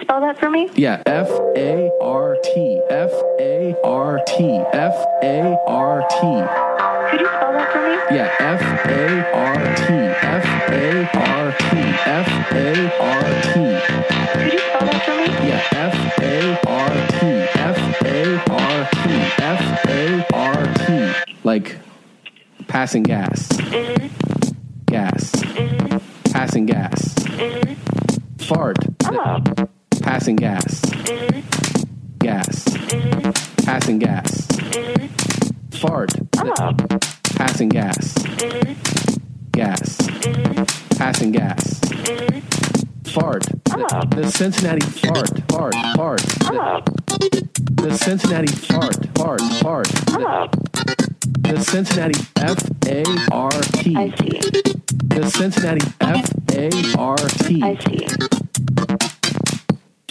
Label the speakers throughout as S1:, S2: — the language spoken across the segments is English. S1: spell that for me?
S2: Yeah, F A R T. F A R T. F A R T.
S1: Could you spell that for me?
S2: Yeah, F A R T. F A R T. F A R T.
S1: Could you spell that for me?
S2: Yeah, F A R T. F A R T. F A R T. Like passing gas.
S1: Mm-hmm.
S2: Gas. Passing gas. Fart.
S1: Oh,
S2: Passing gas. Gas.
S1: Mm-hmm.
S2: Passing gas. Fart.
S1: oh,
S2: Passing gas. Gas.
S1: Mm-hmm.
S2: Passing gas. Fart. The, the Cincinnati fart. Fart. Fart. The,
S1: oh,
S2: the Cincinnati fart. Fart. Fart. The,
S1: oh.
S2: the Cincinnati F A R T.
S1: I see.
S2: The Cincinnati F A R
S1: I
S2: T.
S1: see.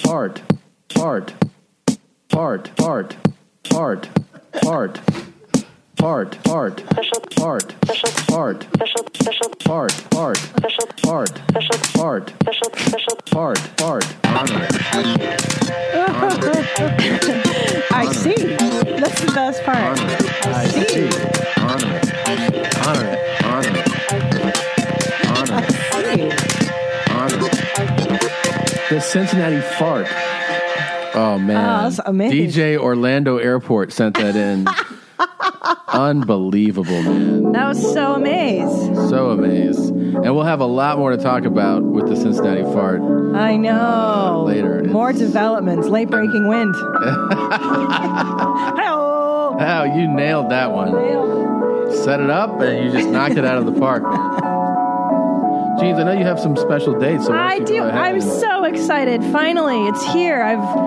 S2: Fart. Fart. Fart. Fart. Fart. Fart. Fart. Fart.
S1: Special,
S2: Fart.
S1: special,
S2: Fart.
S1: special, special,
S2: Fart. Fart.
S1: special,
S2: Fart.
S1: special,
S2: Fart.
S1: special, special.
S2: Fart. Fart.
S3: I see. That's the best part.
S2: I see. Honor. Honor. Honor. Honor.
S3: I see.
S2: Honor. The Cincinnati fart. Oh man.
S3: that's amazing.
S2: DJ Orlando Airport sent that in. Unbelievable, man.
S3: That was so amazed.
S2: So amazed. And we'll have a lot more to talk about with the Cincinnati fart.
S3: I know.
S2: Later.
S3: More developments. Late breaking wind. Hello.
S2: Wow, you nailed that one. set it up and you just knocked it out of the park, man. Jeans, I know you have some special dates. So why
S3: I
S2: don't you
S3: do.
S2: go ahead
S3: I'm
S2: and-
S3: so excited. Finally, it's here. I've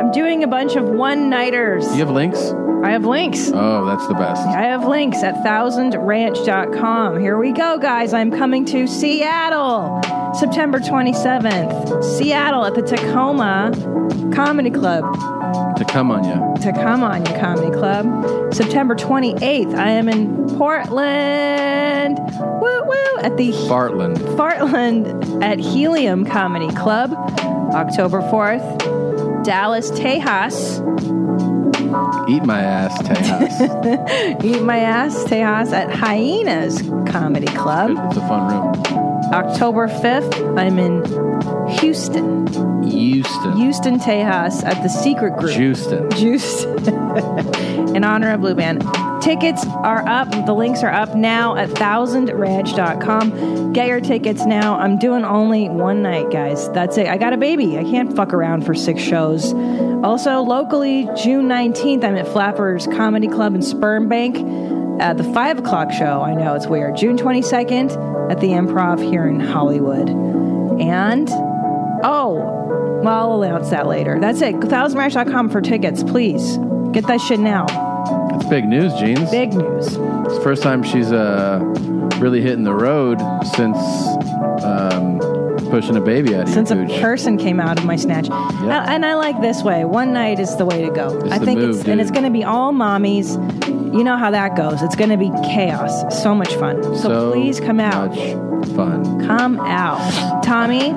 S3: I'm doing a bunch of one nighters.
S2: Do you have links?
S3: I have links.
S2: Oh, that's the best.
S3: I have links at thousandranch.com. Here we go, guys. I'm coming to Seattle September 27th. Seattle at the Tacoma Comedy Club.
S2: To come on you.
S3: Tacoma on your comedy club. September 28th, I am in Portland. Woo woo at the
S2: Bartland.
S3: Fartland at Helium Comedy Club. October 4th, Dallas Tejas.
S2: Eat my ass, Tejas.
S3: Eat my ass Tejas at Hyenas Comedy Club.
S2: it's a fun room.
S3: October 5th, I'm in Houston.
S2: Houston.
S3: Houston Tejas at the Secret Group.
S2: Houston.
S3: juiced in honor of Blue Band. Tickets are up. The links are up now at thousandranch.com. Get your tickets now. I'm doing only one night, guys. That's it. I got a baby. I can't fuck around for six shows. Also, locally, June 19th, I'm at Flappers Comedy Club in Sperm Bank at the 5 o'clock show. I know it's weird. June 22nd at the Improv here in Hollywood. And, oh, well, I'll announce that later. That's it. ThousandRash.com for tickets, please. Get that shit now.
S2: It's big news, Jeans.
S3: Big news.
S2: It's the first time she's uh, really hitting the road since um, pushing a baby out of
S3: Since a
S2: your pooch.
S3: person came out of my snatch. Uh, and I like this way. One night is the way to go.
S2: It's
S3: I
S2: the
S3: think
S2: move,
S3: it's and it's
S2: dude.
S3: going to be all mommies. You know how that goes. It's going to be chaos. So much fun. So, please come out.
S2: Much fun.
S3: Come out. Tommy,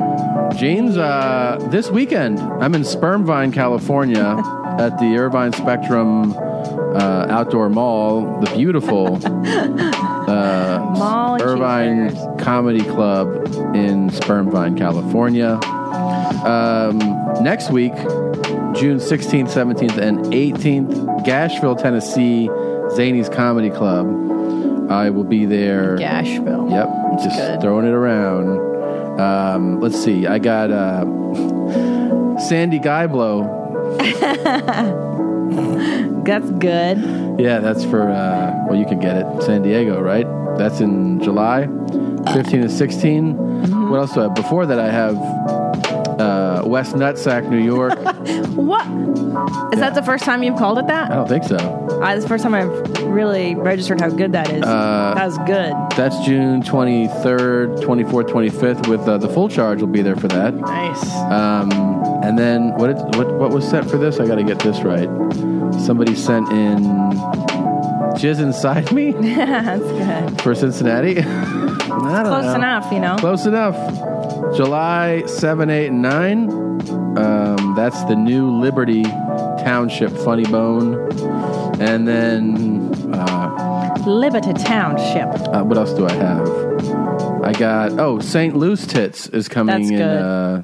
S2: Jeans, uh, this weekend, I'm in Spermvine, California at the Irvine Spectrum uh, Outdoor Mall, the beautiful uh,
S3: Mall and
S2: Irvine
S3: cheeseburgers.
S2: Comedy Club in Spermvine, California. Um, next week, June 16th, 17th, and 18th, Gashville, Tennessee, Zany's Comedy Club. I will be there.
S3: Gashville.
S2: Yep, just
S3: good.
S2: throwing it around. Um, let's see. I got uh, Sandy Guyblow.
S3: That's good.
S2: Yeah, that's for uh, well, you can get it San Diego, right? That's in July, fifteen and 16 What else do I have? Before that, I have uh, West Nutsack, New York. I
S3: What? Is that the first time you've called it that?
S2: don't think so.
S3: Uh, it's the first time I've really registered how good that is.
S2: Uh,
S3: that was good.
S2: That's June twenty third, twenty fourth, twenty fifth. With uh, the full charge, will be there for that.
S3: Nice.
S2: Um, and then what, it, what what was sent for this? I got to get this right. Somebody sent in jizz inside me
S3: That's good.
S2: for Cincinnati. I don't
S3: Close
S2: know.
S3: enough, you know.
S2: Close enough. July 7, 8, and 9. Um, that's the new Liberty Township Funny Bone. And then, uh,
S3: Liberty Township.
S2: uh, what else do I have? I got, oh, St. Lou's Tits is coming
S3: That's
S2: in
S3: good.
S2: uh,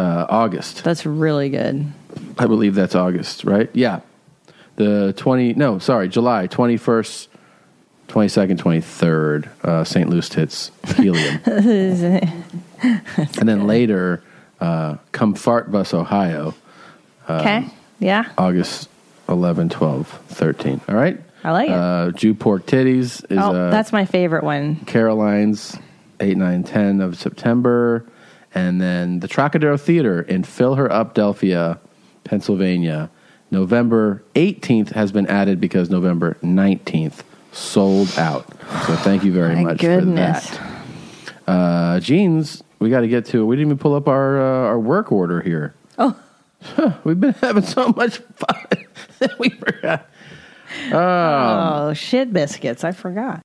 S2: uh, August.
S3: That's really good.
S2: I believe that's August, right? Yeah. The 20, no, sorry, July 21st, 22nd, 23rd, uh, St. Louis Tits, Helium. and then later, uh, Come Fart Bus, Ohio, uh,
S3: Okay. Yeah.
S2: August 11, 12, 13. All right?
S3: I like it.
S2: Uh, Jew Pork Titties is
S3: oh,
S2: uh,
S3: that's my favorite one.
S2: Caroline's 8, 9, 10 of September. And then the Trocadero Theater in Fill Her Up, Delphia, Pennsylvania. November 18th has been added because November 19th sold out. So thank you very
S3: My
S2: much
S3: goodness.
S2: for that. Uh, jeans, we got to get to. We didn't even pull up our uh, our work order here.
S3: Oh.
S2: Huh, we've been having so much fun that we forgot.
S3: oh, shit biscuits. I forgot.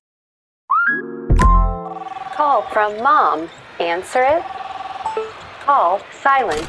S4: Call from mom. Answer it. Call silenced.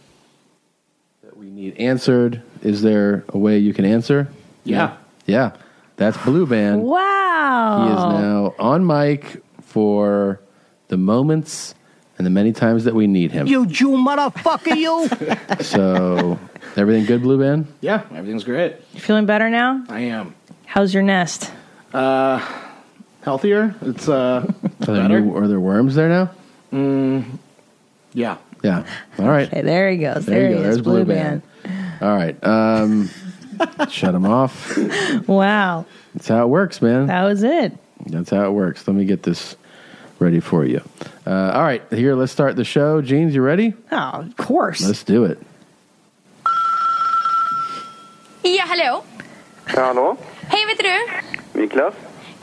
S2: that we need answered, is there a way you can answer?
S5: Yeah.
S2: Yeah. That's Blue Band. He
S3: Wow.
S2: is now on mic for the moments and the many times that we need him.
S6: You Jew motherfucker, you!
S2: So everything good, Blue Band?
S5: Yeah, everything's great.
S3: Feeling better now?
S5: I am Uh,
S3: How's your nest?
S5: healthier. It's uh,
S2: Are there,
S5: Better.
S2: new- are there worms there now?
S5: Mm-hmm. yeah.
S2: Yeah. All right.
S3: Okay, there he goes. There,
S2: There you
S3: he
S2: go.
S3: is.
S2: There's Blue Band. All right. Um, shut him off.
S3: Band. Wow.
S2: That's how it works, man.
S3: That was it.
S2: That's how it works. Let me get this ready for you. Uh, all right, here, let's start the show. Jeans, you ready?
S3: Oh, of course.
S2: Let's do it.
S7: Ja, hallå?
S8: Ja, hallå?
S7: Hej, vet du?
S8: Niklas?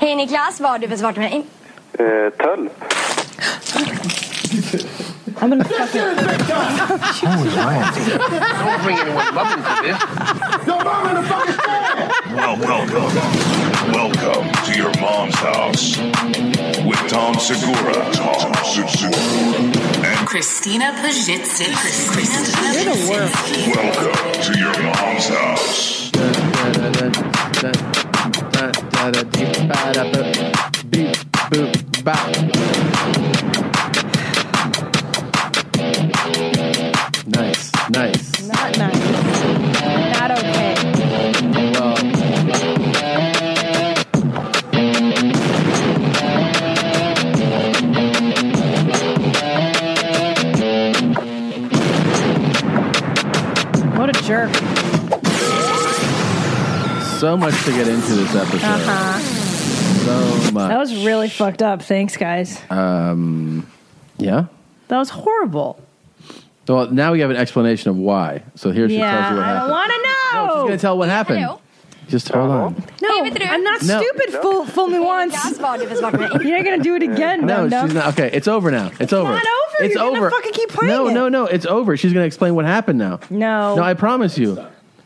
S7: Hej Niklas, vad har du för svar till mig?
S8: Eh, tölp?
S3: I'm gonna fucking
S9: Well, welcome. Welcome to your mom's house with Tom Segura. Tom Segura. And
S10: Christina Pajitsin. Christina
S9: welcome to your mom's house.
S2: Beep, boop, bop. Nice, nice.
S3: not nice. Not okay. What a jerk.
S2: So much to get into this episode. So much.
S3: Uh-huh.
S2: Um,
S3: That was really fucked up. Thanks, guys.
S2: yeah.
S3: That was horrible.
S2: Well, now we have an explanation of why. So here she tells you
S3: Yeah,
S2: what
S3: I don't
S2: happened. Oh,
S3: want to
S2: She's
S3: know.
S2: going to tell what happened.
S7: Hello?
S2: Just hold on. Oh,
S3: No,
S7: Hey, Mr.
S3: I'm not
S2: No.
S3: stupid. Fool, fool me once.
S7: Niklas, vad har du för svar till mig?
S3: You're not gonna do it again.
S2: No,
S3: dum-dum.
S2: she's not. Okay, it's over now. It's, over.
S3: not over.
S2: It's
S3: You're gonna
S2: over.
S3: fucking keep playing
S2: No,
S3: it.
S2: no, no. It's over. She's going to explain what happened now.
S3: No.
S2: No, I promise you.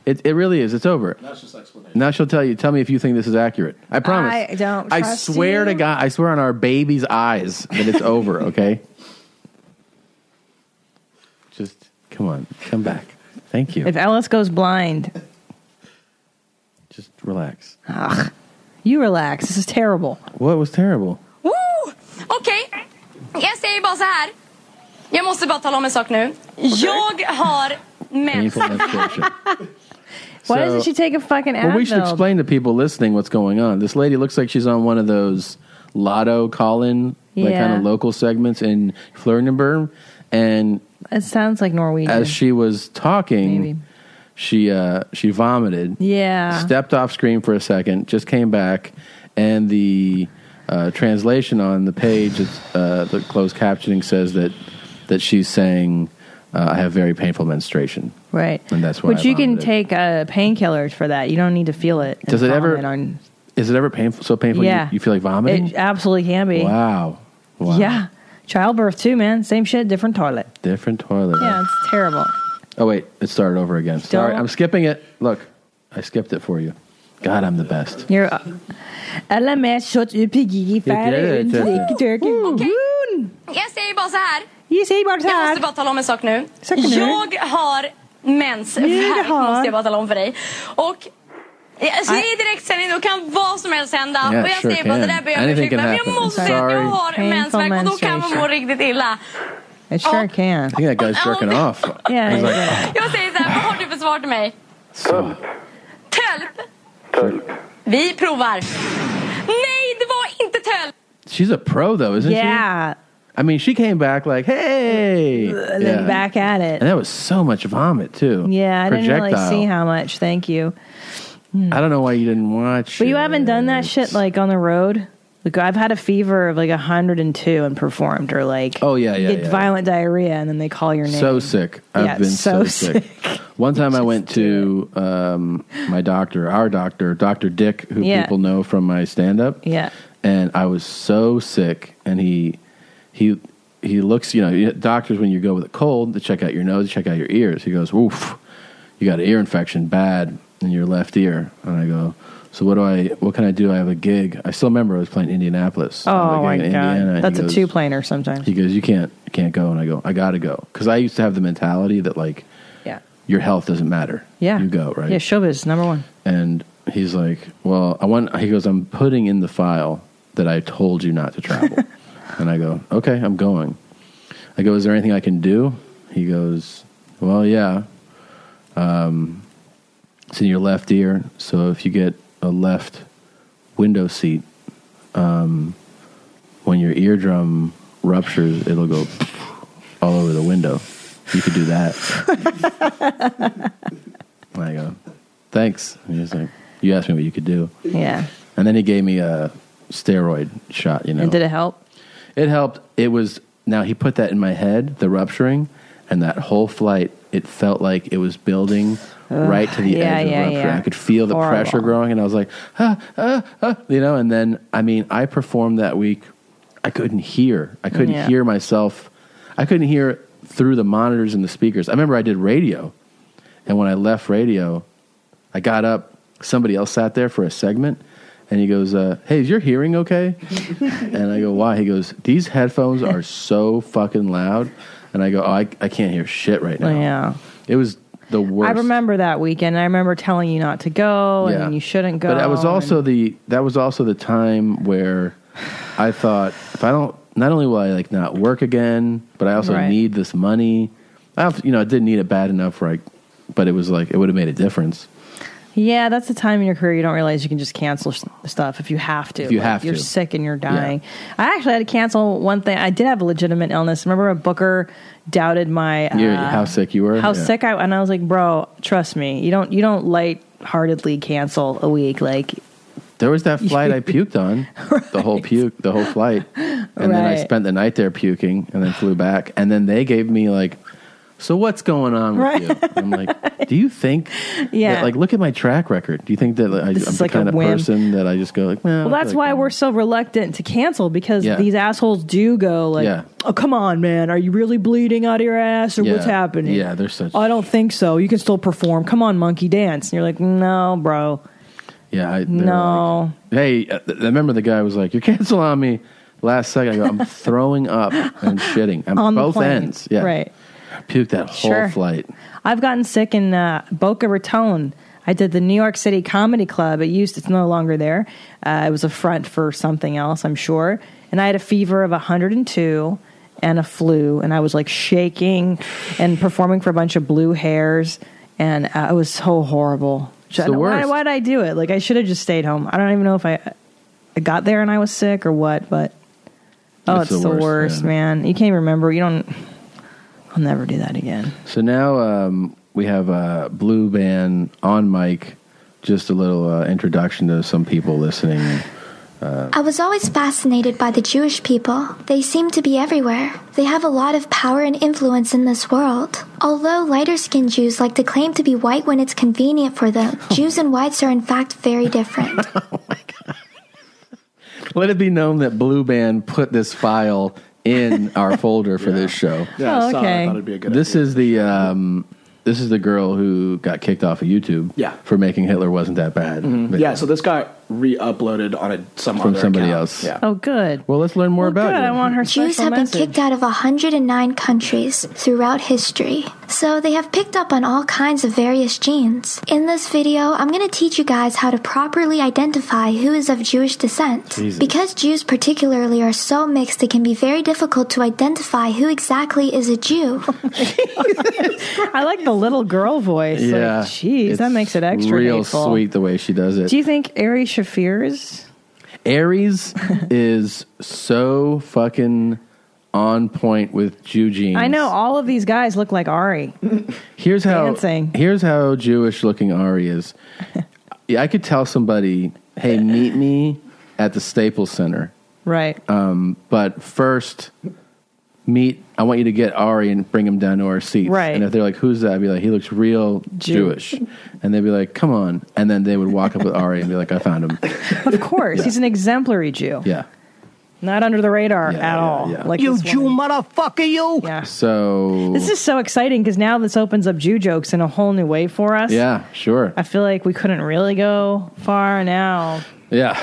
S2: It, it really is. It's over.
S5: That's just explanation.
S2: Now she'll tell you. Tell me if you think this is accurate. I promise.
S3: I don't
S2: I
S3: trust
S2: swear
S3: you.
S2: to God. I swear on our baby's eyes that it's over. Okay. Just come on. Come back. Thank you.
S3: If Ellis goes blind,
S2: Just relax.
S3: you relax. This is terrible.
S2: What was terrible?
S7: Woo! Okej, jag säger bara så här. Jag måste bara tala om en sak nu. Jag har mens.
S2: Painful menstruation. So-
S3: Why doesn't she take a fucking Advil?
S2: Well, we should explain to people listening what's going on. This lady looks like she's on one of those lotto call-in, like
S3: Yeah.
S2: kind of local segments in Florianburg. And
S3: It sounds like Norwegian.
S2: as she was talking,
S3: Maybe.
S2: she uh, she vomited,
S3: yeah.
S2: stepped off screen for a second, just came back, and the uh, translation on the page, it's, uh, the closed captioning says that that she's saying uh, I have very painful menstruation,
S3: Right.
S2: and that's why.
S3: Which
S2: I
S3: you can
S2: vomited.
S3: take a painkiller for that. You don't need to feel it. and
S2: Does it ever?
S3: vomit on-
S2: is it ever painful? So painful? you-
S3: Yeah.
S2: You, feel like vomiting?
S3: It absolutely can be.
S2: Wow. Wow.
S3: Yeah. Childbirth too, man. Same shit, different toilet.
S2: Different toilet.
S3: Yeah, it's terrible.
S2: Oh wait, it started over again. Sorry, I'm skipping it. Look, I skipped it for you. God, I'm the best.
S3: You're. uh, Alla med kött ur
S2: Ja, det är
S3: piggigiffären.
S2: det, det är det.
S3: Drick turken.
S11: Jag säger bara så här.
S3: Jag säger bara så
S11: Jag
S3: här.
S11: måste bara tala om en sak nu.
S3: Saker nu.
S11: Jag har mensvärk,
S3: har.
S11: måste jag bara tala om för dig. Och Alltså, det är direktsändning, då kan vad som helst hända.
S2: Yeah,
S11: och jag
S2: sure
S11: säger bara, det
S2: can.
S11: där ber jag om
S2: Anything
S11: ursäkt
S2: can
S11: Men
S2: happen.
S11: jag måste
S2: I'm
S11: säga att jag
S2: sorry.
S11: har
S3: Painful
S11: mensvärk och då kan man må
S3: menstruation.
S11: riktigt illa.
S3: It sure can. I
S2: think that guy's jerking off.
S3: Yeah,
S2: He's like, "Ah."
S11: Jag säger så här, vad har du för svar till mig?
S2: so,
S11: Tölp! Vi provar. Nej, det var inte tölp!
S2: she's a pro though, isn't she?
S3: Yeah.
S2: I mean, she came back like, hey,
S3: And
S2: Yeah.
S3: then back at
S2: and
S3: it.
S2: that was so much vomit too.
S3: Yeah, I didn't really
S2: Projectile.
S3: see how much. Thank you.
S2: I don't know why you didn't watch.
S3: But you haven't done that shit like on the road. Like I've had a fever of like 102 and performed, or like
S2: Oh, yeah, yeah,
S3: get
S2: yeah.
S3: violent diarrhea and then they call your name.
S2: So sick. I've
S3: Yeah,
S2: been so,
S3: so
S2: sick. One time I went to um, my doctor, our doctor, Dr. Dick, who
S3: Yeah.
S2: people know from my stand up.
S3: Yeah.
S2: And I was so sick and he he he looks, you know, you- doctors when you go with a cold, they check out your nose, check out your ears. He goes, "Oof. You got an ear infection bad in your left ear." And I go, "So what do I what can I do? I have a gig." I still remember I was playing Indianapolis. I have
S3: Oh
S2: a
S3: my
S2: gig
S3: god,
S2: in Indiana, and
S3: that's
S2: he
S3: a
S2: goes,
S3: two planer sometimes.
S2: he goes, "You can't, you can't go." And I go, "I gotta go," because I used to have the mentality that like,
S3: Yeah.
S2: your health doesn't matter.
S3: Yeah,
S2: you go right.
S3: Yeah, showbiz number one.
S2: And he's like, "Well, I want." He goes, "I'm putting in the file that I told you not to travel," and I go, "Okay, I'm going." I go, "Is there anything I can do?" He goes, "Well, yeah. Um, it's in your left ear, so if you get a left window seat, um, when your eardrum ruptures, it'll go all over the window. You could do that." And I go, thanks. And he was like, you asked me what you could do.
S3: Yeah,
S2: And then he gave me a steroid shot, you know.
S3: and did it help?
S2: It helped. It was, now he put that in my head, the rupturing, and that whole flight, it felt like it was building
S12: Ugh,
S2: right to the
S12: yeah,
S2: edge of
S12: yeah,
S2: rupture.
S12: yeah.
S2: I could feel the
S12: Horrible.
S2: pressure growing, and I was like, ah, ah, ah, you know, and then, I mean, I performed that week. I couldn't hear. I couldn't
S12: Yeah.
S2: hear myself. I couldn't hear through the monitors and the speakers. I remember I did radio, and when I left radio, I got up. Somebody else sat there for a segment, and he goes, uh, "Hey, is your hearing okay?" and I go, "Why?" He goes, "These headphones are so fucking loud," and I go, oh, "I I can't hear shit right now."
S3: Yeah.
S2: it was the worst.
S3: I remember that weekend. I remember telling you not to go
S2: Yeah.
S3: and you shouldn't go.
S2: But that was also the that was also the time where I thought if I don't, not only will I like not work again, but I also
S3: Right.
S2: need this money. I have, you know I didn't need it bad enough where I, but it was like it would have made a difference.
S3: Yeah, that's the time in your career you don't realize you can just cancel s- stuff if you have to.
S2: If you have
S3: you're
S2: to.
S3: sick and you're
S2: Yeah.
S3: dying. I actually had to cancel one thing. I did have a legitimate illness. Remember when Booker doubted my uh,
S2: You're- how sick you were?
S3: how
S2: Yeah.
S3: sick I and I was like, bro, trust me, you don't you don't light heartedly cancel a week like
S2: There was that flight I puked on, the whole puke, the whole flight, and then I
S3: Right.
S2: spent the night there puking, and then flew back, and then they gave me like, so what's going on with
S3: Right.
S2: you? And I'm like, do you think?
S3: Yeah.
S2: that- like, look at my track record. Do you think that like, I, am
S3: This is
S2: the
S3: like a
S2: kind of
S3: whim.
S2: person that I just go like, man?
S3: Well, that's why we're so reluctant to cancel because
S2: Yeah.
S3: these assholes do go like,
S2: Yeah.
S3: "Oh, come on, man, are you really bleeding out of your ass or what's happening?"
S2: Yeah, there's such.
S3: I don't think so. You can still perform. Come on, monkey dance. And you're like, no, bro.
S2: Yeah, I, they're
S3: No.
S2: like, hey, I I remember the guy was like, "You're cancel on me." Last second, I go, "I'm throwing up and shitting." I'm
S3: On the
S2: both
S3: plane.
S2: ends. Yeah,
S3: Right.
S2: Puked that whole
S3: Sure.
S2: flight.
S3: I've gotten sick in uh, Boca Raton. I did the New York City Comedy Club. It used it's no longer there. Uh, it was a front for something else, I'm sure. And I had a fever of 102 and a flu, and I was like shaking and performing for a bunch of blue hairs, and uh, it was so horrible.
S2: It's the
S3: And why,
S2: worst.
S3: why did I do it? Like I should have just stayed home. I don't even know if I, I got there and I was sick or what, but oh,
S2: It's
S3: it's,
S2: the
S3: the,
S2: worst,
S3: worst,
S2: yeah.
S3: man. You can't even remember. You don't. I'll never do that again.
S2: So now um, we have uh, Blue Band on mic. Just a little uh, introduction to some people listening. Uh,
S12: I was always fascinated by the Jewish people. They seem to be everywhere. They have a lot of power and influence in this world. Although lighter skinned Jews like to claim to be white when it's convenient for them, Jews and whites are in fact very different.
S2: let it be known that Blue Band put this file in our folder for this show.
S3: Yeah, I Oh, saw it. I okay. thought it'd
S5: be a good
S2: This is the um, this is the girl who got kicked off of YouTube
S5: Yeah.
S2: for making Hitler wasn't that bad.
S3: Mm-hmm.
S5: Mhm.
S2: video
S5: Yeah, so this got re-uploaded on a some
S2: from
S5: other
S2: somebody
S5: account.
S2: else.
S5: Yeah.
S3: Oh, good.
S2: Well, let's learn more about it.
S12: Jews have been kicked out of 109 countries throughout history, so they have picked up on all kinds of various genes. In this video, I'm going to teach you guys how to properly identify who is of Jewish descent.
S13: Jesus.
S12: Because Jews, particularly, are so mixed, it can be very difficult to identify who exactly is a Jew.
S3: I like the little girl voice.
S2: Yeah,
S3: Like, geez, that makes it extra
S2: real
S3: hateful.
S2: sweet the way she does it.
S3: Do you think Ari Shafir's?
S2: Aries is so fucking on point with Jew jeans.
S3: I know all of these guys look like Ari.
S2: Here's how
S3: Dancing.
S2: here's how Jewish looking Ari is. Yeah, I could tell somebody, "Hey, meet me at the Staples Center."
S3: right.
S2: Um, but first, meet. I want you to get Ari and bring him down to our seats.
S3: Right.
S2: And if they're like, "Who's that?" I'd be like, "He looks real
S3: Jew.
S2: Jewish," and they'd be like, "Come on!" And then they would walk up with Ari and be like, "I found him."
S3: Of course. He's an exemplary Jew.
S2: Yeah.
S3: Not under the radar at all. Like
S8: you
S3: this
S8: Jew motherfucker, you!
S3: Yeah.
S2: So
S3: This is so exciting because now this opens up Jew jokes in a whole new way for us.
S2: yeah, sure.
S3: I feel like we couldn't really go far now.
S2: Yeah,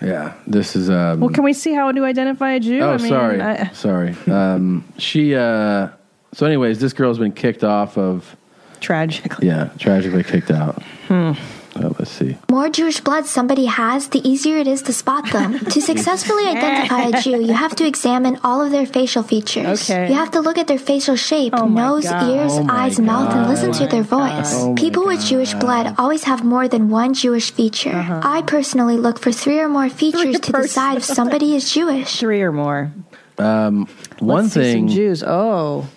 S2: yeah. This is um.
S3: Well, can we see how to identify a Jew?
S2: Oh,
S3: I mean,
S2: sorry,
S3: I,
S2: sorry. Um, she. Uh, so, anyways, this girl's been kicked off of.
S3: Tragically.
S2: Yeah, tragically kicked out.
S12: Hmm.
S2: Oh, let's see.
S12: more Jewish blood somebody has, the easier it is to spot them. to successfully identify a Jew, you have to examine all of their facial features.
S13: Okay.
S12: You have to look at their facial shape, nose,
S13: God.
S12: ears,
S13: Oh my
S12: eyes, mouth, and listen to their voice.
S13: God. Oh my
S12: People with Jewish blood always have more than one Jewish feature.
S3: Uh-huh.
S12: I personally look for three or more features to decide if somebody is Jewish.
S3: Three or more.
S2: Um, one
S3: see some
S2: thing.
S3: Jews. Oh.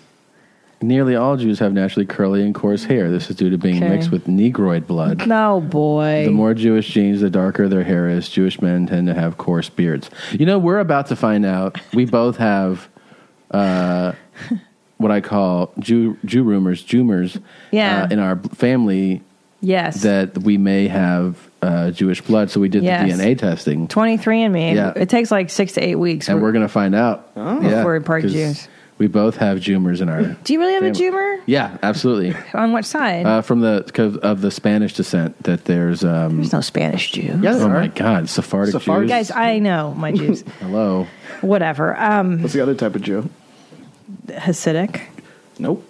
S2: Nearly all Jews have naturally curly and coarse hair. This is due to being
S3: Okay.
S2: mixed with Negroid blood.
S3: No, boy.
S2: The more Jewish genes, the darker their hair is. Jewish men tend to have coarse beards. You know, we're about to find out. We both have uh, what I call Jew Jew rumors, Jumers,
S3: Yeah.
S2: uh, in our family
S3: yes.
S2: that we may have uh, Jewish blood. So we did
S3: Yes.
S2: the DNA testing,
S3: 23 and me.
S2: Yeah.
S3: It takes like six to eight weeks.
S2: and we're going to find out.
S3: Oh. Before we part
S2: 'cause
S3: Jews.
S2: We both have Jumers in our.
S3: Do you really have a
S2: family.
S3: Jewer?
S2: Yeah, absolutely.
S3: On what side?
S2: Uh, from the 'cause of the Spanish descent, that there's um, there's
S3: no Spanish Jew.
S2: oh my God, Sephardic, Jews.
S3: Guys, I know my Jews.
S2: Hello.
S3: Whatever. Um,
S5: What's the other type of Jew?
S3: Hasidic.
S5: Nope.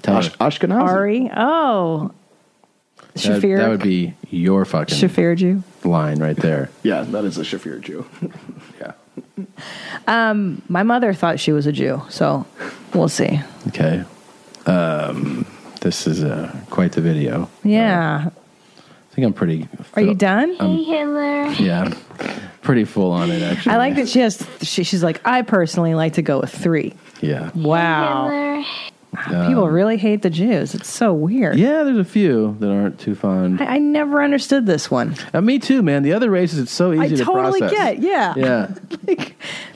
S2: Tell
S5: Ash- Ashkenazi.
S3: Ari. Oh.
S2: That,
S3: Shafir.
S2: that would be your fucking
S3: Shafir Jew.
S2: line right there.
S5: Yeah, that is a Shafir Jew.
S3: Um, my mother thought she was a Jew, so we'll see.
S2: Okay. Um, this is uh, quite the video.
S3: Yeah.
S2: I think I'm pretty.
S3: Are you done?
S2: Um,
S12: Hitler.
S2: Yeah, pretty full on it actually.
S3: I like that she has. She, she's like, I personally like to go with three.
S2: Yeah. Um,
S3: Wow. People really hate the Jews. It's so weird.
S2: Yeah, there's a few that aren't too fond.
S3: I, I never understood this one.
S2: Uh, me too, man. The other races, it's so easy
S3: I
S2: to
S3: totally
S2: process.
S3: get. Yeah.
S2: Yeah.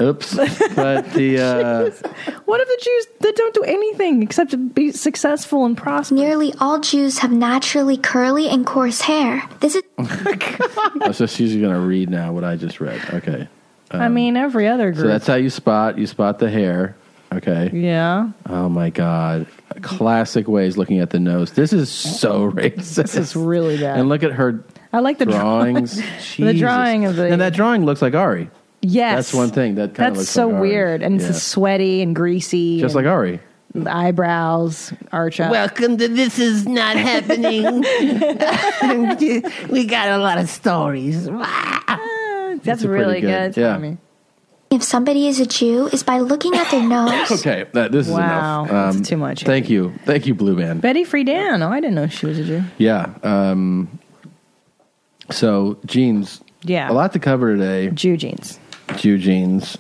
S2: Oops. But the uh,
S3: What if the Jews that don't do anything except to be successful and prosperous?
S12: Nearly all Jews have naturally curly and coarse hair. This is
S2: oh, so she's gonna read now what I just read. Okay.
S3: I
S2: Um,
S3: mean, every other
S2: So
S3: group.
S2: that's how you spot. You spot the hair. Okay.
S3: yeah.
S2: Oh my god. Classic ways looking at the nose. This is so racist.
S3: This is really bad.
S2: And look at her
S3: I like the
S2: drawings.
S3: drawing. the
S2: Jesus.
S3: drawing of the.
S2: And that drawing looks like Ari.
S3: yes.
S2: That's one thing that kind of
S3: That's
S2: looks
S3: so
S2: like Ari.
S3: weird, and
S2: Yeah.
S3: it's sweaty and greasy.
S2: Just
S3: and
S2: like Ari.
S3: the eyebrows, arch up.
S13: Welcome to This Is Not Happening. we got a lot of stories.
S3: Ah, That's
S2: pretty
S3: really
S2: good-
S3: good.
S2: yeah.
S3: Tommy.
S12: if somebody is a Jew is by looking at their nose.
S2: Okay, that, this
S3: Wow,
S2: is enough. Um,
S3: too much.
S2: Thank you, thank you, Blue Man.
S3: Betty Friedan. Oh, I didn't know she was a Jew.
S2: Yeah. Um, so jeans.
S3: Yeah.
S2: A lot to cover today.
S3: Jew jeans.
S2: Jew jeans.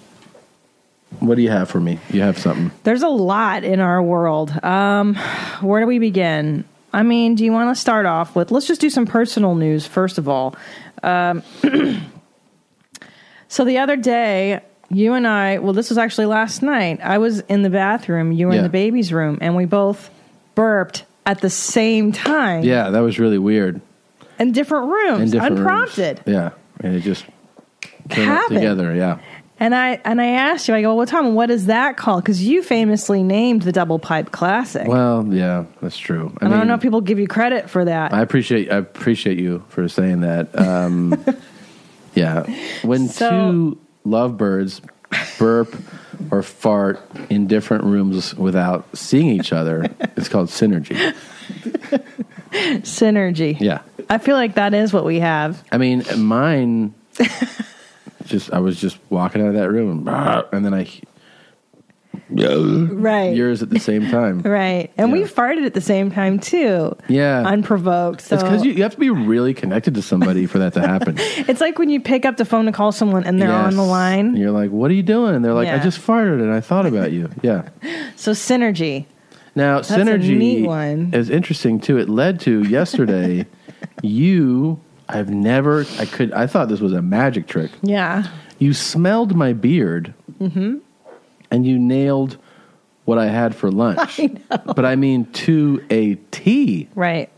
S2: What do you have for me? You have something.
S3: There's a lot in our world. Um, where do we begin? I mean, do you want to start off with? Let's just do some personal news first of all. Um, So the other day, you and I, well, this was actually last night, I was in the bathroom, you were
S2: Yeah.
S3: in the baby's room, and we both burped at the same time
S2: Yeah, that was really weird.
S3: in different rooms,
S2: In different rooms.
S3: unprompted.
S2: Yeah, and it just came up
S3: Happened.
S2: together. Yeah,
S3: And I and I asked you, I go, well, Tom, what is that called? Because you famously named the double pipe classic.
S2: well, yeah, that's true. I
S3: and I
S2: mean,
S3: don't know if people give you credit for that.
S2: I appreciate I appreciate you for saying that. Um, yeah, when
S3: So-
S2: two lovebirds burp or fart in different rooms without seeing each other, it's called synergy.
S3: Synergy.
S2: Yeah,
S3: I feel like that is what we have.
S2: I mean mine. just I was just walking out of that room, and then I.
S3: Right.
S2: Yours at the same time.
S3: Right. And we farted at the same time too.
S2: Yeah.
S3: Unprovoked. So
S2: It's because you, you have to be really connected to somebody for that to happen.
S3: It's like when you pick up the phone to call someone and they're
S2: Yes.
S3: on the line.
S2: And you're like, what are you doing? And they're like, I
S3: Yeah.
S2: just farted and I thought about you. Yeah.
S3: So synergy.
S2: Now,
S3: That's a
S2: synergy
S3: neat one.
S2: is interesting too. It led to yesterday, you, I've never, I could, I thought this was a magic trick.
S3: Yeah.
S2: You smelled my beard
S3: Mm-hmm.
S2: and you nailed what I had for lunch. But I mean to a T.
S3: Right.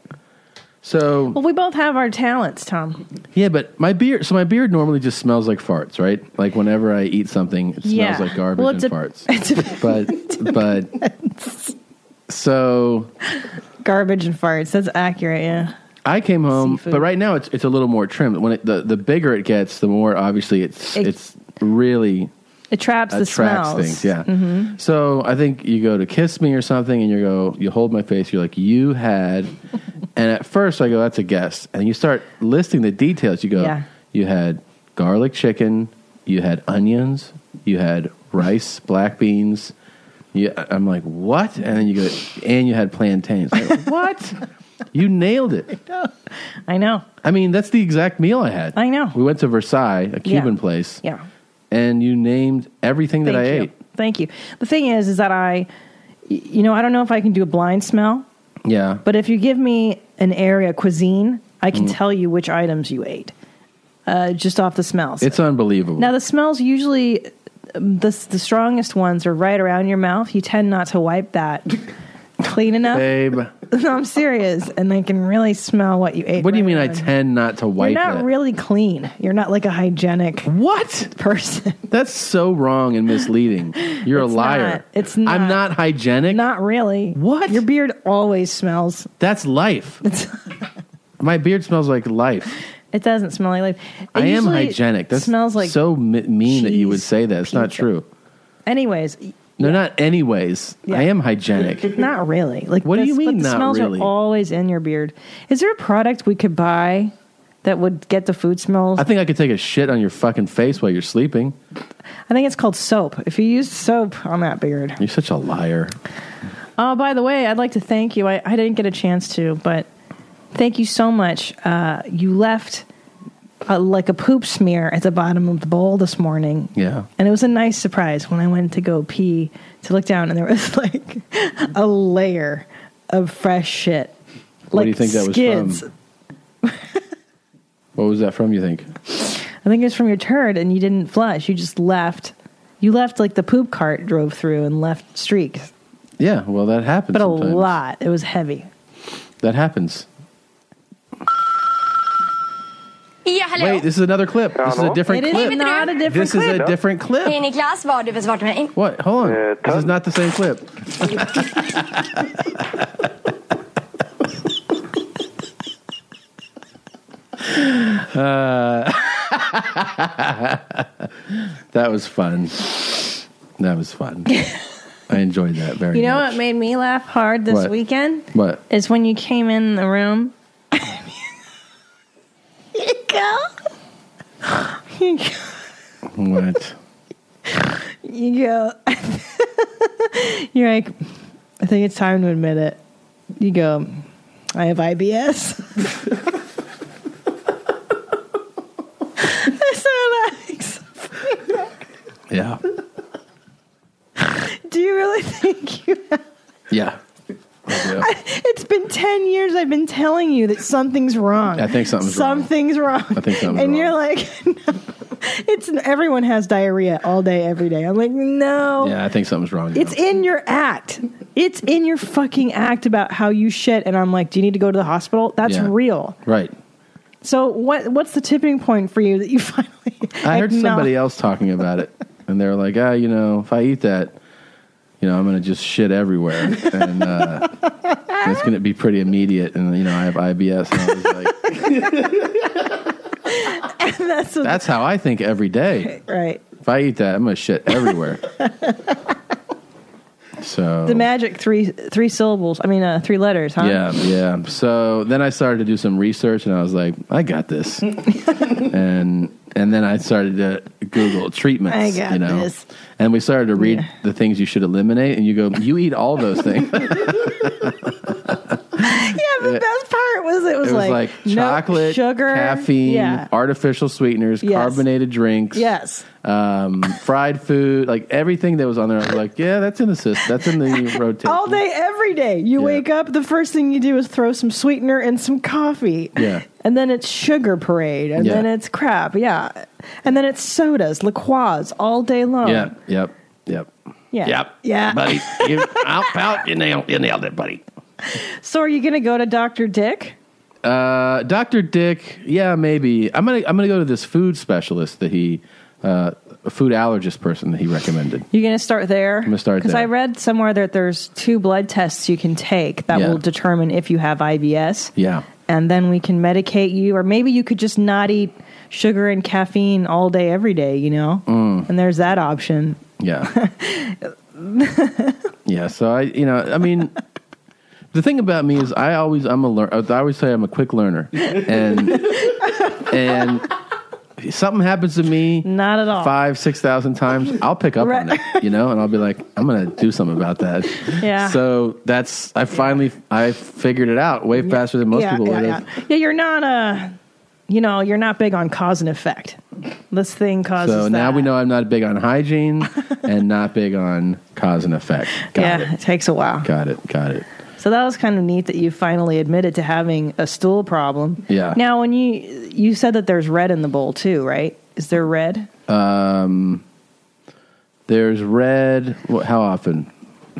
S2: So
S3: Well, we both have our talents, Tom.
S2: Yeah, but my beard. So my beard normally just smells like farts, right? Like whenever I eat something, it smells
S3: Yeah.
S2: like garbage
S3: Well,
S2: and
S3: it's a-
S2: farts. but but so
S3: Garbage and farts. That's accurate, yeah.
S2: I came home,
S3: Seafood.
S2: but right now it's it's a little more trimmed. When it, the the bigger it gets, the more obviously it's
S3: It-
S2: it's really
S3: It traps the
S2: attracts
S3: smells.
S2: things. Yeah.
S3: Mhm.
S2: So I think you go to kiss me or something, and you go, you hold my face. You're like, you had, and at first I go, that's a guess, and you start listing the details. You go,
S3: Yeah.
S2: you had garlic chicken, you had onions, you had rice, black beans. You, I'm like, what? And then you go, and you had plantains. I go, what? You nailed it.
S3: I know.
S2: I mean, that's the exact meal I had. I
S3: know.
S2: We went to Versailles, a Cuban place,
S3: Yeah.
S2: and you named everything that
S3: Thank
S2: I
S3: you.
S2: ate.
S3: Thank you. The thing is, is that I, y- you know, I don't know if I can do a blind smell,
S2: Yeah.
S3: but if you give me an area cuisine, I
S2: Mm.
S3: can tell you which items you ate, uh, just off the smells.
S2: It's unbelievable.
S3: Now the smells usually, um, the the strongest ones are right around your mouth. You tend not to wipe that clean enough.
S2: Babe.
S3: No, I'm serious, and I can really smell what you ate.
S2: What do you
S3: right
S2: mean I
S3: around-
S2: tend not to wipe
S3: You're not
S2: that?
S3: really clean. You're not like a hygienic
S2: what
S3: person.
S2: That's so wrong and misleading. You're a liar.
S3: Not. It's not.
S2: I'm not hygienic.
S3: Not really.
S2: What?
S3: Your beard always smells.
S2: That's life. My beard smells like life.
S3: It doesn't smell like life. It
S2: I am
S3: usually
S2: hygienic. That
S3: smells like.
S2: so mi- mean that you would say that. It's not true.
S3: anyways,
S2: No, not anyways. I am hygienic.
S3: not really. Like
S2: What do you
S3: this- but
S2: mean,
S3: The
S2: not
S3: smells
S2: really?
S3: are always in your beard. Is there a product we could buy that would get the food smells?
S2: I think I could take a shit on your fucking face while you're sleeping.
S3: I think it's called soap. If you used soap on that beard.
S2: You're such a liar.
S3: Oh, by the way, I'd like to thank you. I, I didn't get a chance to, but thank you so much. Uh, you left uh, like a poop smear at the bottom of the bowl this morning.
S2: Yeah.
S3: And it was a nice surprise when I went to go pee to look down, and there was like a layer of fresh shit. Like
S2: what do you think that was
S3: skids.
S2: from? what was that from? You think?
S3: I think it was from your turd, and you didn't flush. You just left. You left like the poop cart drove through and left streaks,
S2: Yeah. Well, that happens.
S3: but
S2: sometimes.
S3: a lot. It was heavy.
S2: That happens.
S11: Ja, hallå?
S2: Wait, this is another clip. This is a
S11: Hello?
S2: different
S11: It is
S2: clip.
S11: not a different
S2: this is a
S11: clip.
S2: different clip.
S11: Hej Niklas, vad har du för svar till mig?
S2: What? Hold on. this is not the same clip. uh, that was fun. That was fun. I enjoyed that very
S3: you know
S2: much.
S3: what made me laugh hard this
S2: What?
S3: weekend?
S2: What?
S3: Is when you came in the room. you go. You go.
S2: What?
S3: You go. You're like, I think it's time to admit it. You go, I have IBS. I started laughing so funny.
S2: Yeah.
S3: Do you really think you have?
S2: Yeah. I,
S3: it's been 10 years I've been telling you that something's wrong.
S2: I think something's wrong.
S3: something's wrong.
S2: I think something's
S3: and you're like, it's everyone has diarrhea all day, every day. I'm like, no.
S2: Yeah, I think something's wrong.
S3: It's in your act. It's in your fucking act about how you shit. And I'm like, do you need to go to the hospital? That's
S2: Yeah.
S3: real.
S2: Right.
S3: So what? What's the tipping point for you that you finally?
S2: I heard
S3: acknowledge-
S2: somebody else talking about it, and they were like, "Ah, you know, if I eat that, you know, I'm going to just shit everywhere, and uh, it's going to be pretty immediate." And you know, I have IBS. And I was like,
S3: And that's what,
S2: "That's how I think every day.
S3: right.
S2: If I eat that, I'm going to shit everywhere." so
S3: The magic three three syllables. I mean, uh, three letters. Huh?
S2: Yeah, yeah. So then I started to do some research, and I was like, "I got this," and and then I started to Google treatments.
S3: I got
S2: you know?
S3: this.
S2: And we started to read the things you should eliminate, and you go, "You eat all those things." it
S3: Yeah. The best part was it was,
S2: was
S3: like,
S2: like,
S3: no
S2: chocolate,
S3: sugar,
S2: caffeine,
S3: Yeah.
S2: artificial sweeteners,
S3: Yes.
S2: carbonated drinks.
S3: Yes.
S2: Um, fried food, like everything that was on there, I was like, yeah, that's in the system. That's in the rotation.
S3: All day, every day. You wake up, the first thing you do is throw some sweetener and some coffee.
S2: Yeah.
S3: And then it's sugar parade, and
S2: Yeah.
S3: then it's crap, yeah. And then it's sodas, LaCroix, all day long.
S2: Yeah. Yep. Yep.
S3: Yeah.
S2: Yep.
S3: Yeah.
S2: Buddy, you, out, out, you, nailed, you nailed it, buddy.
S3: So are you going to go to Dr. Dick?
S2: Uh, Doctor Dick, yeah, maybe. I'm gonna I'm gonna go to this food specialist that he, uh, a food allergist person that he recommended.
S3: You're going to start there? I'm
S2: gonna start
S3: Because
S2: there.
S3: I read somewhere that there's two blood tests you can take that
S2: Yeah.
S3: will determine if you have IBS.
S2: Yeah,
S3: And then we can medicate you, or maybe you could just not eat sugar and caffeine all day, every day, you know?
S2: Mm.
S3: And there's that option.
S2: yeah, yeah. So I, you know, I mean, the thing about me is I always I'm a learn. I always say I'm a quick learner, and and if something happens to me,
S3: not at all.
S2: Five six thousand times, I'll pick up on it, you know, and I'll be like, I'm gonna do something about that.
S3: Yeah.
S2: So that's I finally I figured it out way faster than most
S3: yeah,
S2: people
S3: yeah,
S2: would
S3: yeah.
S2: have.
S3: yeah, you're not uh you know, you're not big on cause and effect. This thing causes
S2: So
S3: that.
S2: now we know I'm not big on hygiene and not big on cause and effect. Got
S3: Yeah,
S2: it.
S3: it takes a while.
S2: Got it. Got it.
S3: so that was kind of neat that you finally admitted to having a stool problem.
S2: Yeah.
S3: Now when you you said that there's red in the bowl too, right? Is there red?
S2: Um, there's red. wh- How often?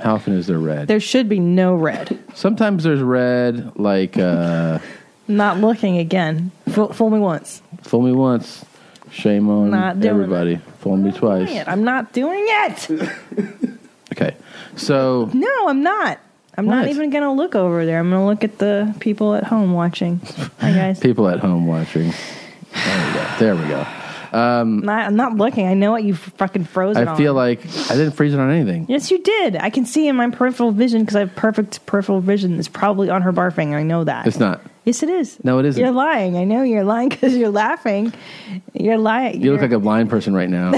S2: How often is there red?
S3: There should be no red.
S2: Sometimes there's red, like uh,
S3: Not looking again. Fool, fool me once.
S2: fool me once, shame on
S3: Not doing
S2: everybody. Fool me
S3: Doing
S2: twice.
S3: it. Oh, I'm not doing it.
S2: Okay, so
S3: No, I'm not. I'm not
S2: What?
S3: even going to look over there. I'm going to look at the people at home watching. Hi guys.
S2: people at home watching. There we go. There we go. Um,
S3: I'm not, I'm not looking. I know what you fucking froze it
S2: I feel
S3: on.
S2: like I didn't freeze it on anything.
S3: Yes, you did. I can see in my peripheral vision because I have perfect peripheral vision. It's probably on her barfing. I know that.
S2: It's not.
S3: Yes, it is.
S2: No, it isn't.
S3: You're lying. I know you're lying because you're laughing. You're lying.
S2: You look like a blind person right now.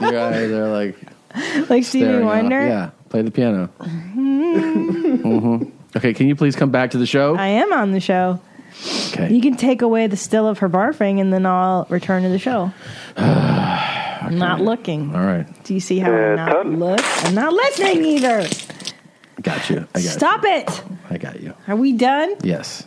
S2: Your eyes are like
S3: like, like Stevie
S2: staring off.
S3: Wonder. Mm-hmm.
S2: Yeah, play the piano. hmm Okay, can you please come back to the show?
S3: I am on the show.
S2: Okay.
S3: You can take away the still of her barfing and then I'll return to the show. I'm not looking.
S2: All right,
S3: Do you see how I'm
S2: Uh,
S3: not look? I'm not listening either.
S2: got you. I got
S3: Stop it.
S2: you. I got you.
S3: Are we done?
S2: Yes.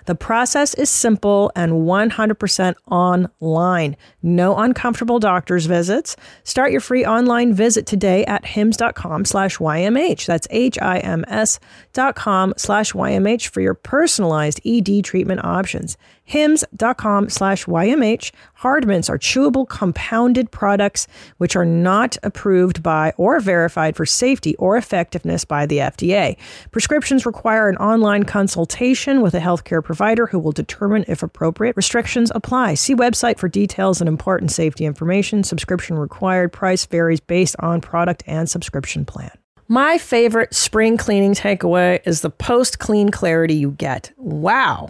S14: The process is simple and 100% online. No uncomfortable doctor's visits. Start your free online visit today at hims.com slash YMH. That's H-I-M-S dot com slash YMH for your personalized E ED treatment options. HIMS.com slash YMH. Hardmints are chewable compounded products which are not approved by or verified for safety or effectiveness by the FDA. Prescriptions require an online consultation with a healthcare provider who will determine if appropriate. Restrictions apply. See website for details and important safety information. Subscription required. Price varies based on product and subscription plan. My favorite spring cleaning takeaway is the post clean clarity you get. Wow.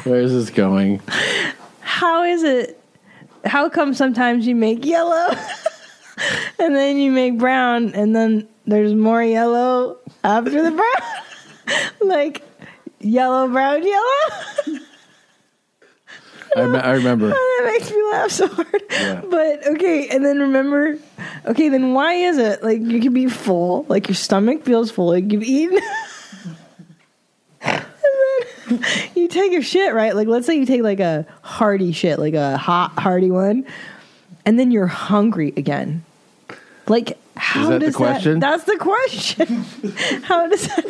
S2: Where is this going?
S3: how is it? How come sometimes you make yellow and then you make brown and then there's more yellow after the brown? like yellow, brown, yellow?
S2: I, me- I remember.
S3: that makes me laugh so hard.
S2: Yeah.
S3: But okay, and then remember, okay, then why is it like you can be full, like your stomach feels full, like you've eaten, and then you take a shit, right? Like let's say you take like a hearty shit, like a hot hearty one, and then you're hungry again. Like how
S2: that the
S3: does
S2: question?
S3: That, that's the question. how does that?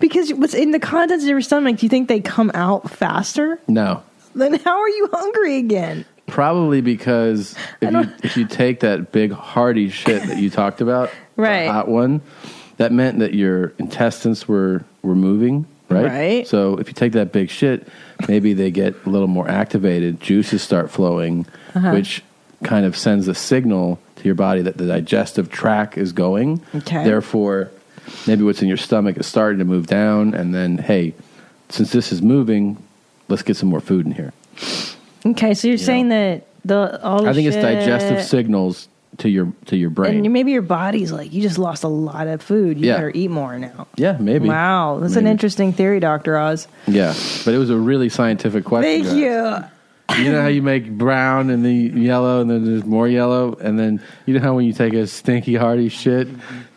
S3: Because what's in the contents of your stomach? Do you think they come out faster?
S2: No,
S3: Then how are you hungry again?
S2: probably because if you if you take that big hearty shit that you talked about,
S3: Right.
S15: Uh,
S2: the hot one, that meant that your intestines were were moving, right?
S3: Right.
S2: So if you take that big shit, maybe they get a little more activated, juices start flowing,
S3: Uh-huh.
S2: which kind of sends a signal to your body that the digestive tract is going.
S3: Okay.
S2: Therefore, maybe what's in your stomach is starting to move down, and then hey, since this is moving, let's get some more food in here.
S3: Okay, so you're saying that the all the
S2: I think it's
S3: Oh, shit-
S2: digestive signals to your to your brain.
S3: and you- maybe your body's like you just lost a lot of food. You
S2: Yeah.
S3: better eat more now.
S2: yeah, maybe.
S3: Wow, that's an
S2: Maybe.
S3: interesting theory, Doctor Oz.
S2: Yeah, but it was a really scientific question.
S3: Thank you.
S2: you. You know how you make brown and then yellow, and then there's more yellow, and then you know how when you take a stinky hearty shit,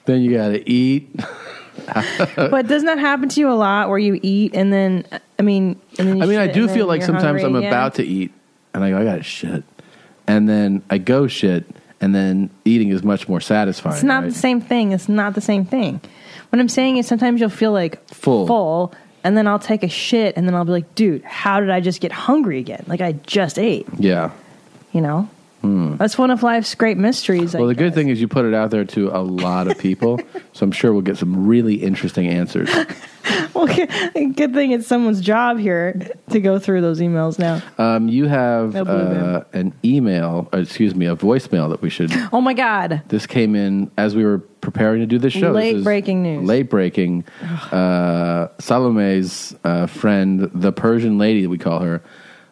S2: then you got to eat.
S3: but doesn't that happen to you a lot, where you eat and then I mean, and then you
S2: I mean, I
S3: shit
S2: do
S3: and then
S2: feel like
S3: you're
S2: sometimes
S3: hungry
S2: I'm
S3: again?
S2: about to eat, and I go, I got to shit, and then I go shit, and then eating is much more satisfying.
S3: It's not
S2: right?
S3: the same thing. It's not the same thing. What I'm saying is sometimes you'll feel like
S2: Full.
S3: full, and then I'll take a shit, and then I'll be like, dude, how did I just get hungry again? Like I just ate.
S2: Yeah.
S3: You know, Hmm. that's one of life's great mysteries. I
S2: Well, the good thing is you put it out there to a lot of people, so I'm sure we'll get some really interesting answers.
S3: Well, good thing it's someone's job here to go through those emails now.
S2: Um, you have
S3: No blue
S2: uh, an email, or excuse me, a voicemail that we should.
S3: Oh my God.
S2: This came in as we were preparing to do this show. This
S3: Late
S2: is
S3: breaking news.
S2: Late breaking. Uh, Salome's uh, friend, the Persian lady, we call her.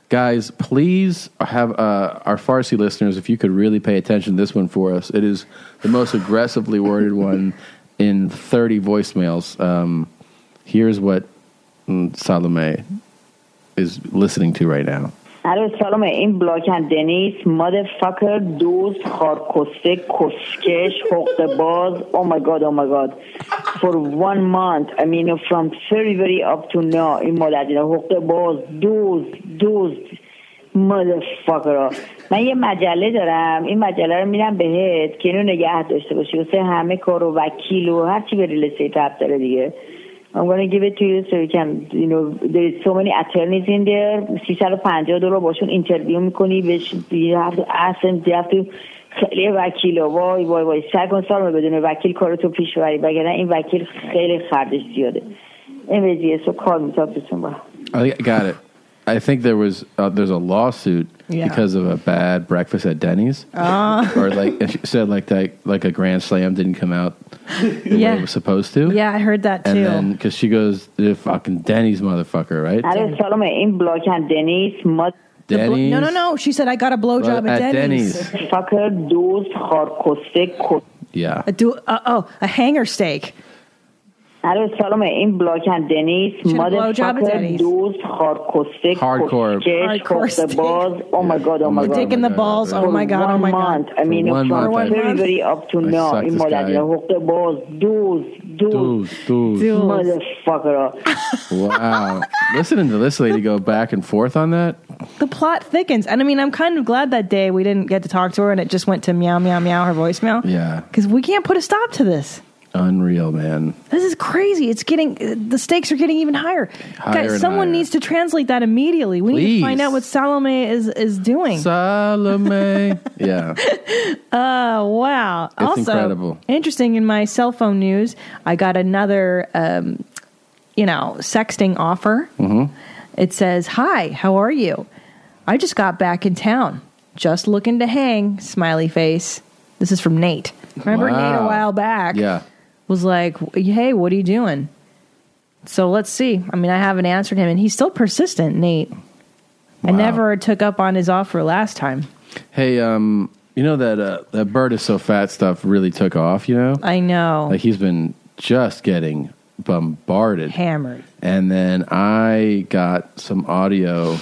S2: Guys, please have uh, our Farsi listeners, if you could really pay attention to this one for us. It is the most aggressively worded one in 30 voicemails. Um, here's what mm, Salome is listening to right now.
S15: الو سلام این بلاکن دنیس مادرفکر دوست خارکسته کسکش حق باز Oh او مای گاد او مای گاد for one month I mean from very very up to now این مادر دینا حق باز دوست دوست مادرفکر من یه مجله دارم این مجله رو میرم بهت که اینو نگه داشته باشی واسه همه کار و وکیل و هرچی به ریل استیت ربط داره دیگه I'm going to give it to you so you can, you know, there's so many attorneys in there. 350 دلار باشون اینترویو میکنی بهش you have to ask them, you have to خیلی وکیلا وای وای وای سعی کن سال بدون وکیل کارتو پیش بری وگرنه این وکیل خیلی خردش زیاده این وضعیه سو کار میتابتون با
S2: I think I got it. I think there was uh, there's a lawsuit
S15: Yeah.
S2: because of a bad breakfast at Denny's,
S3: Ah.
S2: or like and she said, like that like a grand slam didn't come out the way
S3: Yeah.
S2: it was supposed to.
S3: Yeah, I heard that
S2: and
S3: too.
S2: then because she goes, "The fucking Denny's motherfucker, right?"
S15: الو سلام این بلاکن دنیس ماد
S2: Denny's.
S3: no, no, no. She said I got a blowjob
S2: Well, uh,
S3: at,
S2: at
S3: Denny's.
S15: فکر دوست خارکسته کس
S2: Yeah.
S3: A do, uh, oh, a hanger steak.
S15: الو سلام این بلاک هم دنیس
S3: Should a
S15: مادر
S3: blowjob at
S15: فاکر
S3: Denny's.
S15: دوز خارکسته
S2: Hardcore. Oh
S3: Hardcore stick.
S15: کشکش باز او مای گاد او مای گاد
S3: Dick in the balls, oh my god, oh my god.
S15: I mean,
S2: For one
S15: from
S2: month, I-
S15: very, very up to
S2: I
S15: now.
S2: sucked
S15: این
S2: this
S15: مادر
S2: guy.
S15: یا حقوق باز دوز دوز
S2: dudes.
S15: Motherfucker.
S2: Wow. Listening to this lady go back and forth on that.
S3: The plot thickens. And I mean, I'm kind of glad that day we didn't get to talk to her and it just went to meow, meow, meow, her voicemail.
S2: Yeah.
S3: Because we can't put a stop to this.
S2: Unreal, man.
S3: This is crazy. It's getting, uh, the stakes are getting even higher.
S2: Higher
S3: Guys,
S2: and
S3: someone
S2: higher.
S3: needs to translate that immediately. We need
S2: Please.
S3: to find out what Salome is, is doing.
S2: Salome. Yeah.
S3: Oh, wow.
S2: It's
S3: also,
S2: incredible.
S3: interesting in my cell phone news, I got another, um, you know, sexting offer.
S2: Mm-hmm.
S3: It says, Hi, how are you? I just got back in town. Just looking to hang, smiley face. This is from Nate. Remember
S2: Wow.
S3: Nate a while back
S2: Yeah.
S3: was like, Hey, what are you doing? So let's see. I mean, I haven't answered him, and he's still persistent, Nate. I
S2: Wow.
S3: never took up on his offer last time.
S2: Hey, um, you know that uh, that bird is so fat stuff really took off. You know,
S3: I know.
S2: like he's been just getting bombarded,
S3: Hammered.
S2: And then I got some audio.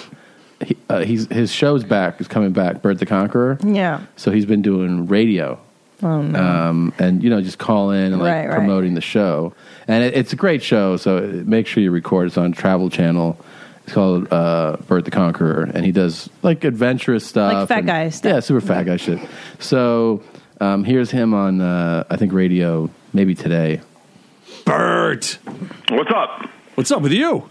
S2: He, uh, he's his show's back. He's coming back. Bird the Conqueror.
S3: Yeah.
S2: So he's been doing radio.
S3: Oh, no.
S2: Um, and you know, just call in and like
S3: Right, right.
S2: promoting the show, and it, it's a great show. So make sure you record. It's on Travel Channel. It's called uh, Bert the Conqueror, and he does like adventurous stuff,
S3: Like fat
S2: and-
S3: guy stuff.
S2: Yeah, super fat guy shit. So um, here's him on uh, I think radio maybe today.
S13: Bert. What's up? What's up with you?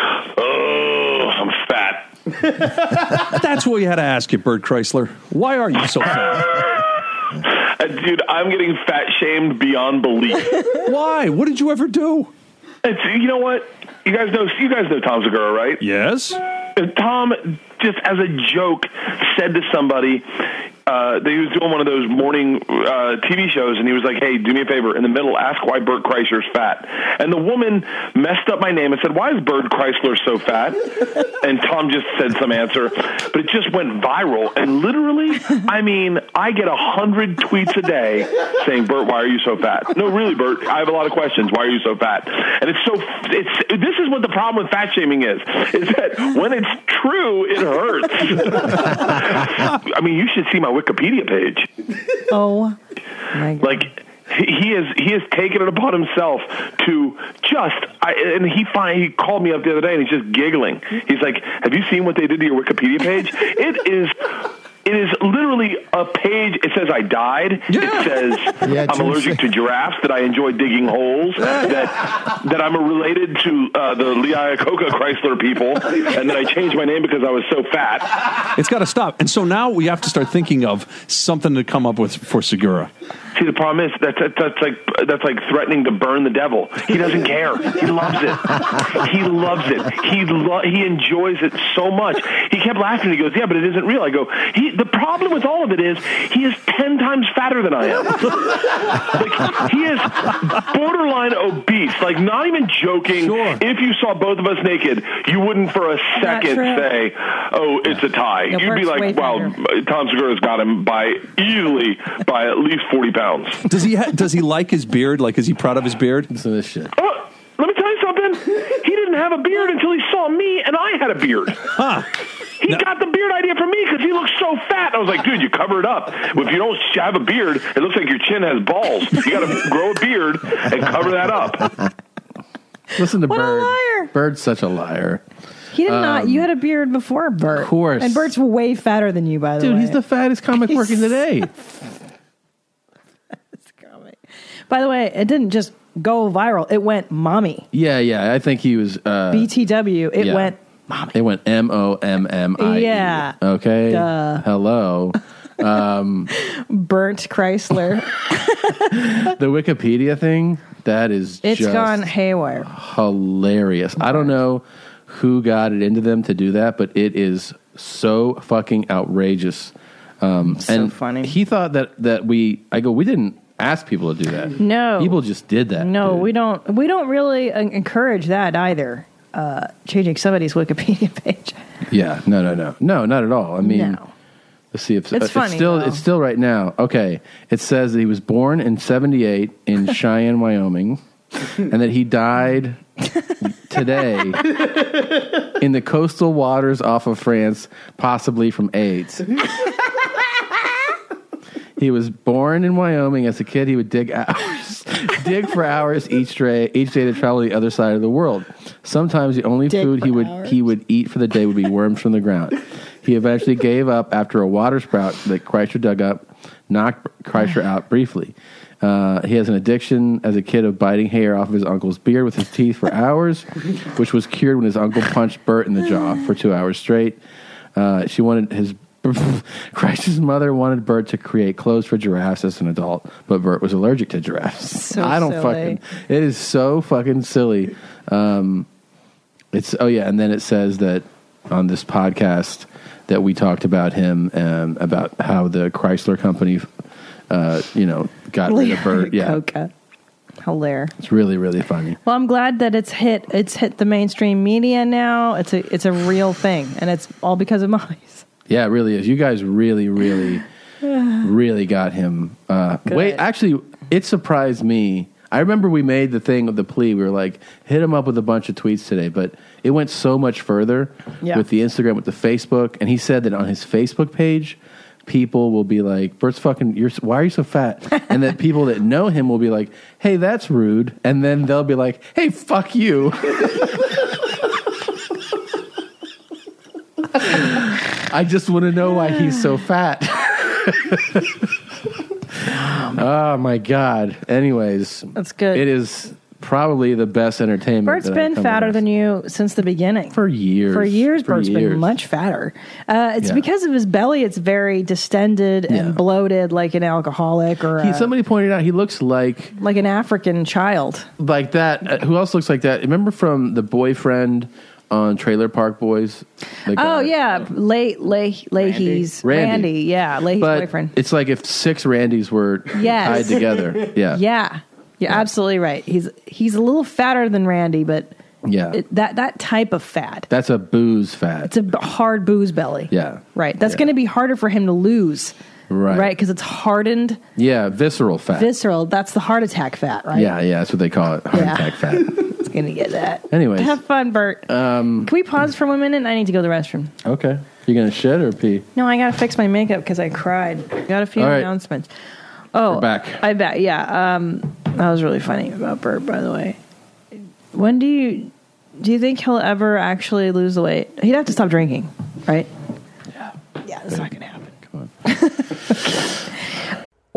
S13: Oh, I'm fat. That's what we had to ask you, Bert Chrysler. Why are you so fat?
S16: Uh, dude, I'm getting fat shamed beyond belief.
S13: Why? What did you ever do?
S16: It's, you know what? You guys know you guys know Tom Segura, right? Uh,
S13: Yes.
S16: Tom just as a joke said to somebody uh, that he was doing one of those morning uh, TV shows, and he was like, "Hey, do me a favor. In the middle, ask why Bert Kreisler's fat." And the woman messed up my name and said, "Why is Bert Chrysler so fat?" and Tom just said some answer, but it just went viral. And literally, I mean, I get a hundred tweets a day saying, "Bert, why are you so fat?" No, really, Bert, I have a lot of questions. Why are you so fat? And it's so it's this is what the problem with fat shaming is: is that when it's true, it hurts. I mean, you should see my Wikipedia page.
S3: Oh,
S16: Like he he is he has taken it upon himself to just I, and he finally he called me up the other day and he's just giggling. He's like, "Have you seen what they did to your Wikipedia page? it is." It is literally a page. It says I died. It says
S9: Yeah,
S16: I'm
S9: true
S16: allergic to giraffes. That I enjoy digging holes. That that I'm related to uh, the Leiococa Chrysler people, and that I changed my name because I was so fat.
S13: It's got to stop. And so now we have to start thinking of something to come up with for Segura.
S16: See, the problem is that's, that's, that's like that's like threatening to burn the devil. He doesn't care. He loves it. He loves it. He lo- he enjoys it so much. He kept laughing. He goes, "Yeah, but it isn't real." I go, he, "The problem with all of it is he is ten times fatter than I am. like he is borderline obese. Like not even joking. If you saw both of us naked, you wouldn't for a second
S9: true.
S16: say, "Oh, it's a tie."
S9: No,
S16: You'd be
S9: Bert's way
S16: like, "Wow, Tom Segura's got him by easily by at least forty pounds."
S13: Does he ha- does he like his beard? Like, is he proud of his beard? Listen
S2: to this shit.
S16: Oh, let me tell you something. He didn't have a beard until he saw me, and I had a beard.
S13: Huh.
S16: He got the beard idea from me because he looked so fat. I was like, dude, you cover it up. If you don't have a beard, it looks like your chin has balls. You got to grow a beard and cover that up.
S2: Listen to Bird. Bird's such a liar.
S3: He did not.
S2: Um,
S3: You had a beard before Bert. Of
S2: course.
S3: And Bert's way fatter than you, by the
S2: Dude,
S3: way.
S2: he's the fattest comic
S3: He's-
S2: working today.
S3: By the way, it didn't just go viral. It went mommy.
S2: Yeah, yeah. I think he was uh,
S3: BTW. It
S2: yeah.
S3: went.
S2: It went M O M M I. E.
S3: Yeah.
S2: Okay.
S3: Duh.
S2: Hello. Um,
S3: Burnt Chrysler.
S2: the Wikipedia thing that is
S3: It's
S2: just
S3: gone haywire.
S2: hilarious. I don't know who got it into them to do that, but it is so fucking outrageous. Um,
S3: So
S2: and
S3: funny.
S2: He thought that that we. I go. We didn't ask people to do that.
S3: No.
S2: people just did that.
S3: No, we don't. We don't really en- encourage that either. Uh, changing somebody's Wikipedia page.
S2: Yeah, no, no, no, no, not at all. I mean, let's see if
S3: It's funny,
S2: still
S3: though.
S2: it's still right now. Okay, it says that he was born in '78 in Cheyenne, Wyoming. and that he died today in the coastal waters off of France, possibly from AIDS. He was born in Wyoming. As a kid, he would dig hours, dig for hours each day, each day to travel to the other side of the world. Sometimes the only food he would he would eat for the day would be worms from the ground. He eventually gave up after a water sprout that Kreischer dug up knocked Kreischer out briefly. Uh, he has an addiction as a kid of biting hair off of his uncle's beard with his teeth for hours, which was cured when his uncle punched Bert in the jaw for two hours straight. Uh, she wanted his Kreischer's mother wanted Bert to create clothes for giraffes as an adult, but Bert was allergic to giraffes.
S17: So
S2: I don't
S17: silly.
S2: fucking. It is so fucking silly. Um, it's oh yeah, and then it says that on this podcast that we talked about him um, about how the Chrysler company, uh, you know, got rid of Bert. Yeah,
S3: Coca. Hilarious.
S2: it's really really funny.
S3: Well, I'm glad that it's hit. It's hit the mainstream media now. It's a it's a real thing, and it's all because of Molly's.
S2: Yeah, it really is. You guys really really really got him. Uh, wait, actually, it surprised me. I remember we made the thing with the plea. We were like, hit him up with a bunch of tweets today, but it went so much further
S17: Yeah.
S2: with the Instagram, with the Facebook, and he said that on his Facebook page, people will be like, "Bert's fucking. You're why are you so fat?" and that people that know him will be like, "Hey, that's rude," and then they'll be like, "Hey, fuck you." I just want to know why he's so fat. oh my god. Anyways,
S3: that's good.
S2: It is probably the best entertainment.
S3: Bert's
S2: that I've
S3: been
S2: come
S3: fatter than you since the beginning.
S2: For years.
S3: For years,
S2: For
S3: Bert's
S2: years.
S3: been much fatter. Uh, it's
S2: Yeah.
S3: because of his belly. It's very distended and bloated, like an alcoholic or
S2: He,
S3: a-
S2: somebody pointed out he looks like
S3: like an African child,
S2: like that. Uh, who else looks like that? Remember from the boyfriend on Trailer Park Boys? The
S3: oh
S2: guy?
S3: yeah, Lay Lay Leahy's
S2: uh, Randy.
S3: Randy. yeah, Leahy's
S2: but
S3: boyfriend.
S2: It's like if six Randys were tied
S3: Yes.
S2: together. Yeah,
S3: yeah, you're absolutely right. He's he's a little fatter than Randy, but
S2: yeah.
S3: it, that that type of fat.
S2: That's a booze fat.
S3: It's a b- hard booze belly.
S2: Yeah,
S3: Right. That's going to be harder for him to lose.
S2: Right.
S3: Right. Because it's hardened,
S2: yeah, visceral fat.
S3: visceral. That's the heart attack fat, right?
S2: Yeah, yeah, that's what they call it. Heart
S3: Yeah.
S2: attack fat.
S3: It's going to get that.
S2: Anyways.
S3: Have fun, Bert.
S2: Um,
S3: Can we pause for one minute? I need to go to the restroom.
S2: okay. You're gonna shit or pee?
S3: No, I got to fix my makeup because I cried. Got a few
S2: All right.
S3: announcements. Oh,
S2: We're back.
S3: I bet. Yeah. Um, that was really funny about Bert, by the way. When do you do you think he'll ever actually lose the weight? He'd have to stop drinking, right? Yeah. Yeah, that's not going to happen.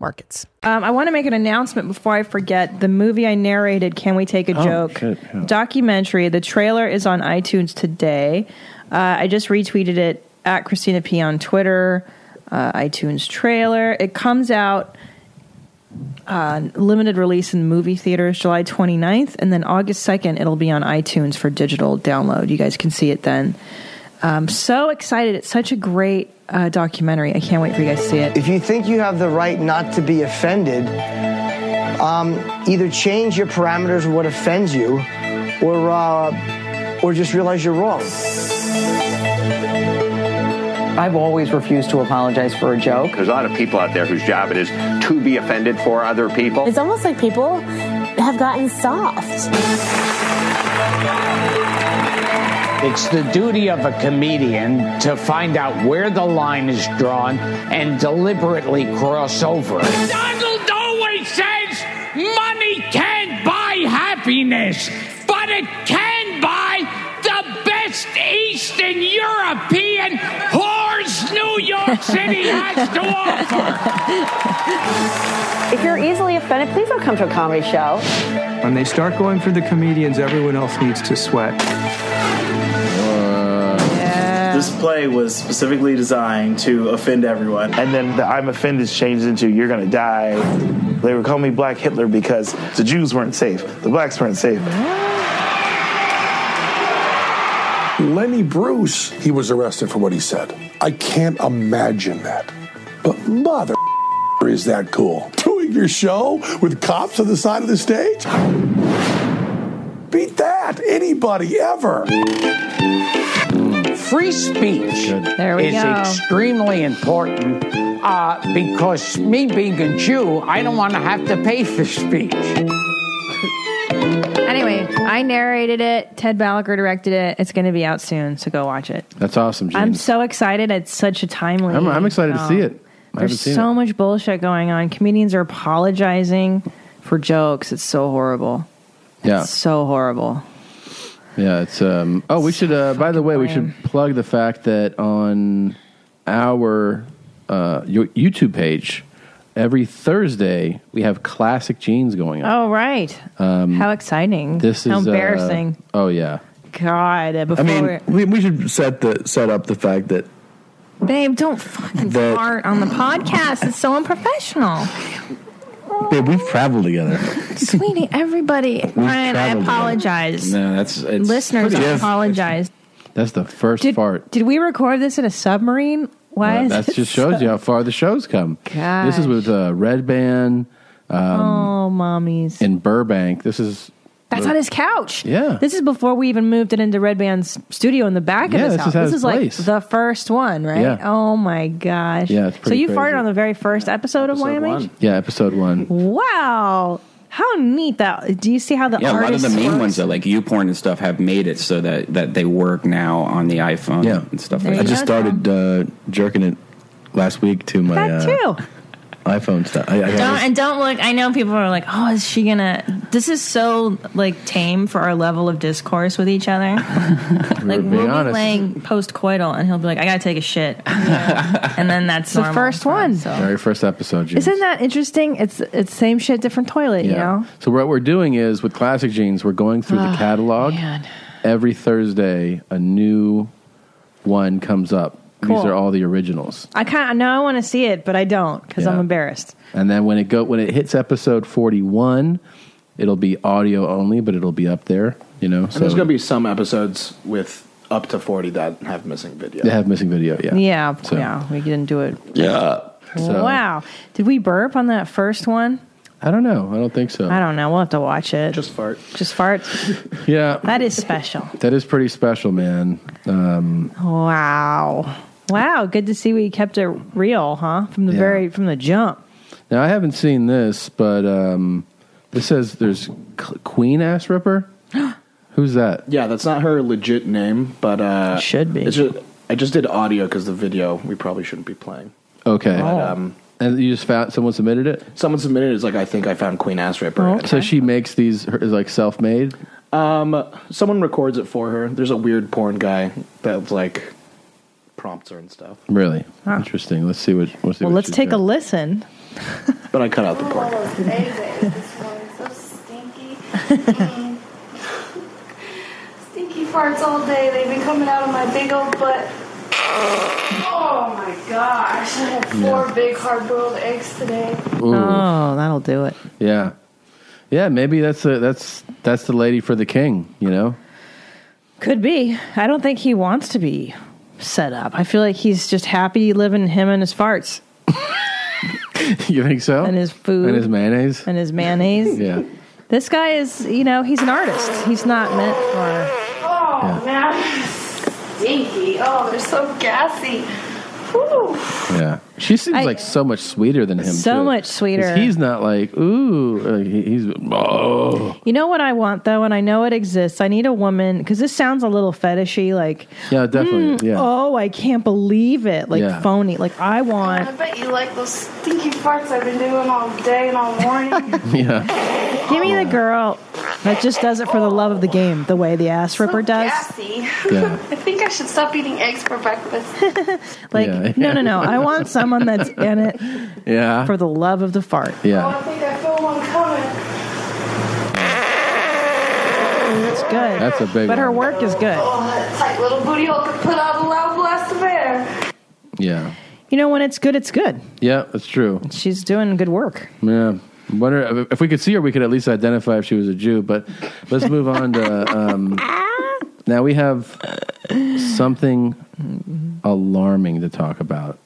S14: markets.
S3: Um, I want to make an announcement before I forget. The movie I narrated, Can We Take a
S14: Oh,
S3: Joke?
S14: shit, yeah.
S3: Documentary. The trailer is on iTunes today. Uh, I just retweeted it at Christina P on Twitter. Uh, iTunes trailer. It comes out uh, limited release in movie theaters July 29th, and then August 2nd, it'll be on iTunes for digital download. You guys can see it then. Um, so excited. It's such a great uh, documentary. I can't wait for you guys to see it.
S18: If you think you have the right not to be offended, um, either change your parameters of what offends you, or uh, or just realize you're wrong.
S19: I've always refused to apologize for a joke.
S20: There's a lot of people out there whose job it is to be offended for other people.
S21: It's almost like people have gotten soft.
S10: It's the duty of a comedian to find out where the line is drawn and deliberately cross over. it.
S22: Donald always says money can't buy happiness, but it can buy the best West Eastern European whores New York City has to offer.
S1: If you're easily offended, please don't come to a comedy show.
S4: When they start going for the comedians, everyone else needs to sweat.
S23: This play was specifically designed to offend everyone.
S17: And then the I'm offended changed into you're gonna die. They were calling me Black Hitler because the Jews weren't safe, the blacks weren't safe.
S16: Lenny Bruce, he was arrested for what he said. I can't imagine that. But mother is that cool? Doing your show with cops on the side of the stage? Beat that, anybody ever.
S10: Free speech
S3: There we
S10: is
S3: go.
S10: extremely important uh, because me being a Jew, I don't want to have to pay for speech.
S3: Anyway, I narrated it. Ted Balaker directed it. It's going to be out soon, so go watch it.
S2: That's awesome, James.
S3: I'm so excited. It's such a timely.
S2: I'm- I'm excited to see it. I haven't
S3: There's
S2: seen
S3: so much bullshit going on. Comedians are apologizing for jokes. It's so horrible.
S2: yeah.
S3: So horrible.
S2: Yeah, it's um. Oh, we should. Uh, by the way, we should plug the fact that on our uh, yo- YouTube page, every Thursday we have classic jeans going on.
S3: Oh right.
S2: Um,
S3: How exciting.
S2: this
S3: How
S2: is uh,
S3: embarrassing.
S2: oh yeah,
S3: God. uh, Before,
S24: I mean, we, we should set the set up the fact that
S3: babe, don't fucking
S24: That-
S3: fart on the podcast. It's so unprofessional,
S24: babe, we've traveled together.
S3: sweetie. Everybody, Ryan, I
S24: traveled, yeah.
S3: apologize.
S2: No, that's- it's
S3: listeners.
S2: pretty-
S3: I apologize.
S2: that's the first part.
S3: Did we record this in a submarine? Why
S2: Uh,
S3: is
S2: that
S3: it
S2: just shows you how far the show's come. This is
S3: Gosh.
S2: with uh, Red Band um,
S3: oh, mommies.
S2: in Burbank. This is
S3: That's on his couch.
S2: Yeah.
S3: This is before we even moved it into Red Band's studio in the back
S2: Yeah,
S3: of his
S2: this
S3: house.
S2: is at
S3: this
S2: his
S3: is like
S2: place.
S3: the first one, right?
S2: Yeah.
S3: Oh my gosh.
S2: Yeah, it's
S3: So
S2: pretty
S3: you
S2: crazy.
S3: farted on the very first episode, of YMH?
S2: Yeah, episode one.
S3: Wow. How neat that do you see how the
S25: yeah, a lot of
S3: artist
S25: the main
S3: works?
S25: ones that like YouPorn and stuff have made it so that that they work now on the iPhone and stuff.
S3: There
S25: like
S24: I
S25: that.
S24: just started uh, jerking it last week to my
S3: that
S24: uh,
S3: too.
S24: iPhone stuff. I, I got
S3: Don't
S24: this-
S3: and don't look. I know people are like, "Oh, is she gonna?" This is so like tame for our level of discourse with each other. like
S2: being
S3: we'll be
S2: honest.
S3: playing post coital, and he'll be like, "I gotta take a shit," and then that's the first one.
S2: Very first episode. Jeans.
S3: Isn't that interesting? It's it's same shit, different toilet. You know.
S2: So what we're doing is with classic jeans, we're going through the
S3: Ah,
S2: catalog. Every Thursday, a new one comes up. These
S3: Cool.
S2: are all the originals.
S3: I kind of know I want to see it, but I don't because I'm
S2: Yeah.
S3: embarrassed.
S2: And then when it go when it hits episode forty one, it'll be audio only, but it'll be up there. You know,
S5: And there's going to be some episodes with up to 40 that have missing video.
S2: they have missing video. Yeah.
S3: Yeah,
S2: So-
S3: yeah, we didn't do it.
S2: Yeah. So,
S3: wow, did we burp on that first one?
S2: I don't know. I don't think so.
S3: I don't know. We'll have to watch it. Just
S5: fart.
S3: Just fart.
S2: Yeah.
S3: that is special.
S2: That is pretty special, man. Um,
S3: Wow. Wow, good to see we kept it real, huh? From the very from the jump.
S2: now I haven't seen this, but um, this says there's Q- Queen Ass Ripper. Who's that?
S5: Yeah, that's not her legit name, but uh,
S2: Should be.
S5: It's just, I just did audio because the video we probably shouldn't be playing.
S2: Okay.
S5: But, um,
S2: and you just found someone submitted it.
S5: Someone submitted it, it's like I think I found Queen Ass Ripper.
S2: So she makes these her- is like self made.
S5: Um, someone records it for her. There's a weird porn guy that's like prompts her and stuff.
S2: Really interesting. Let's see what. Let's see
S3: Well,
S2: what
S3: let's
S2: she's
S3: take a
S2: doing.
S3: listen.
S5: But I cut out the porn.
S9: Stinky farts all day. They've been coming out of my big old butt. Oh my gosh. I had four big hard boiled eggs today.
S2: Ooh.
S3: Oh, that'll do it.
S2: Yeah, yeah. Maybe that's a, that's that's the lady for the king. You know.
S3: Could be. I don't think he wants to be set up. I feel like he's just happy living him and his farts
S2: you think so? And
S3: his food.
S2: and his mayonnaise.
S3: and his mayonnaise.
S2: Yeah.
S3: This guy is, you know, he's an artist. He's not meant for
S9: Oh man. Stinky. Oh, they're so gassy. Whew.
S2: Yeah. She seems like so much sweeter than him.
S3: So
S2: too.
S3: much
S2: 'Cause
S3: sweeter.
S2: He's not like ooh. uh, he- he's oh.
S3: You know what I want though, and I know it exists. I need a woman cuz this sounds a little fetishy like
S2: Yeah, definitely.
S3: "Mm,
S2: yeah.
S3: Oh, I can't believe it. Like
S2: Yeah.
S3: phony. Like I want
S9: I bet you like those stinky farts I've been doing all day and all morning.
S2: Yeah.
S9: Oh,
S3: Give me the girl. That just does it for the love of the game, the way the ass ripper does.
S9: Gassy.
S2: Yeah.
S9: I think I should stop eating eggs for breakfast. Oh,
S3: Like,
S2: Yeah.
S3: no, no, no. I want someone that's in it
S2: Yeah.
S3: for the love of the fart.
S2: yeah.
S9: I think I feel one coming.
S3: It's good.
S2: That's a big
S3: But her
S2: one.
S3: work is good.
S9: Oh, that tight little booty hole could put out a loud blast of air.
S2: Yeah.
S3: You know, when it's good, it's good.
S2: Yeah, that's true.
S3: She's doing good work.
S2: Yeah. Wonder if we could see her, we could at least identify if she was a Jew. But let's move on to. Um, now we have something alarming to talk about.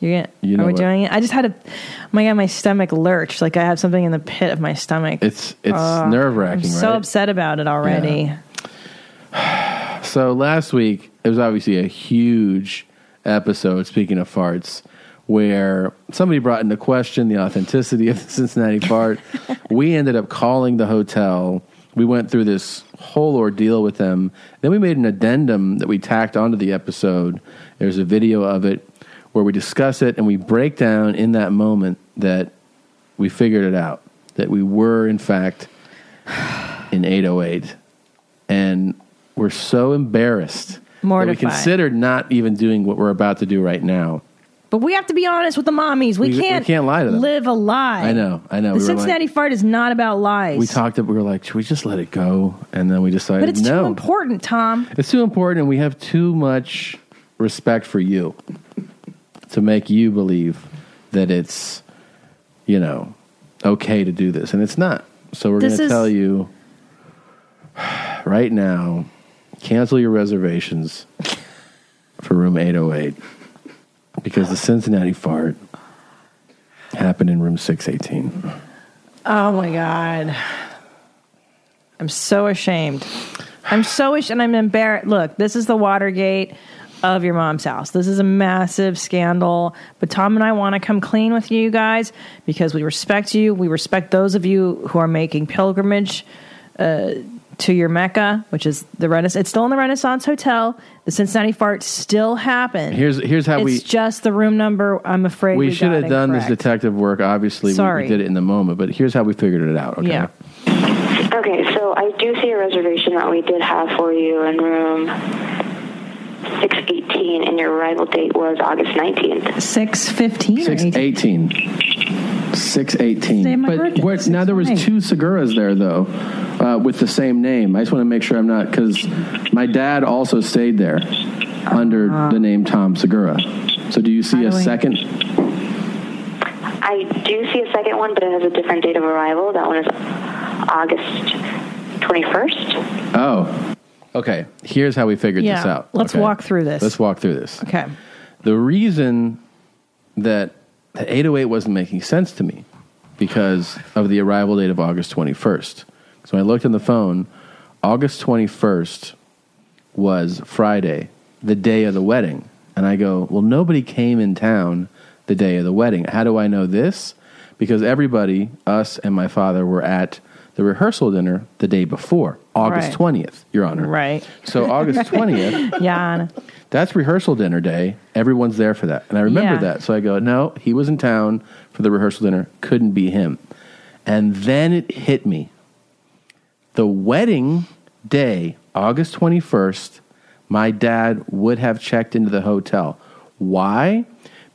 S3: You're gonna,
S2: You know
S3: are we
S2: what-
S3: doing it? I just had a, oh my God, my stomach lurched. Like I have something in the pit of my stomach.
S2: It's it's
S3: Ugh,
S2: nerve wracking,
S3: I'm
S2: right?
S3: so upset about it already.
S2: So last week it was obviously a huge episode. Speaking of farts, where somebody brought into question the authenticity of the Cincinnati fart. we ended up calling the hotel. We went through this whole ordeal with them. Then we made an addendum that we tacked onto the episode. There's a video of it where we discuss it and we break down in that moment that we figured it out that we were in fact in 808 and we're so embarrassed
S3: Mortified.
S2: that we considered not even doing what we're about to do right now
S3: But we have to be honest with the mommies. We,
S2: We- we
S3: can't,
S2: can't lie to them.
S3: live a lie.
S2: i know i know
S3: the
S2: we were like-
S3: Cincinnati fart is not about lies.
S2: we talked up we were like should we just let it go and then we decided
S3: but it's
S2: no
S3: too important, Tom.
S2: it's too important and we have too much respect for you to make you believe that it's you know okay to do this and it's not so we're going
S3: This
S2: to
S3: is-
S2: tell you right now cancel your reservations for room 808 because the cincinnati fart happened in room 618
S3: Oh my God. I'm so ashamed. I'm so ashamed. I'm embarrassed. Look, this is the Watergate of your mom's house. This is a massive scandal. But Tom and I want to come clean with you guys because we respect you. We respect those of you who are making pilgrimage uh, to your Mecca, which is the Renaissance. It's still in the Renaissance Hotel. The Cincinnati fart still happened.
S2: Here's- here's how
S3: it's
S2: we-
S3: It's just the room number. I'm afraid we,
S2: we should
S3: got
S2: have done
S3: incorrect.
S2: this detective work obviously we-
S3: Sorry.
S2: we did it in the moment but here's how we figured it out okay
S3: Yeah.
S8: Okay, so I do see a reservation that we did have for you in room 618, and your arrival date was August 19th.
S3: Six fifteen.
S2: Six eighteen. Six
S8: Say
S2: eighteen.
S8: my
S2: But
S8: birthday,
S2: what, now there was two Seguras there though, uh, with the same name. I just want to make sure I'm not because my dad also stayed there under the name Tom Segura. So do you see a
S8: Uh-huh. do I-
S2: second?
S8: I do see a second one, but it has a different date of arrival. That one is August 21st.
S2: Oh, okay. Here's how we figured this
S8: Yeah,
S2: out.
S8: let's
S2: okay?
S8: walk through this.
S2: Let's walk through this.
S3: Okay.
S2: The reason that the 808 wasn't making sense to me because of the arrival date of August 21st. So I looked on the phone. August 21st was Friday, the day of the wedding. And I go, well, nobody came in town the day of the wedding. How do I know this? Because everybody, us and my father, were at the rehearsal dinner the day before, August
S3: Right.
S2: 20th, Your Honor.
S3: Right.
S2: So August 20th,
S3: Yeah.
S2: that's rehearsal dinner day. Everyone's there for that. And I remember
S3: Yeah.
S2: that. So I go, no, he was in town for the rehearsal dinner. Couldn't be him. And then it hit me. The wedding day, August 21st, my dad would have checked into the hotel. Why?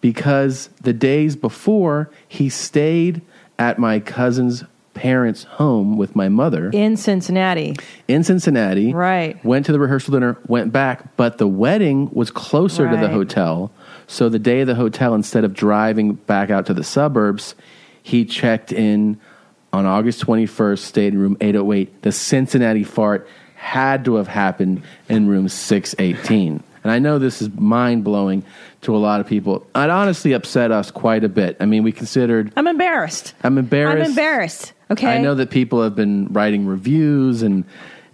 S2: Because the days before, he stayed at my cousin's parents' home with my mother
S3: In Cincinnati.
S2: in Cincinnati. Right. Went to the rehearsal dinner, went back, but the wedding was closer to the
S3: Right.
S2: hotel. So the day of the hotel, instead of driving back out to the suburbs, he checked in on August 21st, stayed in room 808. The Cincinnati fart had to have happened in room 618. And I know this is mind blowing to a lot of people. It honestly upset us quite a bit. I mean, we considered.
S3: I'm embarrassed.
S2: I'm embarrassed.
S3: I'm embarrassed. Okay.
S2: I know that people have been writing reviews and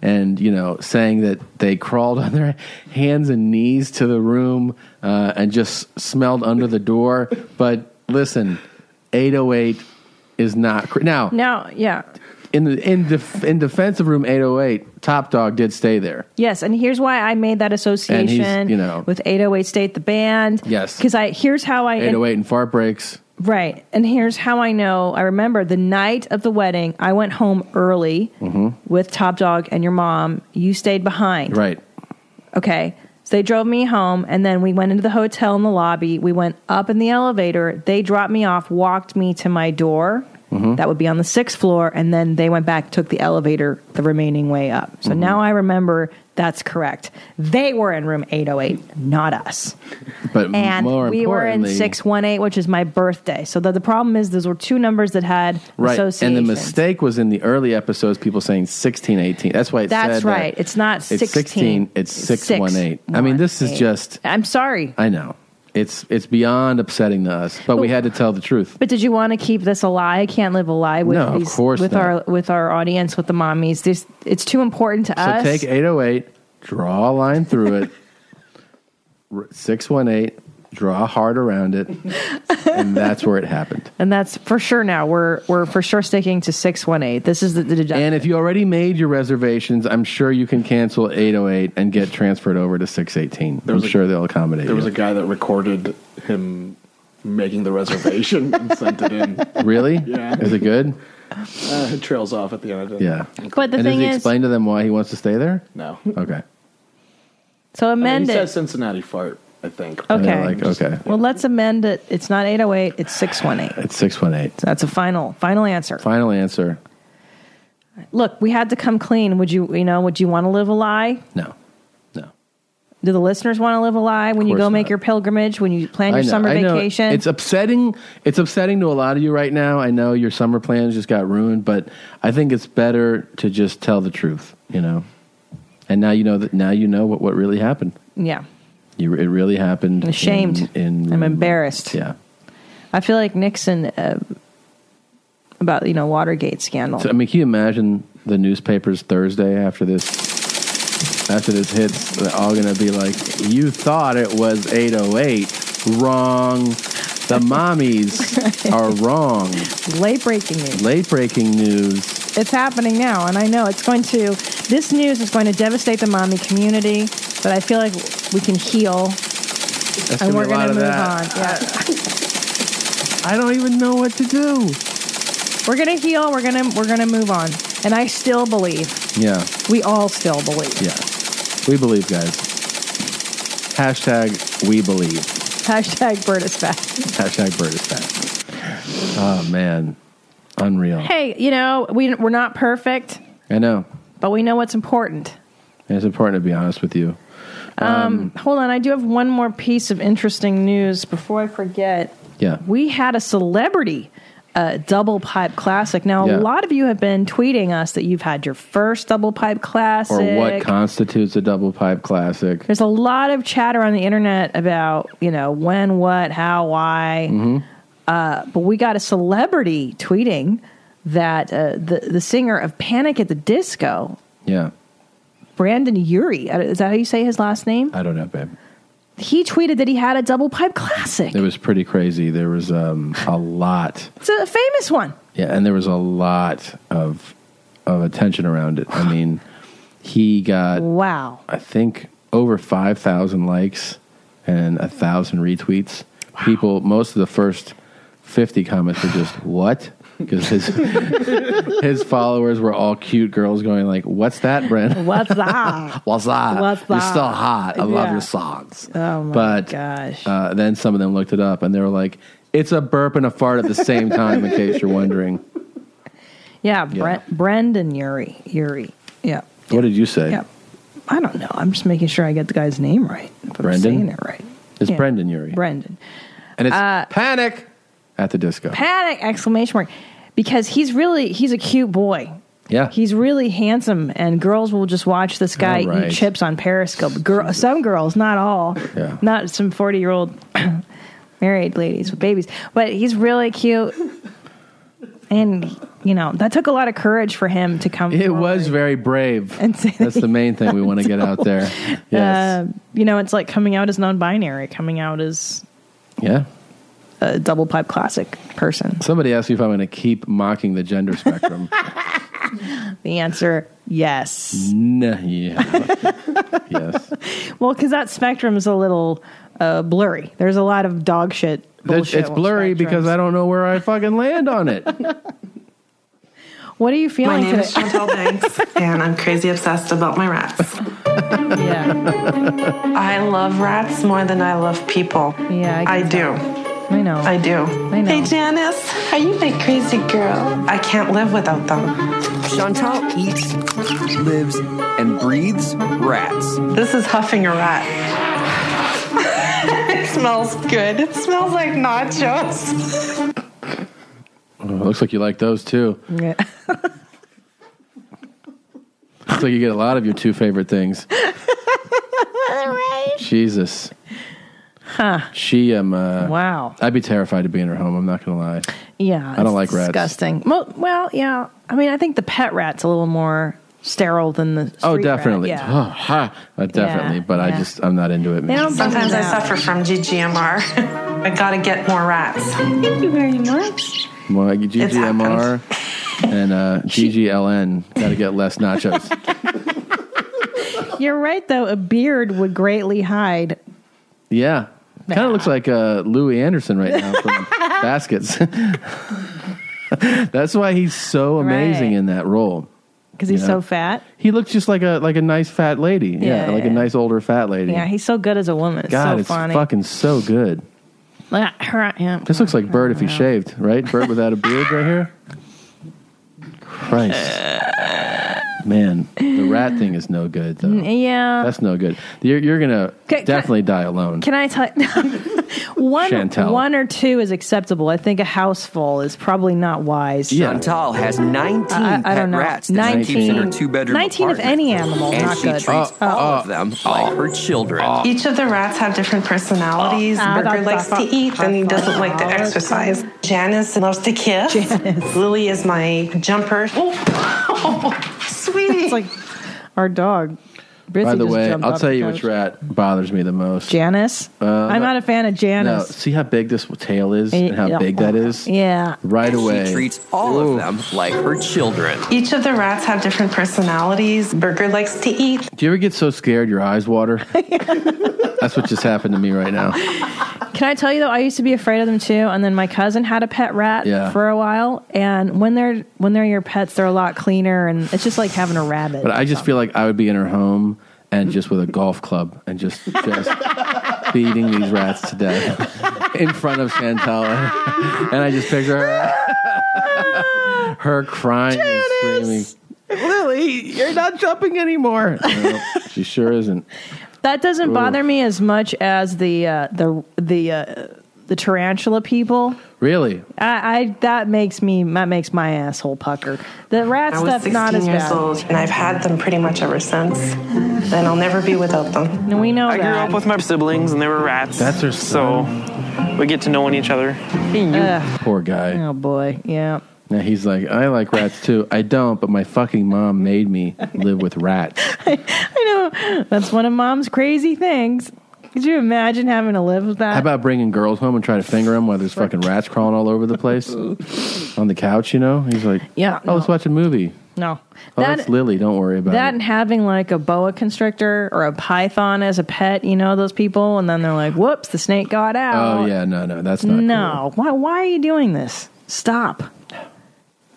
S2: and you know saying that they crawled on their hands and knees to the room uh, and just smelled under the door. But listen, 808 is not cr- now
S3: Now, yeah.
S2: in the in def, in defense of room 808. Top Dog did stay there.
S3: Yes, and here's why I made that association
S2: you know-
S3: with 808 State the band.
S2: Yes.
S3: Because I here's how I
S2: 808 and fart breaks.
S3: Right. And here's how I know I remember the night of the wedding, I went home early with Top Dog and your mom. You stayed behind.
S2: Right.
S3: Okay. So they drove me home, and then we went into the hotel in the lobby. We went up in the elevator. They dropped me off, walked me to my door.
S2: Mhm.
S3: That would be on the sixth floor. And then they went back, took the elevator the remaining way up. So now I remember that's correct. They were in room 808, not us.
S2: But
S3: and
S2: more
S3: we were in
S2: importantly,
S3: 618, which is my birthday. So the, the problem is, those were two numbers that had
S2: right. And
S3: association.
S2: the mistake was in the early episodes, people saying 16, 18. That's why it
S3: That's
S2: said that
S3: right. It's not
S2: it's
S3: 16.
S2: 16. It's 618. I mean, this is just,
S3: I'm sorry.
S2: I know. It's it's beyond upsetting to us, but we had to tell the truth.
S3: But did you want to keep this a lie? I can't live a lie with
S2: No, of
S3: these,
S2: course
S3: with
S2: not.
S3: our with our audience, with the mommies. This it's too important to
S2: So
S3: us.
S2: take 808, draw a line through it, r- 618, draw a heart around it, and that's where it happened.
S3: and that's for sure. Now we're we're for sure sticking to six one eight. This is the, the
S2: And if you already made your reservations, I'm sure you can cancel 808 and get transferred over to 618. I'm
S5: was a-
S2: sure they'll accommodate
S5: There was
S2: you.
S5: a guy that recorded him making the reservation and sent it in.
S2: really?
S5: Yeah.
S2: Is it good?
S5: Uh, it trails off at the end. Of it.
S2: Yeah.
S3: But the
S2: and
S3: thing
S2: does he
S3: is-
S2: explain to them why he wants to stay there?
S5: No.
S2: Okay.
S3: so
S5: I mean,
S3: amend
S5: he
S3: it.
S5: says Cincinnati fart. I think.
S3: Okay. Yeah, like,
S2: okay.
S3: well, let's amend it. It's not eight oh eight. It's six one eight.
S2: It's 618.
S3: that's a final final answer.
S2: Final answer.
S3: Look, we had to come clean. Would you you know? Would you want to live a lie?
S2: No.
S3: Do the listeners want to live a lie when you
S2: course
S3: go make your pilgrimage? When you plan
S2: I
S3: your
S2: know-
S3: summer
S2: I know
S3: vacation?
S2: It's upsetting. It's upsetting to a lot of you right now. I know your summer plans just got ruined, but I think it's better to just tell the truth, you know. And now you know that now you know what, what really happened.
S3: yeah.
S2: You it really happened.
S3: I'm ashamed.
S2: In, in
S3: I'm embarrassed.
S2: Yeah.
S3: I feel like Nixon uh, about you know Watergate scandal.
S2: So, I mean, can you imagine the newspapers Thursday after this? After this hits, they're all going to be like, "You thought it was 808, wrong. The mommies are wrong.
S3: Late breaking news.
S2: Late breaking news.
S3: It's happening now, and I know it's going to. This news is going to devastate the mommy community, but I feel like we can heal,
S2: That's
S3: and
S2: gonna be
S3: we're
S2: a
S3: gonna
S2: lot of
S3: move
S2: that.
S3: on. Yeah.
S2: I don't even know what to do.
S3: We're gonna heal. We're gonna we're gonna move on, and I still believe.
S2: Yeah,
S3: We all still believe.
S2: yeah. We believe, guys. Hashtag we believe.
S3: Hashtag bird is back.
S2: Hashtag bird is back. Oh man, unreal.
S3: Hey, you know we we're not perfect,
S2: I know.
S3: but we know what's important.
S2: It's important to be honest with you.
S3: Um, hold on, I do have one more piece of interesting news before I forget.
S2: Yeah.
S3: We had a celebrity uh, double pipe classic. Now,
S2: Yeah.
S3: a lot of you have been tweeting us that you've had your first double pipe classic.
S2: Or what constitutes a double pipe classic?
S3: There's a lot of chatter on the internet about, you know, when, what, how, why.
S2: hmm
S3: Uh, but we got a celebrity tweeting that uh, the, the singer of Panic at the Disco,
S2: Yeah,
S3: Brandon Urie, uh, is that how you say his last name?
S2: I don't know, babe.
S3: He tweeted that he had a double pipe classic.
S2: It was pretty crazy. There was um, a lot,
S3: It's a famous one.
S2: yeah, and there was a lot of of attention around it. I mean, he got
S3: wow,
S2: I think over five thousand likes and a thousand retweets. People, most of the first fifty comments were just what because his his followers were all cute girls going like, "What's that, Brent?
S3: What's that?
S2: What's that?
S3: What's
S2: You're
S3: that?"
S2: still hot. I love
S3: Yeah.
S2: your songs."
S3: Oh my
S2: but
S3: gosh.
S2: Uh, then some of them looked it up and they were like, "It's a burp and a fart at the same time." in case you're wondering,
S3: Yeah, Brent, Brendan Urie. Urie. Yeah.
S2: what did you say?
S3: Yeah. I don't know. I'm just making sure I get the guy's name right. If I'm
S2: Brendan?
S3: saying it right.
S2: It's
S3: Yeah.
S2: Brendan Urie,
S3: Brendan.
S2: and it's
S3: Uh,
S2: panic at the disco.
S3: Panic exclamation mark. Because he's really he's a cute boy.
S2: yeah,
S3: He's really handsome and girls will just watch this guy
S2: All right.
S3: eat chips on Periscope. Girl, some girls, not all.
S2: Yeah.
S3: Not some 40-year-old married ladies with babies, but he's really cute. And you know, that took a lot of courage for him to come
S2: It was very brave.
S3: And say
S2: That's
S3: that
S2: the main thing we want to get out there. Yes.
S3: Uh, you know, it's like coming out as non-binary, coming out as
S2: yeah.
S3: Uh, a double pipe classic person.
S2: Somebody asked me if I'm going to keep mocking the gender spectrum.
S3: The answer, yes.
S2: nah, yeah. yes.
S3: Well, because that spectrum is a little uh, blurry. There's a lot of dog shit
S2: That-
S3: bullshit
S2: it's blurry because I don't know where I fucking land on it.
S3: What are you
S11: My
S3: feeling
S11: name is
S3: today?
S11: Chantal Banks, and I'm crazy obsessed about my rats. yeah. I love rats more than I love people. Yeah, I, do.
S3: I know.
S11: I do.
S3: I know.
S11: Hey, Janice, are you my crazy girl? I can't live without them.
S7: Chantal eats, lives, and breathes rats.
S11: This is huffing a rat. it smells good. It smells like nachos.
S2: Oh, looks like you like those too. Looks like you get a lot of your two favorite things. Jesus.
S3: Huh.
S2: She um uh,
S3: Wow.
S2: I'd be terrified to be in her home. I'm not gonna lie.
S3: Yeah.
S2: I don't
S3: it's
S2: like rats.
S3: disgusting. rats. Disgusting. Well, yeah. I mean, I think the pet rat's a little more sterile than the. Street
S2: oh,
S3: rat,
S2: definitely.
S3: yeah.
S2: Oh, ha. Uh, definitely.
S3: Yeah,
S2: but I
S3: yeah.
S2: just I'm not into it. man.
S11: Sometimes I suffer from GGMR. I gotta get more rats. Thank you very much.
S2: Well, I get GGMR and uh, GGLN. Got to get less nachos.
S3: You're right, though. A beard would greatly hide.
S2: yeah. Kind of looks like uh, Louis Anderson right now from Baskets. That's why he's so amazing
S3: Right.
S2: in that role.
S3: Because he's
S2: You
S3: so
S2: know?
S3: fat.
S2: He looks just like a like a nice fat lady. Yeah,
S3: Yeah,
S2: like a
S3: yeah.
S2: nice older fat lady.
S3: Yeah, he's so good as a woman. It's
S2: God,
S3: so
S2: it's
S3: funny.
S2: fucking so good.
S3: Like, her, yeah.
S2: This looks like Bert if he shaved, right? Bert without a beard right here. Christ, man, the rat thing is no good though.
S3: Yeah.
S2: That's no good. You're you're gonna
S3: Ca- ca-
S2: definitely die alone.
S3: Can I tell one
S2: Chantel.
S3: one or two is acceptable. I think a house full is probably not wise.
S7: Chantal has 19
S3: I- I
S7: pet
S3: don't know.
S7: rats that she keeps in her
S3: 19.
S7: two-bedroom
S3: 19 of
S7: apartment.
S3: any animal,
S7: And
S3: not
S7: she
S3: good.
S7: treats
S3: Oh,
S7: all
S3: oh.
S7: of them like her children.
S11: Each of the rats have different personalities.
S3: Oh,
S7: Ah,
S11: Burger
S7: da, da,
S11: likes
S7: da,
S11: to eat and he doesn't like to exercise. Janice loves to kiss. Lily is my jumper. Oh, sweetie. It's like
S3: our dog. Brizzy
S2: By the
S3: just
S2: way,
S3: jumped
S2: I'll
S3: off
S2: tell
S3: the
S2: you
S3: couch.
S2: which rat bothers me the most.
S3: Janice.
S2: Uh,
S3: I'm
S2: no.
S3: not a fan of
S2: No,
S3: Janice.
S2: see how big this tail is
S3: Eh,
S2: and how
S3: yeah.
S2: big that is.
S3: Yeah.
S2: Right
S7: And
S2: away.
S7: She treats all of them like her children.
S11: Each of the rats have different personalities. Burger likes to eat.
S2: Do you ever get so scared your eyes water? That's what just happened to me right now.
S3: Can I tell you though? I used to be afraid of them too, and then my cousin had a pet rat
S2: Yeah.
S3: for a while. And when they're when they're your pets, they're a lot cleaner, and it's just like having a rabbit.
S2: But I just feel like I would be in her home and just with a golf club and just just beating these rats to death in front of Chantal. and I just picture her, her crying and screaming.
S3: Lily, you're not jumping anymore.
S2: No, she sure isn't.
S3: That doesn't
S2: Ooh.
S3: bother me as much as the uh, the the uh, the tarantula people.
S2: Really?
S3: I, I that makes me that makes my asshole pucker. The rat
S11: I was
S3: stuff's not as
S11: years
S3: bad.
S11: old, and I've had them pretty much ever since. And I'll never be without them.
S3: we know
S26: I grew
S3: that.
S26: up with my siblings, and they were rats. That's her So we get to knowing each other.
S3: Ugh.
S2: Poor guy.
S3: Oh boy, yeah.
S2: Now he's like, I like rats too. I don't, but my fucking mom made me live with rats.
S3: I know that's one of mom's crazy things. Could you imagine having to live with that?
S2: How about bringing girls home and try to finger them while there's fucking rats crawling all over the place on the couch? You know, he's like,
S3: Yeah,
S2: Oh, let's watch a movie.
S3: no,
S2: Oh,
S3: that
S2: that's Lily. Don't worry about
S3: that
S2: it.
S3: and having like a boa constrictor or a python as a pet. You know those people, and then they're like, "Whoops, the snake got out."
S2: Oh yeah, no, no, that's not.
S3: no, why? Why are you doing this? Stop.